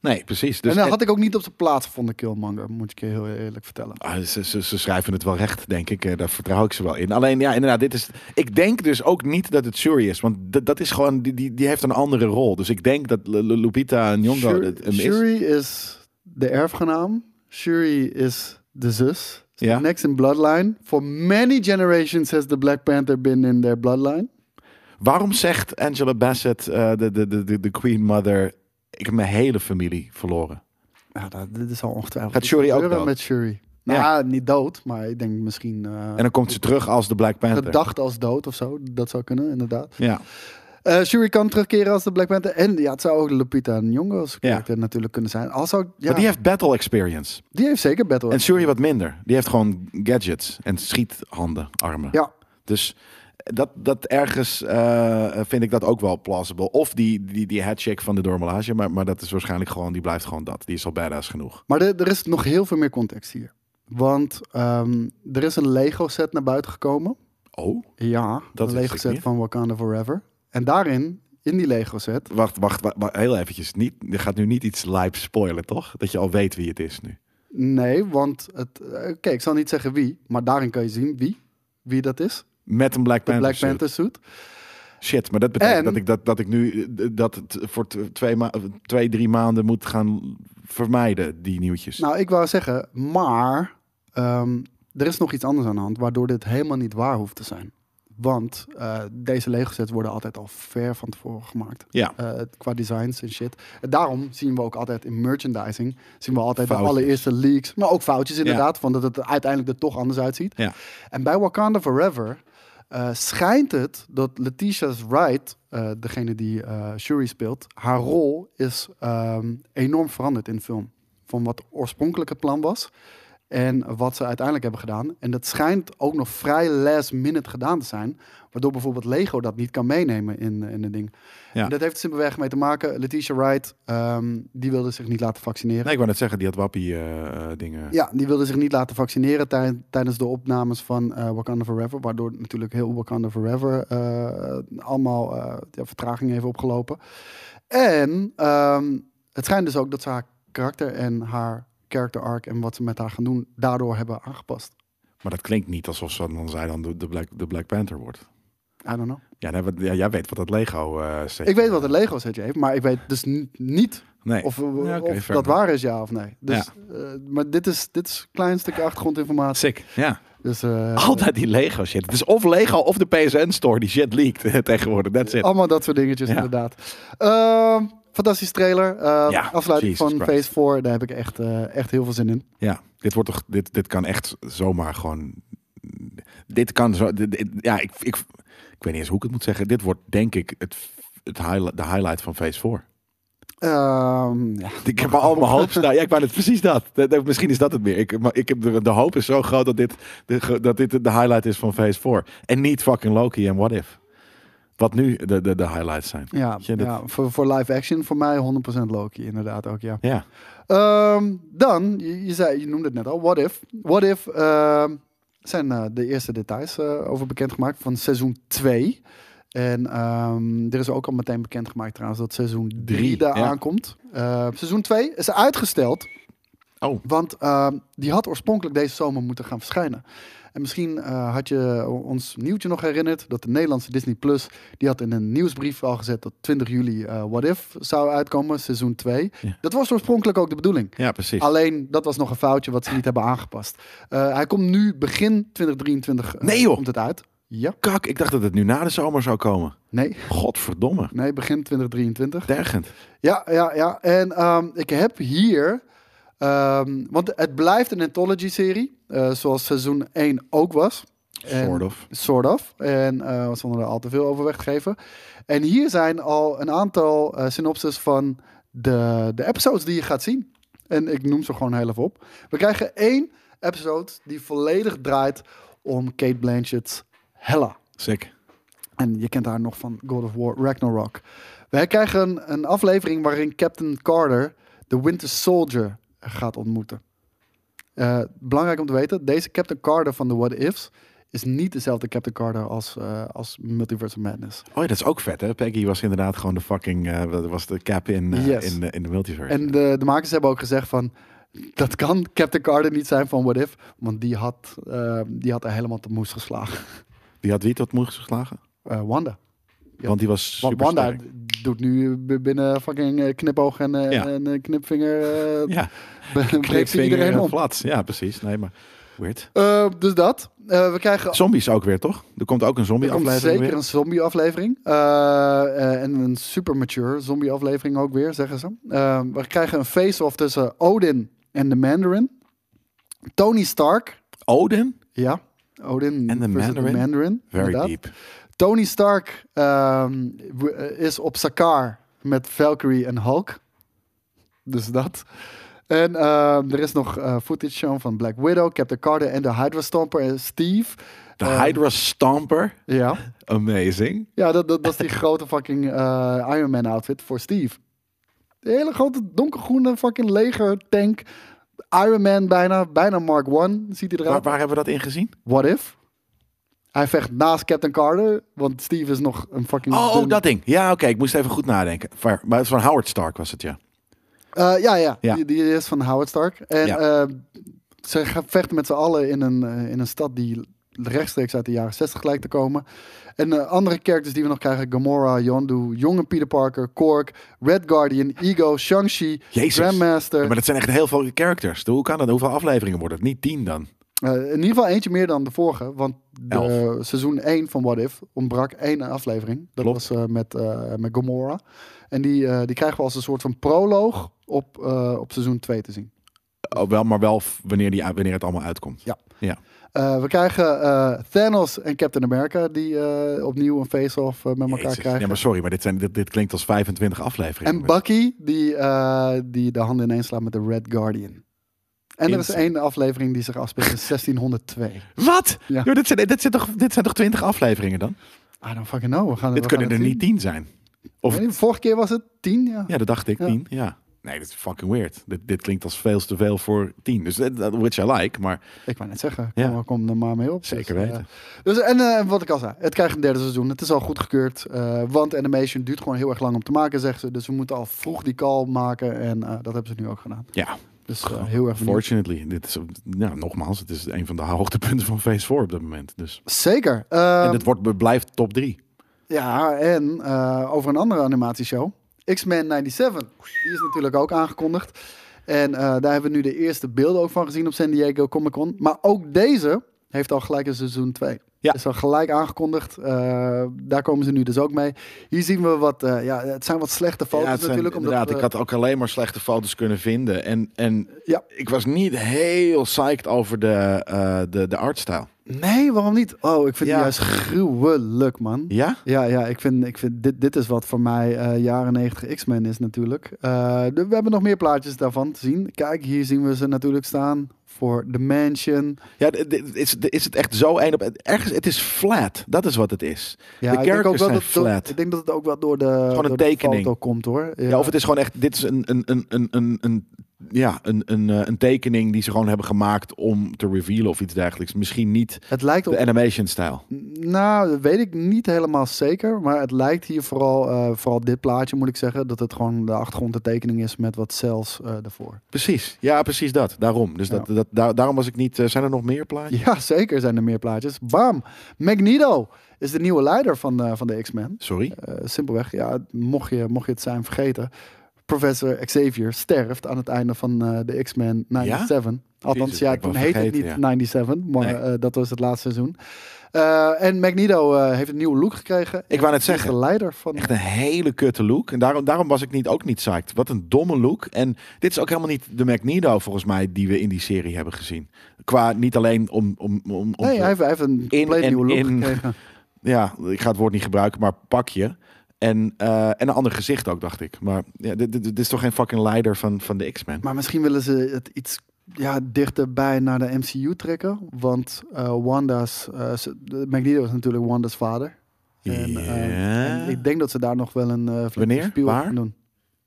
Speaker 2: Nee, precies. Dus
Speaker 3: en dat
Speaker 2: het-
Speaker 3: had ik ook niet op zijn plaats gevonden, Killmonger, moet ik je heel eerlijk vertellen.
Speaker 2: Ah, ze, ze, ze schrijven het wel recht, denk ik. Eh, Daar vertrouw ik ze wel in. Alleen ja, inderdaad, dit is. Ik denk dus ook niet dat het Shuri is. Want dat- dat is gewoon. Die, die, die heeft een andere rol. Dus ik denk dat L- L- Lupita Nyong'o
Speaker 3: Shuri,
Speaker 2: het hem is.
Speaker 3: Shuri is de erfgenaam. Shuri is de zus.
Speaker 2: Ja.
Speaker 3: Next in bloodline. For many generations has the Black Panther been in their bloodline.
Speaker 2: Waarom zegt Angela Bassett, eh, de, de, de, de, de Queen Mother, ik heb mijn hele familie verloren?
Speaker 3: Ja, dat, dit is al ongetwijfeld.
Speaker 2: Gaat Shuri
Speaker 3: iets
Speaker 2: ook
Speaker 3: gebeuren
Speaker 2: dood?
Speaker 3: met Shuri? Nou,
Speaker 2: Ja.
Speaker 3: ja. niet dood, maar ik denk misschien eh,
Speaker 2: En dan komt ze terug als de Black Panther.
Speaker 3: gedacht als dood of zo. Dat zou kunnen, inderdaad.
Speaker 2: Ja.
Speaker 3: Eh, Shuri kan terugkeren als de Black Panther. En ja, het zou ook Lupita Nyong'o als
Speaker 2: Ja.
Speaker 3: karakter natuurlijk kunnen zijn. Als ook, ja,
Speaker 2: Maar die heeft battle experience.
Speaker 3: die heeft zeker battle.
Speaker 2: En Shuri wat minder. Die heeft gewoon gadgets en schiethanden, armen.
Speaker 3: ja,
Speaker 2: Dus dat, dat ergens eh, vind ik dat ook wel plausible. Of die, die, die headshake van de Dormelage, maar, maar dat is waarschijnlijk gewoon, die blijft gewoon dat. Die is al badass genoeg.
Speaker 3: Maar er, er is nog heel veel meer context hier. Want ehm, er is een Lego-set naar buiten gekomen.
Speaker 2: Oh?
Speaker 3: Ja,
Speaker 2: Dat
Speaker 3: een
Speaker 2: wist ik
Speaker 3: Lego-set
Speaker 2: niet.
Speaker 3: van Wakanda Forever. En daarin, in die Lego-set...
Speaker 2: Wacht, wacht, wa- wa- heel eventjes. Niet, je gaat nu niet iets lijp spoilen, toch? Dat je al weet wie het is nu.
Speaker 3: Nee, want... het- eh, Oké, ik zal niet zeggen wie. Maar daarin kan je zien wie, wie dat is.
Speaker 2: Met een Black
Speaker 3: De
Speaker 2: Panther.
Speaker 3: Black
Speaker 2: suit.
Speaker 3: Panther suit.
Speaker 2: Shit, maar dat betekent
Speaker 3: En-
Speaker 2: dat, ik, dat, dat ik nu eh, dat het voor t- twee, ma- twee, drie maanden moet gaan vermijden, die nieuwtjes.
Speaker 3: Nou, ik wou zeggen, maar ehm, er is nog iets anders aan de hand, waardoor dit helemaal niet waar hoeft te zijn. Want eh, deze leegsets worden altijd al ver van tevoren gemaakt.
Speaker 2: Ja.
Speaker 3: Eh, qua designs en shit. En daarom zien we ook altijd in merchandising, zien we altijd
Speaker 2: Foutjes.
Speaker 3: de allereerste leaks, maar ook foutjes inderdaad, van dat het er uiteindelijk er toch anders uitziet.
Speaker 2: Ja.
Speaker 3: En bij Wakanda Forever eh, schijnt het dat Letitia's Wright, eh, degene die eh, Shuri speelt, haar rol is ehm, enorm veranderd in de film. Van wat oorspronkelijk het plan was en wat ze uiteindelijk hebben gedaan. En dat schijnt ook nog vrij last minute gedaan te zijn, waardoor bijvoorbeeld Lego dat niet kan meenemen in, eh, in het ding.
Speaker 2: Ja.
Speaker 3: En dat heeft er simpelweg mee te maken. Letitia Wright, ehm, die wilde zich niet laten vaccineren.
Speaker 2: nee, ik wou net zeggen, die had wappie eh, eh, dingen.
Speaker 3: Ja, die wilden zich niet laten vaccineren tij- tijdens de opnames van eh, Wakanda Forever. Waardoor natuurlijk heel Wakanda Forever eh, allemaal eh, ja, vertraging heeft opgelopen. En ehm, het schijnt dus ook dat ze haar karakter en haar character arc en wat ze met haar gaan doen, daardoor hebben aangepast.
Speaker 2: Maar dat klinkt niet alsof ze dan, zij dan de, de, Black, de Black Panther wordt.
Speaker 3: I don't know.
Speaker 2: Ja, nee, wat- ja, jij weet wat dat Lego eh
Speaker 3: Ik weet wat het Lego setje heeft, maar ik weet dus ni- niet
Speaker 2: Nee.
Speaker 3: of,
Speaker 2: Ja, oké,
Speaker 3: of
Speaker 2: fair
Speaker 3: dat
Speaker 2: enough.
Speaker 3: waar is, ja of nee. Dus, eh, maar dit is, dit is een klein stukje achtergrondinformatie.
Speaker 2: Sick, ja.
Speaker 3: Dus, eh,
Speaker 2: Altijd die Lego shit. Het is of Lego of de PSN-store die shit leakt <laughs> tegenwoordig. That's it.
Speaker 3: Allemaal dat soort dingetjes,
Speaker 2: Ja.
Speaker 3: inderdaad. Ehm fantastische trailer. Ehm,
Speaker 2: Ja,
Speaker 3: afsluiting
Speaker 2: Jesus
Speaker 3: van
Speaker 2: Christ.
Speaker 3: Phase 4. Daar heb ik echt, eh, echt heel veel zin in.
Speaker 2: Ja, dit, wordt toch, dit, dit kan echt zomaar gewoon... Dit kan zo... dit- dit- ja, ik, ik, ik weet niet eens hoe ik het moet zeggen. Dit wordt denk ik het, het highlight, de highlight van Phase 4.
Speaker 3: Ehm, ja.
Speaker 2: Ik heb al mijn
Speaker 3: <laughs>
Speaker 2: hoop staan. Ja, ik wou net precies dat. Dat- dat- Misschien is dat het meer. Ik, maar ik heb de, de hoop is zo groot dat dit de, ge- dat dit de highlight is van Phase 4. En niet fucking Loki en What If. Wat nu de, de, de highlights zijn.
Speaker 3: Ja,
Speaker 2: Ja, dat-
Speaker 3: ja, voor, voor live action voor mij 100% Loki inderdaad ook, ja.
Speaker 2: Ja.
Speaker 3: Ehm, dan, je, je zei, je noemde het net al, What If. What If ehm, zijn eh, de eerste details eh, over bekendgemaakt van seizoen 2. En ehm, er is ook al meteen bekendgemaakt trouwens dat seizoen 3
Speaker 2: Drie,
Speaker 3: daar
Speaker 2: ja.
Speaker 3: aankomt. Eh, seizoen 2 is uitgesteld
Speaker 2: Oh,
Speaker 3: Want ehm, die had oorspronkelijk deze zomer moeten gaan verschijnen. En misschien eh, had je ons nieuwtje nog herinnerd dat de Nederlandse Disney Plus die had in een nieuwsbrief al gezet dat 20 juli eh, What If zou uitkomen, seizoen 2.
Speaker 2: Ja.
Speaker 3: Dat was oorspronkelijk ook de bedoeling.
Speaker 2: ja, precies.
Speaker 3: Alleen dat was nog een foutje wat ze niet hebben aangepast. Eh, hij komt nu begin 2023 eh,
Speaker 2: Nee, joh.
Speaker 3: komt het uit. Ja,
Speaker 2: Kak, ik dacht dat het nu na de zomer zou komen.
Speaker 3: nee,
Speaker 2: Godverdomme.
Speaker 3: nee, begin 2023.
Speaker 2: Tergend.
Speaker 3: Ja, ja, ja. En ehm, ik heb hier. ehm, want het blijft een anthology-serie. eh, zoals seizoen 1 ook was. En-
Speaker 2: Sort of.
Speaker 3: Sort of. En eh zonder er al te veel over weg te geven. En hier zijn al een aantal eh synopses van de, de episodes die je gaat zien. En ik noem ze gewoon heel even op. We krijgen één episode die volledig draait om Kate Blanchett's Hella.
Speaker 2: Sick.
Speaker 3: En je kent haar nog van God of War Ragnarok. Wij krijgen een, een aflevering waarin Captain Carter de Winter Soldier gaat ontmoeten. Eh, belangrijk om te weten, deze Captain Carter van de What Ifs is niet dezelfde Captain Carter als, eh, als Multiverse of Madness.
Speaker 2: Oh ja, dat is ook vet hè. Peggy was inderdaad gewoon de fucking... eh, dat was de cap in, eh,
Speaker 3: Yes.
Speaker 2: in, de- in de multiverse.
Speaker 3: En de, de makers hebben ook gezegd van... Dat kan Captain Carter niet zijn van What If. Want die had, eh, die had er helemaal te moes geslagen. <laughs>
Speaker 2: Die had wie tot moe geslagen?
Speaker 3: Eh, Wanda. Ja.
Speaker 2: Want die was
Speaker 3: Want
Speaker 2: super
Speaker 3: Wanda doet nu b- binnen fucking eh, knipoog en, eh,
Speaker 2: Ja.
Speaker 3: en eh, knipvinger... eh,
Speaker 2: Ja,
Speaker 3: Be- breekt ze
Speaker 2: knipvinger
Speaker 3: iedereen
Speaker 2: en
Speaker 3: om.
Speaker 2: flats. Ja, precies. Nee, maar weird.
Speaker 3: Eh, dus dat. Eh, we krijgen
Speaker 2: Zombies ook weer, toch? Er komt ook een zombie
Speaker 3: er komt
Speaker 2: aflevering
Speaker 3: zeker
Speaker 2: weer.
Speaker 3: een zombie-aflevering. Eh, eh, en een super mature zombie-aflevering ook weer, zeggen ze. Eh, we krijgen een face-off tussen Odin en de Mandarin. Tony Stark.
Speaker 2: Odin?
Speaker 3: Ja, Odin
Speaker 2: En de
Speaker 3: versus de
Speaker 2: Mandarin?
Speaker 3: Mandarin,
Speaker 2: Very
Speaker 3: inderdaad.
Speaker 2: deep.
Speaker 3: Tony Stark ehm, w- eh, is op Sakaar met Valkyrie en Hulk. Dus dat. En ehm, er is nog eh, footage shown van Black Widow, Captain Carter en de Hydra Stomper en Steve.
Speaker 2: De
Speaker 3: Eh,
Speaker 2: Hydra Stomper.
Speaker 3: Ja,
Speaker 2: Amazing.
Speaker 3: ja dat, dat,
Speaker 2: <laughs>
Speaker 3: dat is die grote fucking eh, Iron Man outfit voor Steve. De hele grote donkergroene fucking leger tank. Iron Man bijna, bijna Mark 1 ziet hij
Speaker 2: Waar,
Speaker 3: eruit.
Speaker 2: waar hebben we dat in gezien?
Speaker 3: What if? Hij vecht naast Captain Carter, want Steve is nog een fucking...
Speaker 2: Oh,
Speaker 3: dun-
Speaker 2: oh, dat ding. Ja, oké. ik moest even goed nadenken. Maar, maar het is van Howard Stark was het, ja.
Speaker 3: Eh, ja, ja.
Speaker 2: Ja.
Speaker 3: Die, die is van Howard Stark. En
Speaker 2: Ja.
Speaker 3: eh, ze gaan vechten met z'n allen in een, eh, in een stad die rechtstreeks uit de jaren 60 lijkt te komen. En eh, andere characters die we nog krijgen: Gamora, Yondu, jonge Peter Parker, Kork, Red Guardian, Ego, Shang-Chi,
Speaker 2: Jezus.
Speaker 3: Grandmaster.
Speaker 2: Ja, maar dat zijn echt heel veel characters. Hoe kan dat? Hoeveel afleveringen worden het? Niet tien dan?
Speaker 3: Eh, in ieder geval eentje meer dan de vorige. Want de,
Speaker 2: Elf.
Speaker 3: seizoen 1 van What If ontbrak één aflevering. Dat
Speaker 2: Klopt.
Speaker 3: was eh, met, eh, met Gamora. En die, eh, die krijgen we als een soort van proloog op, eh, op seizoen 2 te zien.
Speaker 2: Oh, wel, maar wel f- wanneer, die, wanneer het allemaal uitkomt.
Speaker 3: Ja.
Speaker 2: ja.
Speaker 3: Eh, we krijgen eh, Thanos en Captain America die eh, opnieuw een face-off eh, met elkaar
Speaker 2: Jezus.
Speaker 3: krijgen.
Speaker 2: Ja, maar sorry, maar dit, zijn, dit, dit klinkt als 25 afleveringen.
Speaker 3: En Bucky die, eh, die de handen ineens slaat met de Red Guardian. En er is
Speaker 2: Insane.
Speaker 3: één aflevering die zich afspeelt in 1602.
Speaker 2: Wat?
Speaker 3: Ja.
Speaker 2: Joh, dit, zijn, dit, zijn toch, dit zijn toch 20 afleveringen dan?
Speaker 3: I don't fucking know. We gaan,
Speaker 2: dit
Speaker 3: we
Speaker 2: kunnen
Speaker 3: gaan
Speaker 2: er
Speaker 3: het
Speaker 2: niet
Speaker 3: zien.
Speaker 2: 10 zijn.
Speaker 3: Ik weet niet, Vorige keer was het 10, ja.
Speaker 2: Ja, dat dacht ik.
Speaker 3: Ja.
Speaker 2: 10. Ja. Nee, dit is fucking weird. Dit, dit klinkt als veel te veel voor 10. Dus dat- dat- which I like, maar
Speaker 3: Ik wou net zeggen,
Speaker 2: Ja.
Speaker 3: kom, kom er maar mee op.
Speaker 2: Zeker
Speaker 3: Dus, eh,
Speaker 2: weten.
Speaker 3: dus, en eh, wat ik al zei, het krijgt een derde seizoen. Het is al goedgekeurd, eh want animation duurt gewoon heel erg lang om te maken, zegt ze. Dus we moeten al vroeg die call maken en eh, dat hebben ze nu ook gedaan.
Speaker 2: ja.
Speaker 3: Dus eh, heel erg benieuwd.
Speaker 2: Fortunately, dit is, nou, nogmaals, het is een van de hoogtepunten van Phase 4 op dit moment. Dus.
Speaker 3: Zeker. Eh,
Speaker 2: en het wordt, blijft top 3.
Speaker 3: Ja, en eh, over een andere animatieshow. X-Men 97. Die is natuurlijk ook aangekondigd. En eh, daar hebben we nu de eerste beelden ook van gezien op San Diego Comic Con. Maar ook deze heeft al gelijk een seizoen 2.
Speaker 2: Ja.
Speaker 3: Is al gelijk aangekondigd. Eh, daar komen ze nu dus ook mee. Hier zien we wat... eh, ja, het zijn wat slechte foto's
Speaker 2: het zijn-
Speaker 3: natuurlijk. Omdat
Speaker 2: inderdaad,
Speaker 3: we-
Speaker 2: ik had ook alleen maar slechte foto's kunnen vinden. En, en
Speaker 3: Ja.
Speaker 2: ik was niet heel psyched over de, eh de, de artstyle.
Speaker 3: Nee, waarom niet? Oh, ik vind
Speaker 2: Ja.
Speaker 3: die juist gruwelijk, man.
Speaker 2: Ja?
Speaker 3: Ja, ja ik vind, ik vind dit, dit is wat voor mij eh, jaren 90 X-Men is natuurlijk. Eh, de- we hebben nog meer plaatjes daarvan te zien. Kijk, hier zien we ze natuurlijk staan voor The Mansion.
Speaker 2: Ja, d- d- is, d- is het echt zo één op... Ergens, het is flat. Dat is wat het is.
Speaker 3: Ja,
Speaker 2: de characters zijn
Speaker 3: dat, het door-
Speaker 2: flat.
Speaker 3: ik denk dat het ook wel door de,
Speaker 2: een
Speaker 3: door de
Speaker 2: tekening.
Speaker 3: foto komt hoor. Ja,
Speaker 2: Ja, of het is gewoon echt... Dit is een, een, een, een, een, een- ja, een, een, eh, een tekening die ze gewoon hebben gemaakt om te revealen of iets dergelijks. Misschien niet
Speaker 3: het lijkt op...
Speaker 2: de animation-stijl.
Speaker 3: Nou, dat weet ik niet helemaal zeker. Maar het lijkt hier vooral, eh, vooral dit plaatje moet ik zeggen, dat het gewoon de achtergrond de tekening is met wat cells eh ervoor.
Speaker 2: Precies. Ja, precies dat. Daarom. Dus dat, dat, daar- daarom was ik niet... eh, zijn er nog meer plaatjes?
Speaker 3: <laughs> Ja, zeker zijn er meer plaatjes. Bam! Magneto is de nieuwe leider van, eh, van de X-Men.
Speaker 2: Sorry.
Speaker 3: Eh, simpelweg, ja, mocht je, mocht je het zijn vergeten. Professor Xavier sterft aan het einde van eh, de X-Men 97. Althans,
Speaker 2: Jezus,
Speaker 3: ja,
Speaker 2: ben ik wel
Speaker 3: toen heette het niet
Speaker 2: vergeten,
Speaker 3: 97, maar
Speaker 2: Nee.
Speaker 3: eh, dat was het laatste seizoen. Eh, en Magneto eh, heeft een nieuwe look gekregen.
Speaker 2: Ik wou net
Speaker 3: Hij is
Speaker 2: zeggen.
Speaker 3: de leider van...
Speaker 2: Echt een hele kutte look. En daarom, daarom was ik niet, ook niet psyched. Wat een domme look. En dit is ook helemaal niet de Magneto volgens mij die we in die serie hebben gezien. Qua niet alleen om... om, om, om
Speaker 3: nee,
Speaker 2: te-
Speaker 3: hij heeft, hij heeft een compleet
Speaker 2: en
Speaker 3: nieuwe look
Speaker 2: in.
Speaker 3: gekregen.
Speaker 2: Ja, ik ga het woord niet gebruiken, maar pakje. En, eh, en een ander gezicht ook, dacht ik. Maar ja, dit, dit, dit is toch geen fucking leider van, van de X-Men?
Speaker 3: Maar misschien willen ze het iets ja, dichterbij naar de MCU trekken. Want eh, Wanda's... eh, ze- de- Magneto is natuurlijk Wanda's vader. En, eh,
Speaker 2: Ja.
Speaker 3: en ik denk dat ze daar nog wel een eh flinke
Speaker 2: Wanneer?
Speaker 3: spiel op
Speaker 2: Waar?
Speaker 3: gaan doen.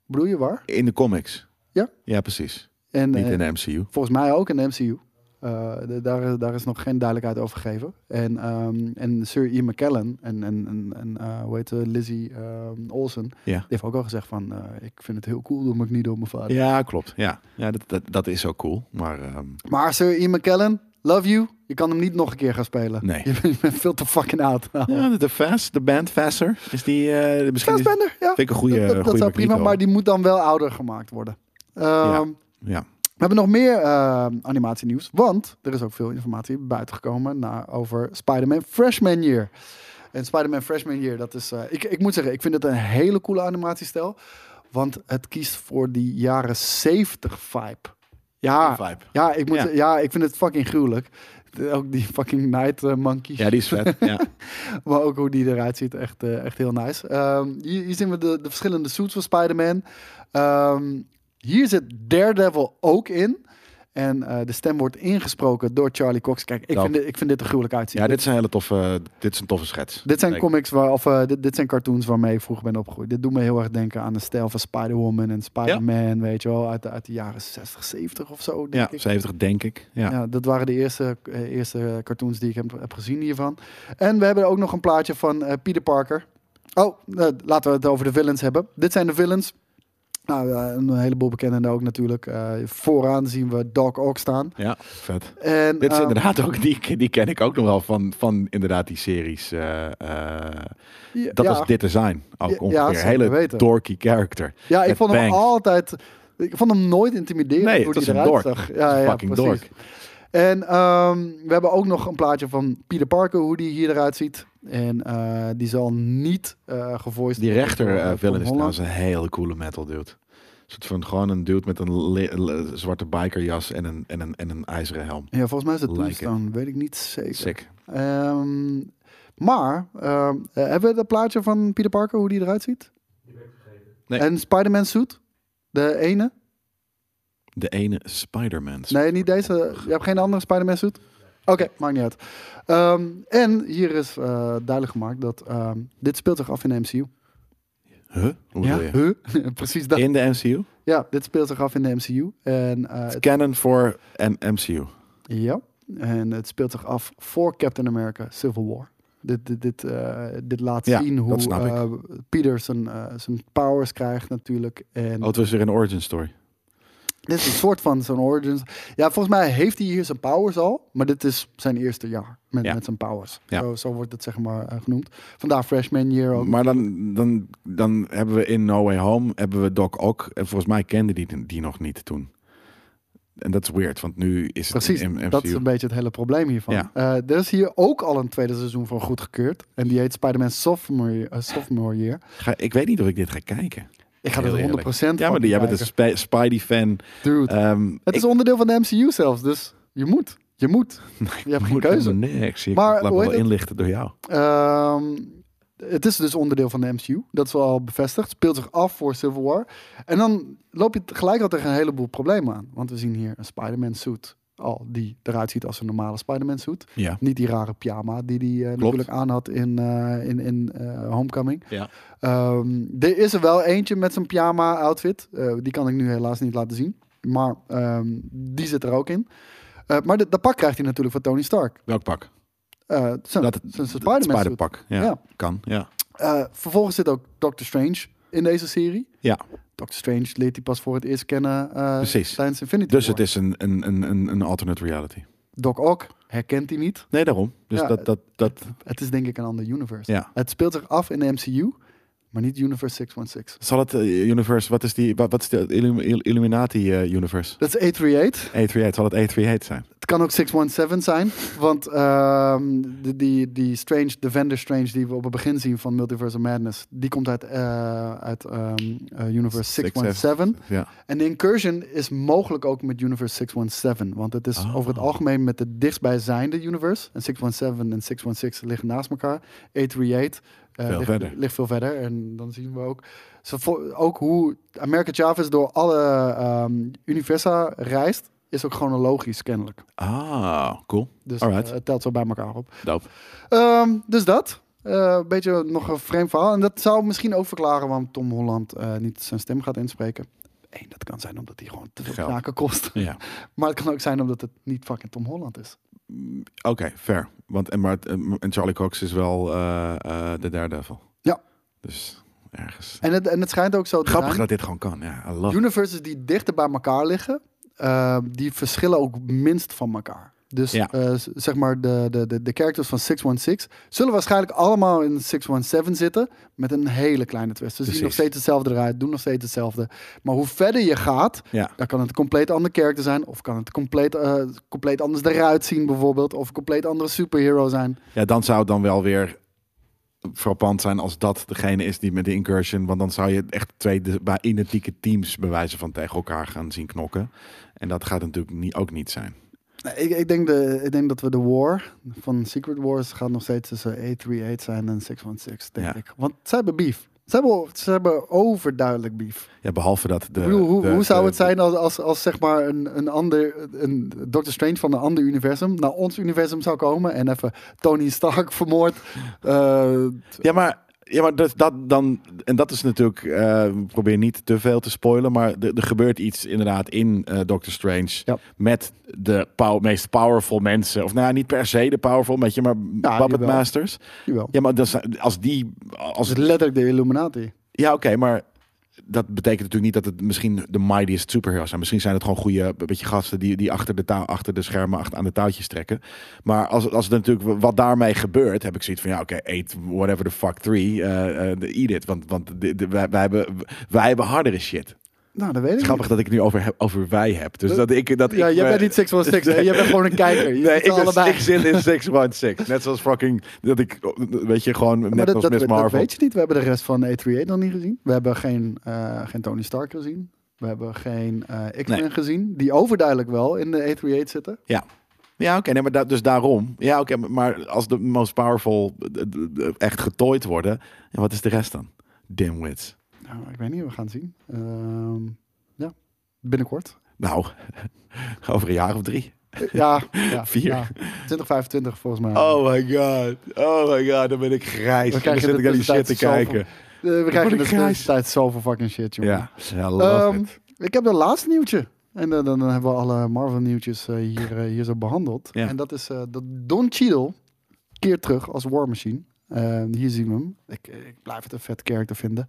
Speaker 3: Bedoel je waar?
Speaker 2: In de comics.
Speaker 3: Ja.
Speaker 2: Ja, precies.
Speaker 3: En,
Speaker 2: Niet
Speaker 3: eh,
Speaker 2: in de MCU.
Speaker 3: Volgens mij ook in de MCU. Eh, de- daar, daar is nog geen duidelijkheid over gegeven. En, ehm, en Sir Ian McKellen en, en, en, en eh, hoe heet ze, Lizzie ehm, Olsen,
Speaker 2: Ja.
Speaker 3: die heeft ook al gezegd van, eh, ik vind het heel cool door Magneto, mijn vader.
Speaker 2: Ja, klopt. Ja, ja dat, dat, dat is ook cool. Maar ehm,
Speaker 3: Maar Sir Ian McKellen, love you. Je kan hem niet nog een keer gaan spelen.
Speaker 2: Nee.
Speaker 3: <laughs> Je bent, je bent veel te fucking oud.
Speaker 2: ja, de, de Fast, de band Faster, is die eh, misschien... is-
Speaker 3: Fassbender, ja.
Speaker 2: Vind ik een goede
Speaker 3: dat, dat, dat zou prima, maar die moet dan wel ouder gemaakt worden. Ehm,
Speaker 2: Ja.
Speaker 3: We hebben nog meer ehm animatie nieuws, want er is ook veel informatie buitengekomen na, over Spider-Man Freshman Year. En Spider-Man Freshman Year, dat is, eh, ik, ik moet zeggen, ik vind het een hele coole animatiestijl, want het kiest voor die jaren 70 vibe. Ja,
Speaker 2: Die vibe.
Speaker 3: ja, ik moet,
Speaker 2: Ja.
Speaker 3: ja. ik vind het fucking gruwelijk. De- Ook die fucking Night eh, Monkey.
Speaker 2: ja, die is
Speaker 3: <laughs>
Speaker 2: vet. ja.
Speaker 3: Maar ook hoe die eruit ziet, echt, eh, echt heel nice. Ehm, hier, hier zien we de, de verschillende suits van Spider-Man. Ehm, hier zit Daredevil ook in. En eh, de stem wordt ingesproken door Charlie Cox. Kijk, ik,
Speaker 2: Dope.
Speaker 3: vind dit, ik vind dit er gruwelijk uitzien.
Speaker 2: Nou. ja, dit is een hele toffe, eh, dit is een toffe schets.
Speaker 3: Dit zijn
Speaker 2: Zeker.
Speaker 3: comics waar, of eh, dit, dit zijn cartoons waarmee ik vroeger ben opgegroeid. Dit doet me heel erg denken aan de stijl van Spider-Woman en Spider-Man, weet je wel, uit de, uit de jaren 60, 70 of zo. Denk
Speaker 2: Ja,
Speaker 3: ik.
Speaker 2: 70 denk ik. Ja.
Speaker 3: Ja, dat waren de eerste, eh, eerste cartoons die ik heb, heb gezien hiervan. En we hebben ook nog een plaatje van eh, Peter Parker. Oh, eh, laten we het over de villains hebben. Dit zijn de villains. Nou, ja, een heleboel bekenden ook natuurlijk. Eh, vooraan zien we Doc Ock staan.
Speaker 2: Ja, vet.
Speaker 3: En,
Speaker 2: Dit is
Speaker 3: eh,
Speaker 2: inderdaad ook, die, die ken ik ook nog wel van, van inderdaad die series. eh, eh,
Speaker 3: ja,
Speaker 2: dat
Speaker 3: ja.
Speaker 2: was dit design
Speaker 3: Ja,
Speaker 2: ook
Speaker 3: ja,
Speaker 2: ongeveer.
Speaker 3: zeker
Speaker 2: Hele
Speaker 3: weten.
Speaker 2: dorky character.
Speaker 3: Ja, ik
Speaker 2: Met
Speaker 3: vond hem
Speaker 2: bangs.
Speaker 3: altijd... Ik vond hem nooit intimiderend
Speaker 2: Nee,
Speaker 3: hoe
Speaker 2: het
Speaker 3: hij
Speaker 2: was een
Speaker 3: eruit
Speaker 2: dork.
Speaker 3: zag.
Speaker 2: Het was een fucking
Speaker 3: precies.
Speaker 2: dork.
Speaker 3: En ehm, we hebben ook nog een plaatje van Peter Parker, hoe die hier eruit ziet. En eh, die zal niet eh gevoiced
Speaker 2: Die
Speaker 3: worden
Speaker 2: rechter
Speaker 3: door, eh,
Speaker 2: eh
Speaker 3: Tom
Speaker 2: villain is
Speaker 3: Holland.
Speaker 2: trouwens een hele coole metal dude. Een soort van gewoon een dude met een li- li- zwarte bikerjas en een, en, een, en een ijzeren helm.
Speaker 3: Ja, volgens mij is het
Speaker 2: Like it.
Speaker 3: Tombstone, weet ik niet zeker.
Speaker 2: Sick.
Speaker 3: Ehm, maar, ehm, eh, hebben we dat plaatje van Peter Parker, hoe die eruit ziet?
Speaker 2: Nee.
Speaker 3: En Spider-Man suit? De ene?
Speaker 2: De ene Spider-Man.
Speaker 3: Nee, niet deze. Je hebt geen andere Spider-Man suit? Oké, maakt niet uit. Ehm, en hier is eh, duidelijk gemaakt dat ehm, dit speelt zich af in de MCU.
Speaker 2: Huh? Hoe bedoel je?
Speaker 3: Huh? <laughs> Precies dat.
Speaker 2: In de MCU?
Speaker 3: Ja, dit speelt zich af in de MCU. En, eh, het-
Speaker 2: Canon voor en MCU.
Speaker 3: ja, en het speelt zich af voor Captain America Civil War. Dit, dit, dit, eh, dit laat
Speaker 2: Ja,
Speaker 3: zien hoe
Speaker 2: dat snap ik.
Speaker 3: eh, Peter zijn, eh, zijn powers krijgt natuurlijk. En
Speaker 2: Oh, het was weer een origin story.
Speaker 3: dit is een soort van zijn origins. Ja, volgens mij heeft hij hier zijn powers al. Maar dit is zijn eerste jaar met,
Speaker 2: Ja.
Speaker 3: met zijn powers.
Speaker 2: Ja.
Speaker 3: Zo, zo wordt het zeg maar eh, genoemd. Vandaar Freshman Year ook.
Speaker 2: Maar dan, dan, dan hebben we in No Way Home, hebben we Doc ook. En volgens mij kende die die nog niet toen. En dat is weird, want nu is het
Speaker 3: Precies,
Speaker 2: in MCU.
Speaker 3: dat is een beetje het hele probleem hiervan.
Speaker 2: Ja.
Speaker 3: Eh, er is hier ook al een tweede seizoen van goedgekeurd. En die heet Spider-Man Sophomore, eh, sophomore Year.
Speaker 2: Ga, ik weet niet of ik dit ga kijken.
Speaker 3: Ik ga
Speaker 2: Heel
Speaker 3: er 100%
Speaker 2: eerlijk.
Speaker 3: van
Speaker 2: Ja, maar jij bent een
Speaker 3: kijken.
Speaker 2: Sp- Spidey-fan.
Speaker 3: Dude,
Speaker 2: Ehm,
Speaker 3: Eh, het is onderdeel van de MCU zelfs, dus je moet. Je
Speaker 2: <laughs>
Speaker 3: moet. je hebt geen
Speaker 2: Moet
Speaker 3: keuze.
Speaker 2: helemaal niks. Ik
Speaker 3: Maar
Speaker 2: laat me
Speaker 3: hoe heet
Speaker 2: wel
Speaker 3: het?
Speaker 2: inlichten door jou.
Speaker 3: Ehm, het is dus onderdeel van de MCU. Dat is wel al bevestigd. Speelt zich af voor Civil War. En dan loop je gelijk al tegen een heleboel problemen aan. Want we zien hier een Spider-Man suit. Al die eruit ziet als een normale Spider-Man suit.
Speaker 2: Ja.
Speaker 3: Niet die rare pyjama die hij natuurlijk aan had in, eh, in, in eh, Homecoming.
Speaker 2: Ja.
Speaker 3: Ehm, er is er wel eentje met zijn pyjama outfit. Eh, die kan ik nu helaas niet laten zien. Maar ehm, die zit er ook in. Eh, maar dat dat pak krijgt hij natuurlijk van Tony Stark.
Speaker 2: Welk pak?
Speaker 3: Eh zijn
Speaker 2: Dat-
Speaker 3: zijn Spider-Man suit.
Speaker 2: Spider-pak. Ja.
Speaker 3: Ja.
Speaker 2: Kan, ja.
Speaker 3: Eh, vervolgens zit ook Doctor Strange in deze serie.
Speaker 2: Ja,
Speaker 3: Doctor Strange leert hij pas voor het eerst kennen eh,
Speaker 2: Precies.
Speaker 3: tijdens Infinity
Speaker 2: dus
Speaker 3: War.
Speaker 2: het is een, een, een, een, een alternate reality.
Speaker 3: Doc Ock herkent hij niet.
Speaker 2: Nee, daarom. Dus
Speaker 3: Ja,
Speaker 2: dat, dat, dat,
Speaker 3: Het is denk ik een ander universe.
Speaker 2: Ja.
Speaker 3: Het speelt zich af in de MCU, maar niet Universe 616.
Speaker 2: zal het eh, universe, wat is die, wat, wat is de Illum- Ill- Illuminati eh, universe?
Speaker 3: Dat is 838.
Speaker 2: A38, zal het A38 zijn?
Speaker 3: Het kan ook 617 zijn. Want ehm, de, die, die Strange, de Vendor Strange die we op het begin zien van Multiverse of Madness, die komt uit, eh, uit ehm, eh, Universe 617.
Speaker 2: Ja.
Speaker 3: En de incursion is mogelijk ook met Universe 617. Want het is
Speaker 2: Ah.
Speaker 3: over het algemeen met de dichtstbijzijnde universe. En 617 en 616 liggen naast elkaar. 838 eh,
Speaker 2: Veel
Speaker 3: ligt,
Speaker 2: verder.
Speaker 3: ligt veel verder. En dan zien we ook, zo vo- ook hoe America Chavez door alle ehm, universa reist. Is ook chronologisch kennelijk.
Speaker 2: Ah, cool.
Speaker 3: Dus
Speaker 2: Alright.
Speaker 3: eh, het telt zo bij elkaar op.
Speaker 2: Dope.
Speaker 3: Ehm, dus dat. Eh, Een beetje nog een vreemd verhaal. En dat zou misschien ook verklaren waarom Tom Holland eh, niet zijn stem gaat inspreken. Eén, dat kan zijn omdat hij gewoon te veel
Speaker 2: Geld.
Speaker 3: knaken kost.
Speaker 2: Ja.
Speaker 3: <laughs> Maar het kan ook zijn omdat het niet fucking Tom Holland is.
Speaker 2: Oké, fair. Want en, maar, eh, en Charlie Cox is wel eh, eh, de Daredevil.
Speaker 3: Ja.
Speaker 2: Dus ergens.
Speaker 3: En het, en het schijnt ook zo te
Speaker 2: Grappig
Speaker 3: zijn.
Speaker 2: dat dit gewoon kan. Ja, I love it.
Speaker 3: Universes die dichter bij elkaar liggen, eh, die verschillen ook minst van elkaar. Dus
Speaker 2: Ja.
Speaker 3: eh, z- zeg maar, de, de, de, de characters van 616 zullen waarschijnlijk allemaal in 617 zitten. Met een hele kleine twist. Ze zien
Speaker 2: Precies.
Speaker 3: nog steeds hetzelfde eruit, doen nog steeds hetzelfde. Maar hoe verder je gaat,
Speaker 2: Ja.
Speaker 3: dan kan het een compleet ander character zijn. Of kan het compleet, eh, compleet anders eruit zien, bijvoorbeeld. Of een compleet andere superhero zijn.
Speaker 2: Ja, dan zou het dan wel weer frappant zijn als dat degene is die met de incursion. Want dan zou je echt twee de- bij identieke teams bewijzen van tegen elkaar gaan zien knokken. En dat gaat natuurlijk niet, ook niet zijn.
Speaker 3: Nee, Ik, ik, denk de, ik denk dat we de war van Secret Wars gaat nog steeds tussen A38 zijn en 616, denk
Speaker 2: Ja.
Speaker 3: ik. Want ze hebben beef. Ze hebben, ze hebben overduidelijk beef.
Speaker 2: Ja, behalve dat de.
Speaker 3: ik bedoel, hoe,
Speaker 2: de-
Speaker 3: hoe zou
Speaker 2: de-
Speaker 3: het zijn als, als, als zeg maar een, een ander, een Doctor Strange van een ander universum naar ons universum zou komen en even Tony Stark <laughs> vermoord? Eh,
Speaker 2: Ja, maar. Ja, maar dat, dat dan, en dat is natuurlijk, eh, ik probeer niet te veel te spoilen, maar er er gebeurt iets inderdaad in eh Doctor Strange
Speaker 3: Ja.
Speaker 2: met de pow- meest powerful mensen. Of nou ja, niet per se de powerful, met je maar puppet
Speaker 3: jawel.
Speaker 2: masters.
Speaker 3: jawel.
Speaker 2: Ja, maar dat, zijn- als die, als
Speaker 3: Dat is letterlijk de Illuminati.
Speaker 2: Ja, oké, maar dat betekent natuurlijk niet dat het misschien de mightiest superheroes zijn. Misschien zijn het gewoon goede beetje gasten die, die achter, de touw, achter de schermen achter, aan de touwtjes trekken. Maar als, als het natuurlijk wat daarmee gebeurt, heb ik zoiets van ja, oké, eat whatever the fuck three, eh, eh, eat it. Want, want de- de- wij, wij, hebben, wij hebben hardere shit.
Speaker 3: Nou, dat weet ik
Speaker 2: Het is
Speaker 3: niet.
Speaker 2: grappig dat ik het nu over, heb- over wij heb. Dus dat ik. Dat
Speaker 3: Ja,
Speaker 2: ik
Speaker 3: jij
Speaker 2: me-
Speaker 3: bent niet 616, hè? Jij bent gewoon een kijker. Je
Speaker 2: Nee,
Speaker 3: zit
Speaker 2: ik, ben,
Speaker 3: allebei.
Speaker 2: ik zit in 616. Net zoals fucking. Dat ik. Weet je, gewoon.
Speaker 3: Maar
Speaker 2: Net
Speaker 3: dat,
Speaker 2: als
Speaker 3: dat,
Speaker 2: Miss
Speaker 3: dat
Speaker 2: Marvel.
Speaker 3: weet je niet. We hebben de rest van A3A dan niet gezien. We hebben geen, eh, geen Tony Stark gezien. We hebben geen eh, X-Men
Speaker 2: Nee.
Speaker 3: gezien. Die overduidelijk wel in de A3A zitten.
Speaker 2: Ja. Ja, oké, nee, maar da- dus daarom. Ja, oké, maar als de most powerful eh, eh, eh, echt getooid worden, ja, wat is de rest dan? Dimwits.
Speaker 3: Nou, ik weet niet. We gaan het zien. Ehm, ja,
Speaker 2: <laughs>
Speaker 3: binnenkort.
Speaker 2: Nou, over een jaar of drie.
Speaker 3: Ja, ja
Speaker 2: Vier.
Speaker 3: ja. 2025 volgens mij.
Speaker 2: Oh my god. Oh my god, dan ben ik grijs.
Speaker 3: We
Speaker 2: Dan
Speaker 3: krijgen
Speaker 2: zit ik
Speaker 3: in de
Speaker 2: naar die shit te
Speaker 3: tussentijd
Speaker 2: kijken.
Speaker 3: Eh, we krijgen in de
Speaker 2: ik grijs.
Speaker 3: tussentijd zoveel fucking shit, jongen.
Speaker 2: Ja, I love
Speaker 3: Ehm,
Speaker 2: it.
Speaker 3: Ik heb de laatste nieuwtje. En eh, dan, dan hebben we alle Marvel-nieuwtjes eh, hier, eh, hier zo behandeld.
Speaker 2: Ja.
Speaker 3: En dat is eh, dat Don Cheadle keert terug als War Machine. Eh, hier zien we hem. Ik, ik blijf het een vet character vinden.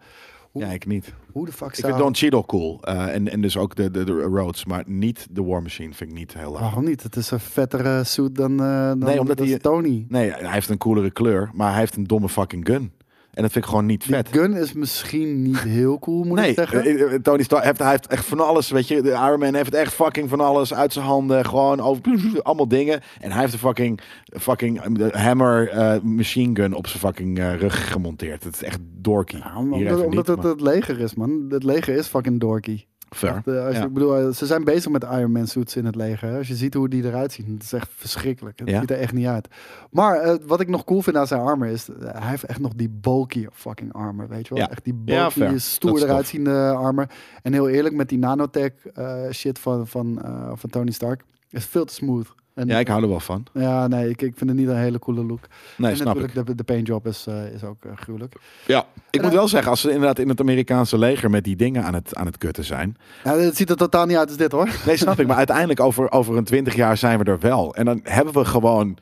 Speaker 2: Ja, ik niet.
Speaker 3: Hoe de fuck
Speaker 2: Ik
Speaker 3: zou...
Speaker 2: vind Don Cheadle cool. eh, en, en dus ook de, de, de Rhodes, maar niet de War Machine vind ik niet heel leuk.
Speaker 3: Waarom niet? Het is een vettere suit dan, eh dan,
Speaker 2: Nee, omdat
Speaker 3: dan
Speaker 2: die-
Speaker 3: Tony.
Speaker 2: Nee, hij heeft een coolere kleur, maar hij heeft een domme fucking gun. En dat vind ik gewoon niet vet.
Speaker 3: Die gun is misschien niet heel cool, moet ik
Speaker 2: Nee,
Speaker 3: zeggen.
Speaker 2: eh, eh, Tony Stark heeft, hij heeft echt van alles, weet je. De Iron Man heeft echt fucking van alles uit zijn handen. Gewoon over, <laughs> allemaal dingen. En hij heeft een fucking, fucking eh, hammer eh, machine gun op zijn fucking eh, rug gemonteerd. Het is echt dorky.
Speaker 3: Ja,
Speaker 2: Hier
Speaker 3: omdat
Speaker 2: even niet,
Speaker 3: omdat het,
Speaker 2: maar-
Speaker 3: het leger is, man. Het leger is fucking dorky.
Speaker 2: Fair.
Speaker 3: Echt, eh, als je-
Speaker 2: Ja.
Speaker 3: Ik bedoel, eh, ze zijn bezig met Iron Man suits in het leger. hè. Als je ziet hoe die eruit zien, het is echt verschrikkelijk. Het
Speaker 2: Ja.
Speaker 3: ziet er echt niet uit. Maar eh, wat ik nog cool vind aan zijn armor is, eh, hij heeft echt nog die bulky fucking armor, weet je wel?
Speaker 2: Ja.
Speaker 3: Echt die
Speaker 2: Ja,
Speaker 3: bulky,
Speaker 2: fair. Dat is
Speaker 3: stoer
Speaker 2: tof.
Speaker 3: eruit ziende armor. En heel eerlijk, met die nanotech eh, shit van, van, eh, van Tony Stark, is veel te smooth. En,
Speaker 2: Ja,
Speaker 3: ja,
Speaker 2: ik hou er wel van.
Speaker 3: nee, ik, ik vind het niet een hele coole look.
Speaker 2: Nee,
Speaker 3: en
Speaker 2: snap ik.
Speaker 3: natuurlijk, de, de paintjob is, eh, is ook eh, gruwelijk.
Speaker 2: Ja. Ik
Speaker 3: En
Speaker 2: moet
Speaker 3: hij-
Speaker 2: wel zeggen, als ze inderdaad in het Amerikaanse leger met die dingen aan het, aan het kutten
Speaker 3: <laughs>
Speaker 2: zijn.
Speaker 3: Ja, het ziet er totaal niet uit als dit, hoor.
Speaker 2: Nee, snap ik. Maar uiteindelijk over, over een twintig jaar zijn we er wel. En dan hebben we gewoon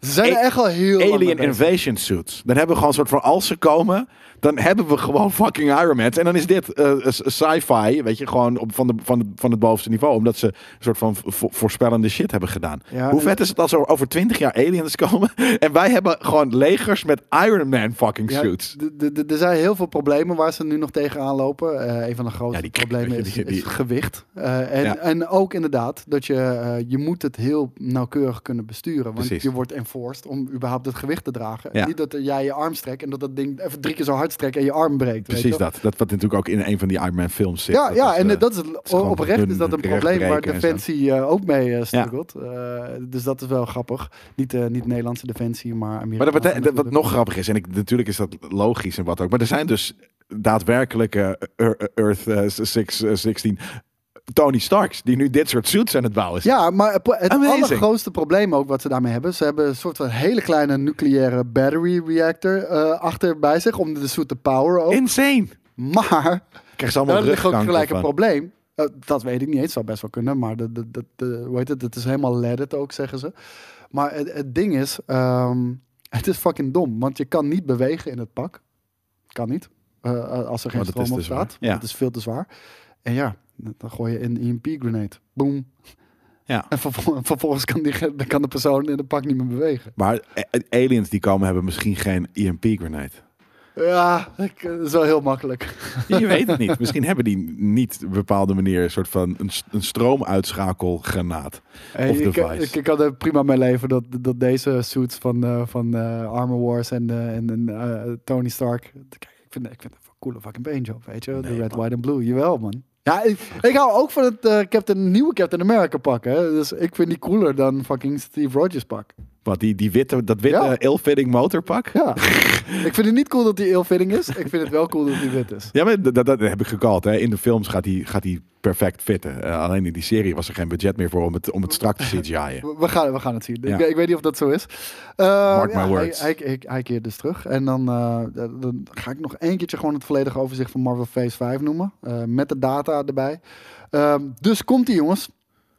Speaker 3: Ze zijn er
Speaker 2: A-
Speaker 3: echt al heel lang mee
Speaker 2: E- Alien
Speaker 3: bezig.
Speaker 2: Invasion Suits. Dan hebben we gewoon een soort van, als ze komen, dan hebben we gewoon fucking Iron Man. En dan is dit eh, s- sci-fi, weet je, gewoon op, van, de, van, de- van het bovenste niveau. Omdat ze een soort van vo- voorspellende shit hebben gedaan.
Speaker 3: Ja,
Speaker 2: Hoe
Speaker 3: en-
Speaker 2: vet is het als er over twintig jaar aliens komen <laughs> en wij hebben gewoon legers met Iron Man fucking
Speaker 3: Ja,
Speaker 2: suits.
Speaker 3: d- d- d- er zijn heel veel problemen waar ze nu nog tegenaan lopen. Eh, een van de grootste
Speaker 2: Ja, <laughs> die-
Speaker 3: problemen
Speaker 2: weet je,
Speaker 3: is,
Speaker 2: die- die-
Speaker 3: is gewicht. Eh, en,
Speaker 2: Ja.
Speaker 3: en ook inderdaad dat je, eh, je moet het heel nauwkeurig kunnen besturen. Want
Speaker 2: Precies.
Speaker 3: je wordt enforced om überhaupt het gewicht te dragen.
Speaker 2: Ja.
Speaker 3: Niet dat eh, jij je arm strekt en dat dat ding even drie keer zo hard strekt en je arm breekt. weet je
Speaker 2: Precies
Speaker 3: wel.
Speaker 2: dat. Dat wat natuurlijk ook in een van die Iron Man films zit.
Speaker 3: Ja,
Speaker 2: Dat
Speaker 3: ja
Speaker 2: is,
Speaker 3: en
Speaker 2: eh,
Speaker 3: eh, dat is,
Speaker 2: gewoon
Speaker 3: oprecht is
Speaker 2: dun
Speaker 3: dat een
Speaker 2: recht
Speaker 3: probleem waar
Speaker 2: breken en zo.
Speaker 3: Defensie eh, ook mee eh, struggelt. Eh, dus dat is wel grappig. Niet, eh, niet Nederlandse Defensie, maar Amerikaanse.
Speaker 2: Maar dat betekent,
Speaker 3: natuurlijk.
Speaker 2: wat nog grappig is, en ik, natuurlijk is dat logisch en wat ook, maar er zijn dus daadwerkelijke Ear- Earth eh, six- eh, 16 Tony Starks die nu dit soort suits aan het bouwen zijn.
Speaker 3: Ja, maar het pro- het
Speaker 2: Amazing.
Speaker 3: allergrootste probleem ook wat ze daarmee hebben, ze hebben een soort van hele kleine nucleaire battery reactor eh, achter bij zich om de suit te power ook.
Speaker 2: Insane.
Speaker 3: Maar
Speaker 2: Krijg ze allemaal
Speaker 3: daar ligt ook
Speaker 2: rugkanker
Speaker 3: gelijk een
Speaker 2: van.
Speaker 3: probleem. Eh, dat weet ik niet eens, zou best wel kunnen, maar dat, dat, dat, eh, hoe heet het? Het is helemaal leaded ook, zeggen ze. Maar het, het ding is, ehm, het is fucking dom, want je kan niet bewegen in het pak. Kan niet, eh, eh, als er geen
Speaker 2: Want het Oh,
Speaker 3: stroom
Speaker 2: is
Speaker 3: op
Speaker 2: te zwaar.
Speaker 3: staat.
Speaker 2: Ja.
Speaker 3: Dat is veel te zwaar. En ja, dan gooi je E een EMP-grenade. Boom,
Speaker 2: Ja.
Speaker 3: en vervol- <laughs> vervolgens kan, die, ge- dan kan de persoon in het pak niet meer bewegen.
Speaker 2: <laughs> Maar eh, aliens die komen hebben misschien geen EMP grenade.
Speaker 3: Ja, ik- eh, dat is wel heel makkelijk.
Speaker 2: <laughs> Je weet het niet. Misschien hebben die niet op een bepaalde manier een soort van een, s- een stroomuitschakelgranaat.
Speaker 3: Hey,
Speaker 2: of
Speaker 3: ik,
Speaker 2: device.
Speaker 3: ik, ik Eh, kan er prima mee leven dat, dat deze suits van, eh, van eh, Armor Wars en, eh, en, en, eh, Tony Stark... Kijk, ik vind, ik vind het een coole fucking paintjob, weet je? De
Speaker 2: Nee,
Speaker 3: red,
Speaker 2: man.
Speaker 3: white en blue. Jawel, man. Ja, ik, ik hou ook van het eh, Captain, nieuwe Captain America pak, hè. Dus ik vind die cooler dan fucking Steve Rogers pak.
Speaker 2: Wat die, die witte, dat witte
Speaker 3: Ja.
Speaker 2: ill-fitting motorpak. <laughs>
Speaker 3: Ja. ik vind het niet cool dat die ill-fitting is. Ik vind het wel cool dat die wit is.
Speaker 2: Ja, maar dat, dat- dat heb ik gekald. Hè. In de films gaat hij gaat die perfect fitten. Eh, alleen in die serie was er geen budget meer voor om het, om het strak te CGI'en.
Speaker 3: We we gaan, we gaan het zien.
Speaker 2: Ja.
Speaker 3: Ik, ik weet niet of dat zo is. Eh,
Speaker 2: Mark my
Speaker 3: hij-
Speaker 2: words.
Speaker 3: Hij, hij, hij keert dus terug. En dan, eh, dan dan ga ik nog één keertje gewoon het volledige overzicht van Marvel Phase 5 noemen. eh, met de data erbij. Ehm, dus komt ie jongens.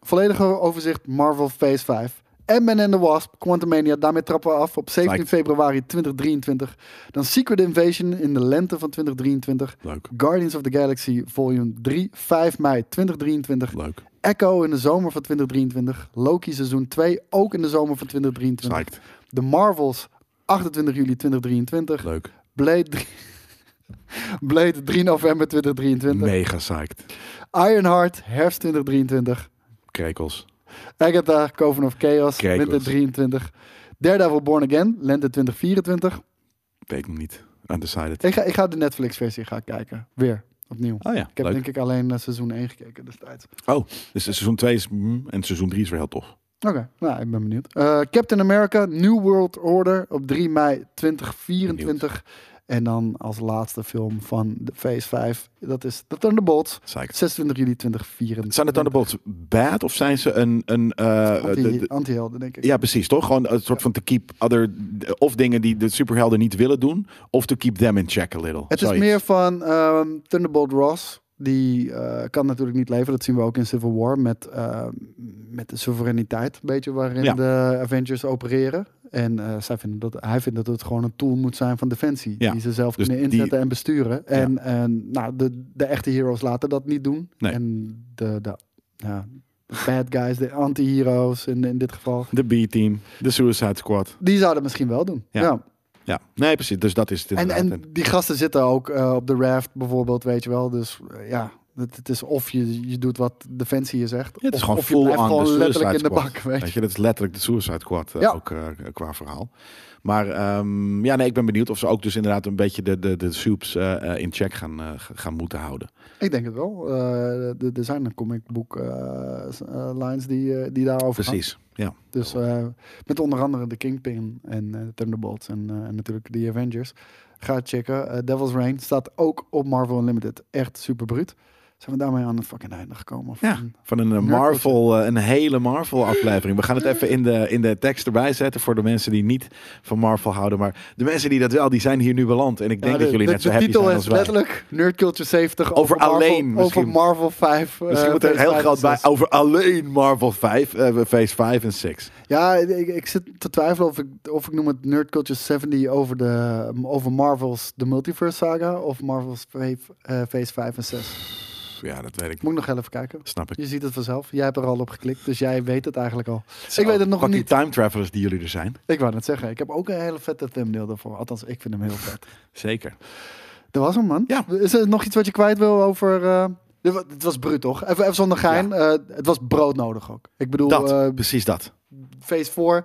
Speaker 3: Volledige overzicht Marvel Phase 5. Ant-Man and the Wasp, Quantumania. Daarmee trappen we af op 17
Speaker 2: Lijkt-
Speaker 3: februari 2023. Dan Secret Invasion in de lente van 2023.
Speaker 2: Leuk.
Speaker 3: Guardians of the Galaxy volume 3, 5 mei 2023.
Speaker 2: Leuk.
Speaker 3: Echo in de zomer van 2023. Loki seizoen 2 ook in de zomer van 2023.
Speaker 2: Psyched.
Speaker 3: The Marvels 28 juli 2023.
Speaker 2: Leuk.
Speaker 3: Blade 3, <laughs> Blade 3 november 2023.
Speaker 2: Mega psyched.
Speaker 3: Ironheart herfst 2023.
Speaker 2: Krekels.
Speaker 3: Agatha Coven of Chaos
Speaker 2: Kijk
Speaker 3: winter
Speaker 2: eens.
Speaker 3: 23. Daredevil Born Again lente 2024.
Speaker 2: Weet nog niet. Undecided.
Speaker 3: Ik ga, ik ga de Netflix versie gaan kijken. Weer. Opnieuw.
Speaker 2: Oh ja,
Speaker 3: Ik heb
Speaker 2: leuk.
Speaker 3: denk ik alleen eh, seizoen 1 gekeken destijds.
Speaker 2: Oh, dus seizoen 2 is mm, en seizoen 3 is weer heel tof.
Speaker 3: Oké, nou, ik ben benieuwd. Eh, Captain America, New World Order op 3 mei 2024. En dan als laatste film van de Phase 5, dat is The Thunderbolts,
Speaker 2: Psyched.
Speaker 3: 26 juli 2024.
Speaker 2: Zijn de Thunderbolts bad of zijn ze een... een eh,
Speaker 3: Anti-
Speaker 2: de- de-
Speaker 3: Anti-helden, denk ik.
Speaker 2: ja, precies, toch? Gewoon een soort van to keep other... Of dingen die de superhelden niet willen doen, of to keep them in check a little.
Speaker 3: Het is
Speaker 2: Zoiets.
Speaker 3: meer van ehm, Thunderbolt Ross. Die eh, kan natuurlijk niet leven. Dat zien we ook in Civil War. Met, ehm, met de soevereiniteit. Een beetje waarin
Speaker 2: Ja.
Speaker 3: de Avengers opereren. En eh, zij vinden dat, hij vindt dat het gewoon een tool moet zijn van Defensie.
Speaker 2: Ja.
Speaker 3: Die ze zelf
Speaker 2: Dus
Speaker 3: kunnen
Speaker 2: die-
Speaker 3: inzetten en besturen. En, en nou, de, de echte heroes laten dat niet doen.
Speaker 2: Nee.
Speaker 3: En de, de, ja, de bad guys, de anti-heroes in, in dit geval.
Speaker 2: De B-team, de Suicide Squad.
Speaker 3: Die zouden misschien wel doen.
Speaker 2: Ja.
Speaker 3: ja.
Speaker 2: Ja, nee, precies. Dus dat is het
Speaker 3: En,
Speaker 2: inderdaad.
Speaker 3: en die gasten zitten ook eh, op de raft bijvoorbeeld, weet je wel. Dus eh, ja, het, het is of je, je doet wat Defensie je zegt.
Speaker 2: Ja, het is
Speaker 3: of,
Speaker 2: gewoon
Speaker 3: of je
Speaker 2: full
Speaker 3: blijft
Speaker 2: on
Speaker 3: gewoon
Speaker 2: de
Speaker 3: letterlijk in de
Speaker 2: Suicide
Speaker 3: bak,
Speaker 2: Squad.
Speaker 3: weet je.
Speaker 2: Weet je, dat is letterlijk de Suicide Squad eh,
Speaker 3: Ja.
Speaker 2: ook eh, qua verhaal. Maar ehm, ja, nee, ik ben benieuwd of ze ook dus inderdaad een beetje de, de, de soeps eh, eh, in check gaan, eh, g- gaan moeten houden.
Speaker 3: Ik denk het wel. Eh, de er zijn comic book eh, s- eh, lines die, eh, die daarover gaan.
Speaker 2: Precies, ja.
Speaker 3: Dus eh, met onder andere de Kingpin en eh, Thunderbolts en eh, natuurlijk de Avengers. Ga het checken. Eh, Devil's Reign staat ook op Marvel Unlimited. Echt super bruut. Zijn we daarmee aan het fucking einde gekomen? Of
Speaker 2: Ja, van een eh, Marvel, eh, een hele Marvel aflevering. We gaan het even in de, in de tekst erbij zetten voor de mensen die niet van Marvel houden. Maar de mensen die dat wel, die zijn hier nu beland. En ik denk
Speaker 3: Ja,
Speaker 2: dat jullie net zo happy
Speaker 3: titel
Speaker 2: zijn
Speaker 3: is
Speaker 2: als wij.
Speaker 3: letterlijk Nerd Culture 70 over,
Speaker 2: Over
Speaker 3: Marvel-
Speaker 2: alleen misschien.
Speaker 3: over Marvel 5. eh,
Speaker 2: Misschien moet er
Speaker 3: Phase
Speaker 2: heel
Speaker 3: 5
Speaker 2: groot
Speaker 3: en
Speaker 2: bij
Speaker 3: 6.
Speaker 2: over alleen Marvel 5, eh Phase 5 en 6.
Speaker 3: Ja, ik, ik zit te twijfelen of ik, of ik noem het Nerd Culture 70 over, de, over Marvel's The Multiverse Saga of Marvel's Phase, eh, phase 5 en 6.
Speaker 2: Ja, dat weet ik.
Speaker 3: Moet ik nog heel even kijken.
Speaker 2: Snap ik.
Speaker 3: Je ziet het vanzelf. Jij hebt er al op geklikt, dus jij weet het eigenlijk al.
Speaker 2: Zo,
Speaker 3: ik weet het nog
Speaker 2: fucking
Speaker 3: niet.
Speaker 2: time travelers die jullie er zijn.
Speaker 3: Ik wou net zeggen, ik heb ook een hele vette thumbnail daarvoor. Althans, ik vind hem heel vet.
Speaker 2: Zeker.
Speaker 3: Dat was hem, man.
Speaker 2: Ja.
Speaker 3: Is er nog iets wat je kwijt wil over... eh, dit wa- het was bruut, toch? Even, even zonder gein. eh, het was brood nodig ook. Ik bedoel,
Speaker 2: Dat,
Speaker 3: eh,
Speaker 2: precies dat.
Speaker 3: Phase 4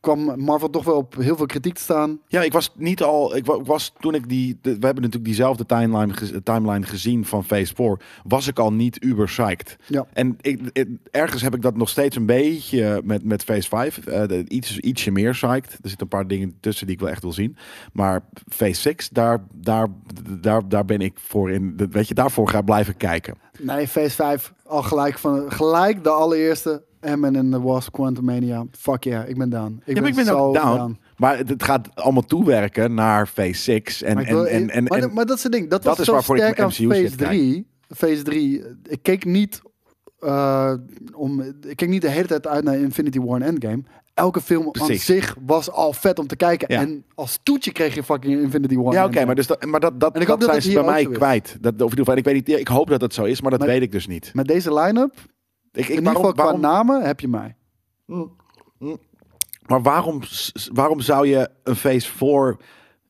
Speaker 3: kwam Marvel toch wel op heel veel kritiek te staan.
Speaker 2: Ja, ik was niet al. Ik wa- ik was toen ik die. de- we hebben natuurlijk diezelfde timeline, gez- timeline gezien van Phase 4. Was ik al niet uber psyched.
Speaker 3: Ja.
Speaker 2: En ik, ik- ergens heb ik dat nog steeds een beetje met, met Phase 5. eh, de- iets, ietsje meer psyched. Er zitten een paar dingen tussen die ik wel echt wil zien. Maar Phase 6, daar, daar, daar, daar ben ik voor in. dat- Weet je, daarvoor ga ik blijven kijken.
Speaker 3: Nee, Phase 5 al gelijk, van, gelijk de allereerste. Ant-Man and the Wasp, Quantumania. Fuck yeah, ik ben down. Ik
Speaker 2: ja, maar
Speaker 3: ben,
Speaker 2: ik ben
Speaker 3: zo
Speaker 2: ook down.
Speaker 3: down.
Speaker 2: Maar het, het gaat allemaal toewerken naar Phase 6. En,
Speaker 3: Maar, ik wil-
Speaker 2: en, en, en,
Speaker 3: maar,
Speaker 2: en-
Speaker 3: dat- maar dat is het ding. Dat,
Speaker 2: Dat
Speaker 3: was
Speaker 2: is
Speaker 3: zo
Speaker 2: waarvoor ik
Speaker 3: sterk
Speaker 2: mijn
Speaker 3: aan
Speaker 2: MCU shit
Speaker 3: Phase 3. Phase 3. Ik keek niet... eh, om, ik keek niet de hele tijd uit naar Infinity War en Endgame. Elke film aan
Speaker 2: Precies.
Speaker 3: zich was al vet om te kijken.
Speaker 2: Ja.
Speaker 3: En als toetje kreeg je fucking Infinity War. en
Speaker 2: Ja, oké,
Speaker 3: Endgame.
Speaker 2: maar, dus dat, maar dat, dat,
Speaker 3: En ik
Speaker 2: dat
Speaker 3: hoop
Speaker 2: zijn
Speaker 3: dat het
Speaker 2: ze bij
Speaker 3: hier ook
Speaker 2: mij
Speaker 3: zo is.
Speaker 2: kwijt. Dat, of in ieder geval, ik, weet niet, ik hoop dat dat zo is, maar dat
Speaker 3: Maar-
Speaker 2: weet ik dus niet.
Speaker 3: Met deze line-up,
Speaker 2: Ik,
Speaker 3: in
Speaker 2: ik,
Speaker 3: ieder
Speaker 2: waarom,
Speaker 3: geval qua
Speaker 2: waarom,
Speaker 3: namen, heb je mij.
Speaker 2: maar waarom, s- waarom zou je een Phase 4,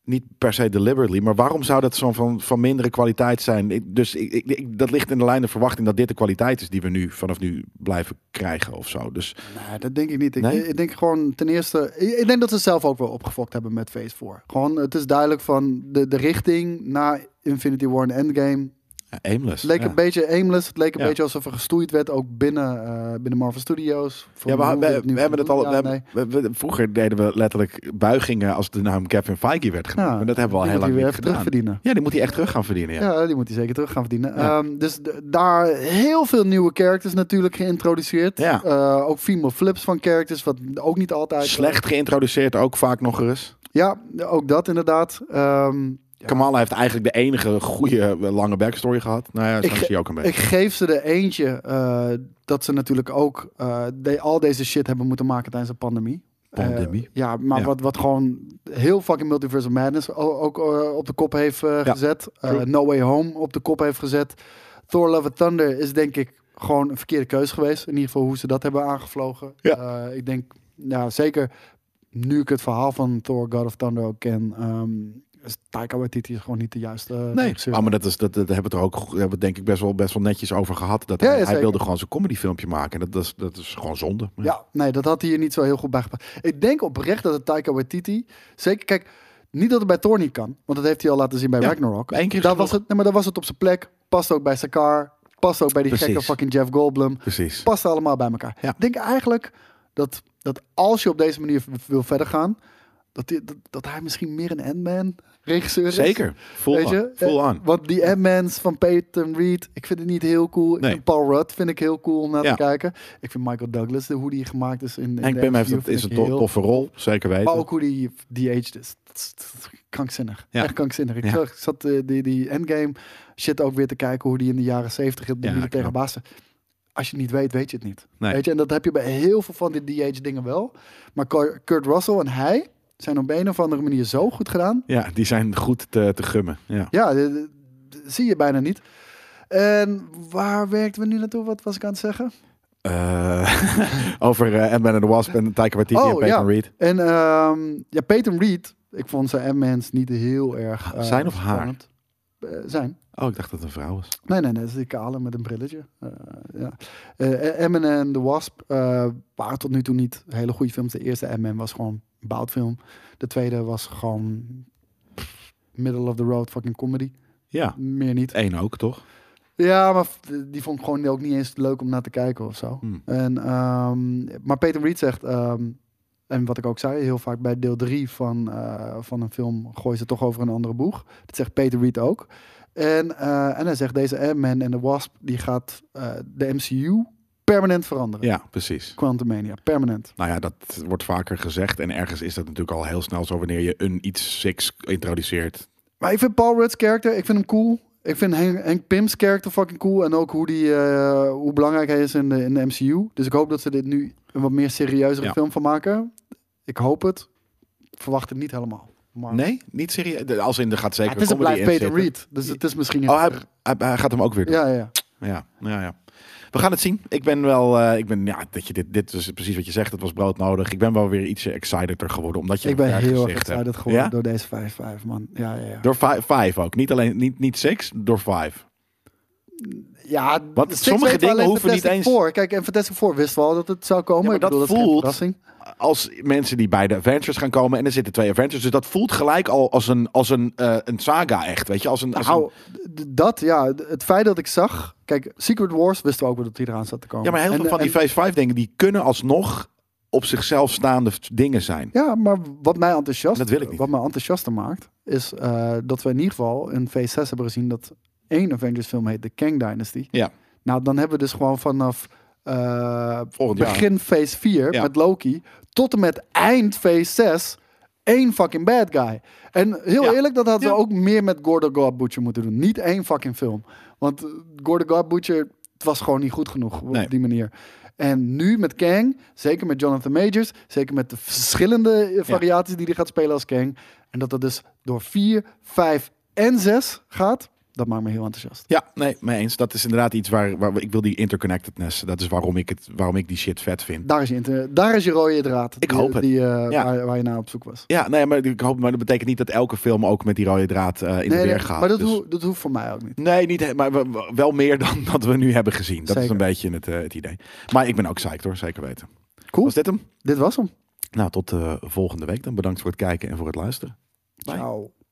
Speaker 2: niet per se deliberately, maar waarom zou dat zo van, van mindere kwaliteit zijn? Ik, dus ik, ik, ik- dat ligt in de lijn de verwachting dat dit de kwaliteit is die we nu vanaf nu blijven krijgen of zo. Dus
Speaker 3: Nee, dat denk ik niet. Ik,
Speaker 2: Nee?
Speaker 3: ik denk gewoon ten eerste... Ik ik denk dat ze zelf ook wel opgefokt hebben met Phase 4. Gewoon, het is duidelijk van de, de richting na Infinity War en Endgame.
Speaker 2: ja, eh, aimless.
Speaker 3: Het leek
Speaker 2: ja.
Speaker 3: een beetje aimless. Het leek een
Speaker 2: Ja.
Speaker 3: beetje alsof er gestoeid werd, ook binnen, eh, binnen Marvel Studios. Van
Speaker 2: Ja, maar
Speaker 3: hoe
Speaker 2: we,
Speaker 3: dit
Speaker 2: we
Speaker 3: nu
Speaker 2: hebben het
Speaker 3: gaan
Speaker 2: al.
Speaker 3: doen.
Speaker 2: we
Speaker 3: Ja,
Speaker 2: hebben- we- we- vroeger deden we letterlijk buigingen als de naam Kevin Feige werd genoemd.
Speaker 3: Ja,
Speaker 2: maar dat hebben we al
Speaker 3: die
Speaker 2: heel
Speaker 3: moet
Speaker 2: lang niet
Speaker 3: hij weer even
Speaker 2: gedaan.
Speaker 3: terugverdienen.
Speaker 2: Ja, die moet hij echt terug gaan verdienen. Ja.
Speaker 3: nee. Ja, die moet hij zeker terug gaan verdienen.
Speaker 2: Ja.
Speaker 3: Ehm, dus d- daar heel veel nieuwe characters natuurlijk geïntroduceerd.
Speaker 2: Ja.
Speaker 3: Eh, ook female flips van characters, wat ook niet altijd...
Speaker 2: Slecht geïntroduceerd ook vaak nog eens.
Speaker 3: Ja, ook dat inderdaad. Ehm,
Speaker 2: Kamala heeft eigenlijk de enige goede eh, lange backstory gehad. Nou ja,
Speaker 3: Ik
Speaker 2: dat
Speaker 3: ge-
Speaker 2: zie je ook een beetje.
Speaker 3: Ik geef ze er eentje eh, dat ze natuurlijk ook eh, de- al deze shit hebben moeten maken tijdens de pandemie.
Speaker 2: Pandemie.
Speaker 3: Eh, ja, maar
Speaker 2: Ja.
Speaker 3: Wat, wat gewoon heel fucking Multiverse of Madness o- ook eh, op de kop heeft eh,
Speaker 2: Ja,
Speaker 3: gezet. Eh,
Speaker 2: true.
Speaker 3: no Way Home op de kop heeft gezet. Thor Love and Thunder is denk ik gewoon een verkeerde keuze geweest. In ieder geval hoe ze dat hebben aangevlogen.
Speaker 2: Ja.
Speaker 3: Eh, ik denk, ja, zeker nu ik het verhaal van Thor God of Thunder ook ken... ehm, is Taika Waititi is gewoon niet de juiste eh,
Speaker 2: Nee,
Speaker 3: regisseur.
Speaker 2: Ah, maar dat, is, dat, dat hebben we er ook daar hebben we het denk ik best wel, best wel netjes over gehad. Dat hij,
Speaker 3: Ja, ja,
Speaker 2: hij
Speaker 3: zeker.
Speaker 2: wilde gewoon zijn comedyfilmpje maken. En dat, dat, is, dat is gewoon zonde. Maar
Speaker 3: Ja, nee, dat had hij hier niet zo heel goed bij gepast. Ik denk oprecht dat het Taika Waititi... Zeker, kijk, niet dat het bij Thor niet kan. Want dat heeft hij al laten zien bij
Speaker 2: Ja,
Speaker 3: Ragnarok.
Speaker 2: één keer is
Speaker 3: daar
Speaker 2: genoeg.
Speaker 3: was het, nee, maar daar was het op zijn plek. Past ook bij Sakaar. Past ook bij die
Speaker 2: Precies.
Speaker 3: gekke fucking Jeff Goldblum.
Speaker 2: Precies.
Speaker 3: Past allemaal bij elkaar.
Speaker 2: Ja.
Speaker 3: Ik denk eigenlijk dat, dat als je op deze manier v- wil verder gaan... Dat, die- dat, dat hij misschien meer een Ant-Man regisseur is.
Speaker 2: Zeker. Full
Speaker 3: Weet
Speaker 2: on.
Speaker 3: je?
Speaker 2: Full
Speaker 3: Eh,
Speaker 2: on.
Speaker 3: Want die Ant-Mans van Peyton Reed, ik vind het niet heel cool. Ik
Speaker 2: Nee.
Speaker 3: vind Paul Rudd vind ik heel cool om naar
Speaker 2: Ja.
Speaker 3: te kijken. Ik vind Michael Douglas, de, hoe die gemaakt is in, in
Speaker 2: Henk
Speaker 3: de
Speaker 2: Pim heeft
Speaker 3: MCU,
Speaker 2: het,
Speaker 3: vind
Speaker 2: is een
Speaker 3: ik
Speaker 2: to-
Speaker 3: heel-
Speaker 2: toffe rol. Zeker weten.
Speaker 3: Maar ook hoe die de-aged is. Dat is, dat is krankzinnig.
Speaker 2: Ja.
Speaker 3: Echt krankzinnig. Ik
Speaker 2: Ja.
Speaker 3: zag- zat eh, die, die Endgame shit ook weer te kijken hoe die in de jaren zeventig op de
Speaker 2: Ja,
Speaker 3: militaire
Speaker 2: knap.
Speaker 3: basis. Als je het niet weet, weet je het niet.
Speaker 2: Nee.
Speaker 3: Weet je? En dat heb je bij heel veel van die de-aged dingen wel. Maar Cur- Kurt Russell en hij zijn op een of andere manier zo goed gedaan.
Speaker 2: Ja, die zijn goed te, te gummen. Ja.
Speaker 3: Ja, d- d- d- zie je bijna niet. En waar werkten we nu naartoe? Wat was ik aan het zeggen?
Speaker 2: Eh, <laughs> over eh, Ant-Man and the Wasp en Taika Waititi en Peyton
Speaker 3: Oh, ja.
Speaker 2: Reed.
Speaker 3: En ehm, ja, Peyton Reed. Ik vond zijn M-mans niet heel erg... eh,
Speaker 2: Zijn of haar?
Speaker 3: spannend. Eh, zijn.
Speaker 2: Oh, ik dacht dat het een vrouw was.
Speaker 3: Nee, nee, nee. Dat is die kale met een brilletje. Eh ja. Eh, Ant-Man en The Wasp eh, waren tot nu toe niet hele goede films. De eerste M&M was gewoon een boutfilm. De tweede was gewoon... pff, Middle of the road fucking comedy.
Speaker 2: Ja.
Speaker 3: Meer niet.
Speaker 2: Eén ook, toch?
Speaker 3: Ja, maar v- die vond ik gewoon ook niet eens leuk om naar te kijken of zo.
Speaker 2: Hmm.
Speaker 3: En, ehm, maar Peter Reed zegt, ehm, en wat ik ook zei, heel vaak bij deel 3 van, eh, van een film gooien ze toch over een andere boeg. Dat zegt Peter Reed ook. En, eh, en hij zegt, deze Ant-Man en de Wasp, die gaat eh, de MCU permanent veranderen.
Speaker 2: Ja, precies.
Speaker 3: Quantumania, permanent.
Speaker 2: Nou ja, dat wordt vaker gezegd. En ergens is dat natuurlijk al heel snel zo wanneer je een iets six introduceert.
Speaker 3: Maar ik vind Paul Rudd's karakter, ik vind hem cool. Ik vind Henk, Henk Pim's karakter fucking cool. En ook hoe, die, eh, hoe belangrijk hij is in de, in de MCU. Dus ik hoop dat ze dit nu een wat meer serieuzere
Speaker 2: Ja.
Speaker 3: film van maken. Ik hoop het. Ik verwacht het niet helemaal. Maar
Speaker 2: Nee, niet serieus. De- Als in de gaat
Speaker 3: Ja,
Speaker 2: zeker
Speaker 3: het is een
Speaker 2: comedy
Speaker 3: blijft
Speaker 2: in
Speaker 3: Peter
Speaker 2: zitten.
Speaker 3: Reed. Dus het is misschien...
Speaker 2: Oh, hij, hij- hij gaat hem ook weer doen.
Speaker 3: ja, ja, ja.
Speaker 2: Ja, ja, ja. We gaan het zien. Ik ben wel, eh, ik ben, ja, dat je dit, dit is precies wat je zegt. Het was broodnodig. Ik ben wel weer iets exciteder geworden, omdat je
Speaker 3: Ik ben
Speaker 2: verkeerd
Speaker 3: heel erg
Speaker 2: gezicht hebt.
Speaker 3: excited geworden
Speaker 2: Ja?
Speaker 3: door deze 5-5, man. Ja, ja, ja.
Speaker 2: Door fi- vijf ook. Niet alleen, niet, niet seks, door vijf.
Speaker 3: ja
Speaker 2: Want
Speaker 3: Six
Speaker 2: sommige
Speaker 3: weten we
Speaker 2: dingen
Speaker 3: alleen
Speaker 2: hoeven niet
Speaker 3: Fantastic
Speaker 2: eens-
Speaker 3: Four. Kijk, en Fantastic Four wisten we al dat het zou komen.
Speaker 2: maar
Speaker 3: Ik
Speaker 2: dat
Speaker 3: bedoel, is geen
Speaker 2: voelt-
Speaker 3: verrassing.
Speaker 2: Als mensen die bij de Avengers gaan komen en er zitten twee Avengers, dus dat voelt gelijk al als een, als een, eh, een saga echt, weet je, als een. Als
Speaker 3: Nou,
Speaker 2: een-
Speaker 3: d- d- dat ja, d- het feit dat ik zag. Kijk, Secret Wars wisten we ook wel dat die eraan zat te komen.
Speaker 2: ja, maar heel
Speaker 3: En- eh,
Speaker 2: veel van die
Speaker 3: en-
Speaker 2: Phase 5 dingen die kunnen alsnog op zichzelf staande f- dingen zijn.
Speaker 3: Ja, maar wat mij enthousiast,
Speaker 2: Dat wil ik niet.
Speaker 3: wat mij enthousiaster maakt, is eh, dat we in ieder geval in phase 6 hebben gezien dat één Avengers film heet The Kang Dynasty.
Speaker 2: Ja.
Speaker 3: Nou, dan hebben we dus gewoon vanaf eh,
Speaker 2: Volgend jaar.
Speaker 3: begin phase 4
Speaker 2: Ja.
Speaker 3: met Loki tot en met eind phase 6 één fucking bad guy. En heel
Speaker 2: Ja.
Speaker 3: eerlijk, dat hadden we
Speaker 2: Ja.
Speaker 3: ook meer met Gordo God Butcher moeten doen. Niet één fucking film. Want eh, Gordo God Butcher het was gewoon niet goed genoeg op
Speaker 2: Nee.
Speaker 3: die manier. En nu met Kang, zeker met Jonathan Majors, zeker met de verschillende eh, variaties die hij gaat spelen als Kang. En dat dat dus door 4, 5 en 6 gaat, dat maakt me heel enthousiast.
Speaker 2: Ja, nee, mee eens. Dat is inderdaad iets waar, waar we- ik wil die interconnectedness. Dat is waarom ik het, waarom ik die shit vet vind.
Speaker 3: Daar is je, inter- daar is je rode draad.
Speaker 2: Ik
Speaker 3: die,
Speaker 2: hoop het.
Speaker 3: Die, eh,
Speaker 2: Ja.
Speaker 3: waar, waar je naar op zoek was.
Speaker 2: Ja, nee, maar ik hoop, maar dat betekent niet dat elke film ook met die rode draad eh, in de weer gaat.
Speaker 3: maar dat,
Speaker 2: Dus-
Speaker 3: hoeft, dat hoeft voor mij ook niet.
Speaker 2: Nee, niet, he- maar we- we- wel meer <laughs> dan dat we nu hebben gezien. Dat is
Speaker 3: Zeker.
Speaker 2: een beetje het, eh, het idee. Maar ik ben ook psyched hoor, zeker weten.
Speaker 3: Cool.
Speaker 2: Was dit hem?
Speaker 3: Dit was hem.
Speaker 2: Nou, tot eh, volgende week dan. Bedankt voor het kijken en voor het luisteren. Bye.
Speaker 3: Ciao.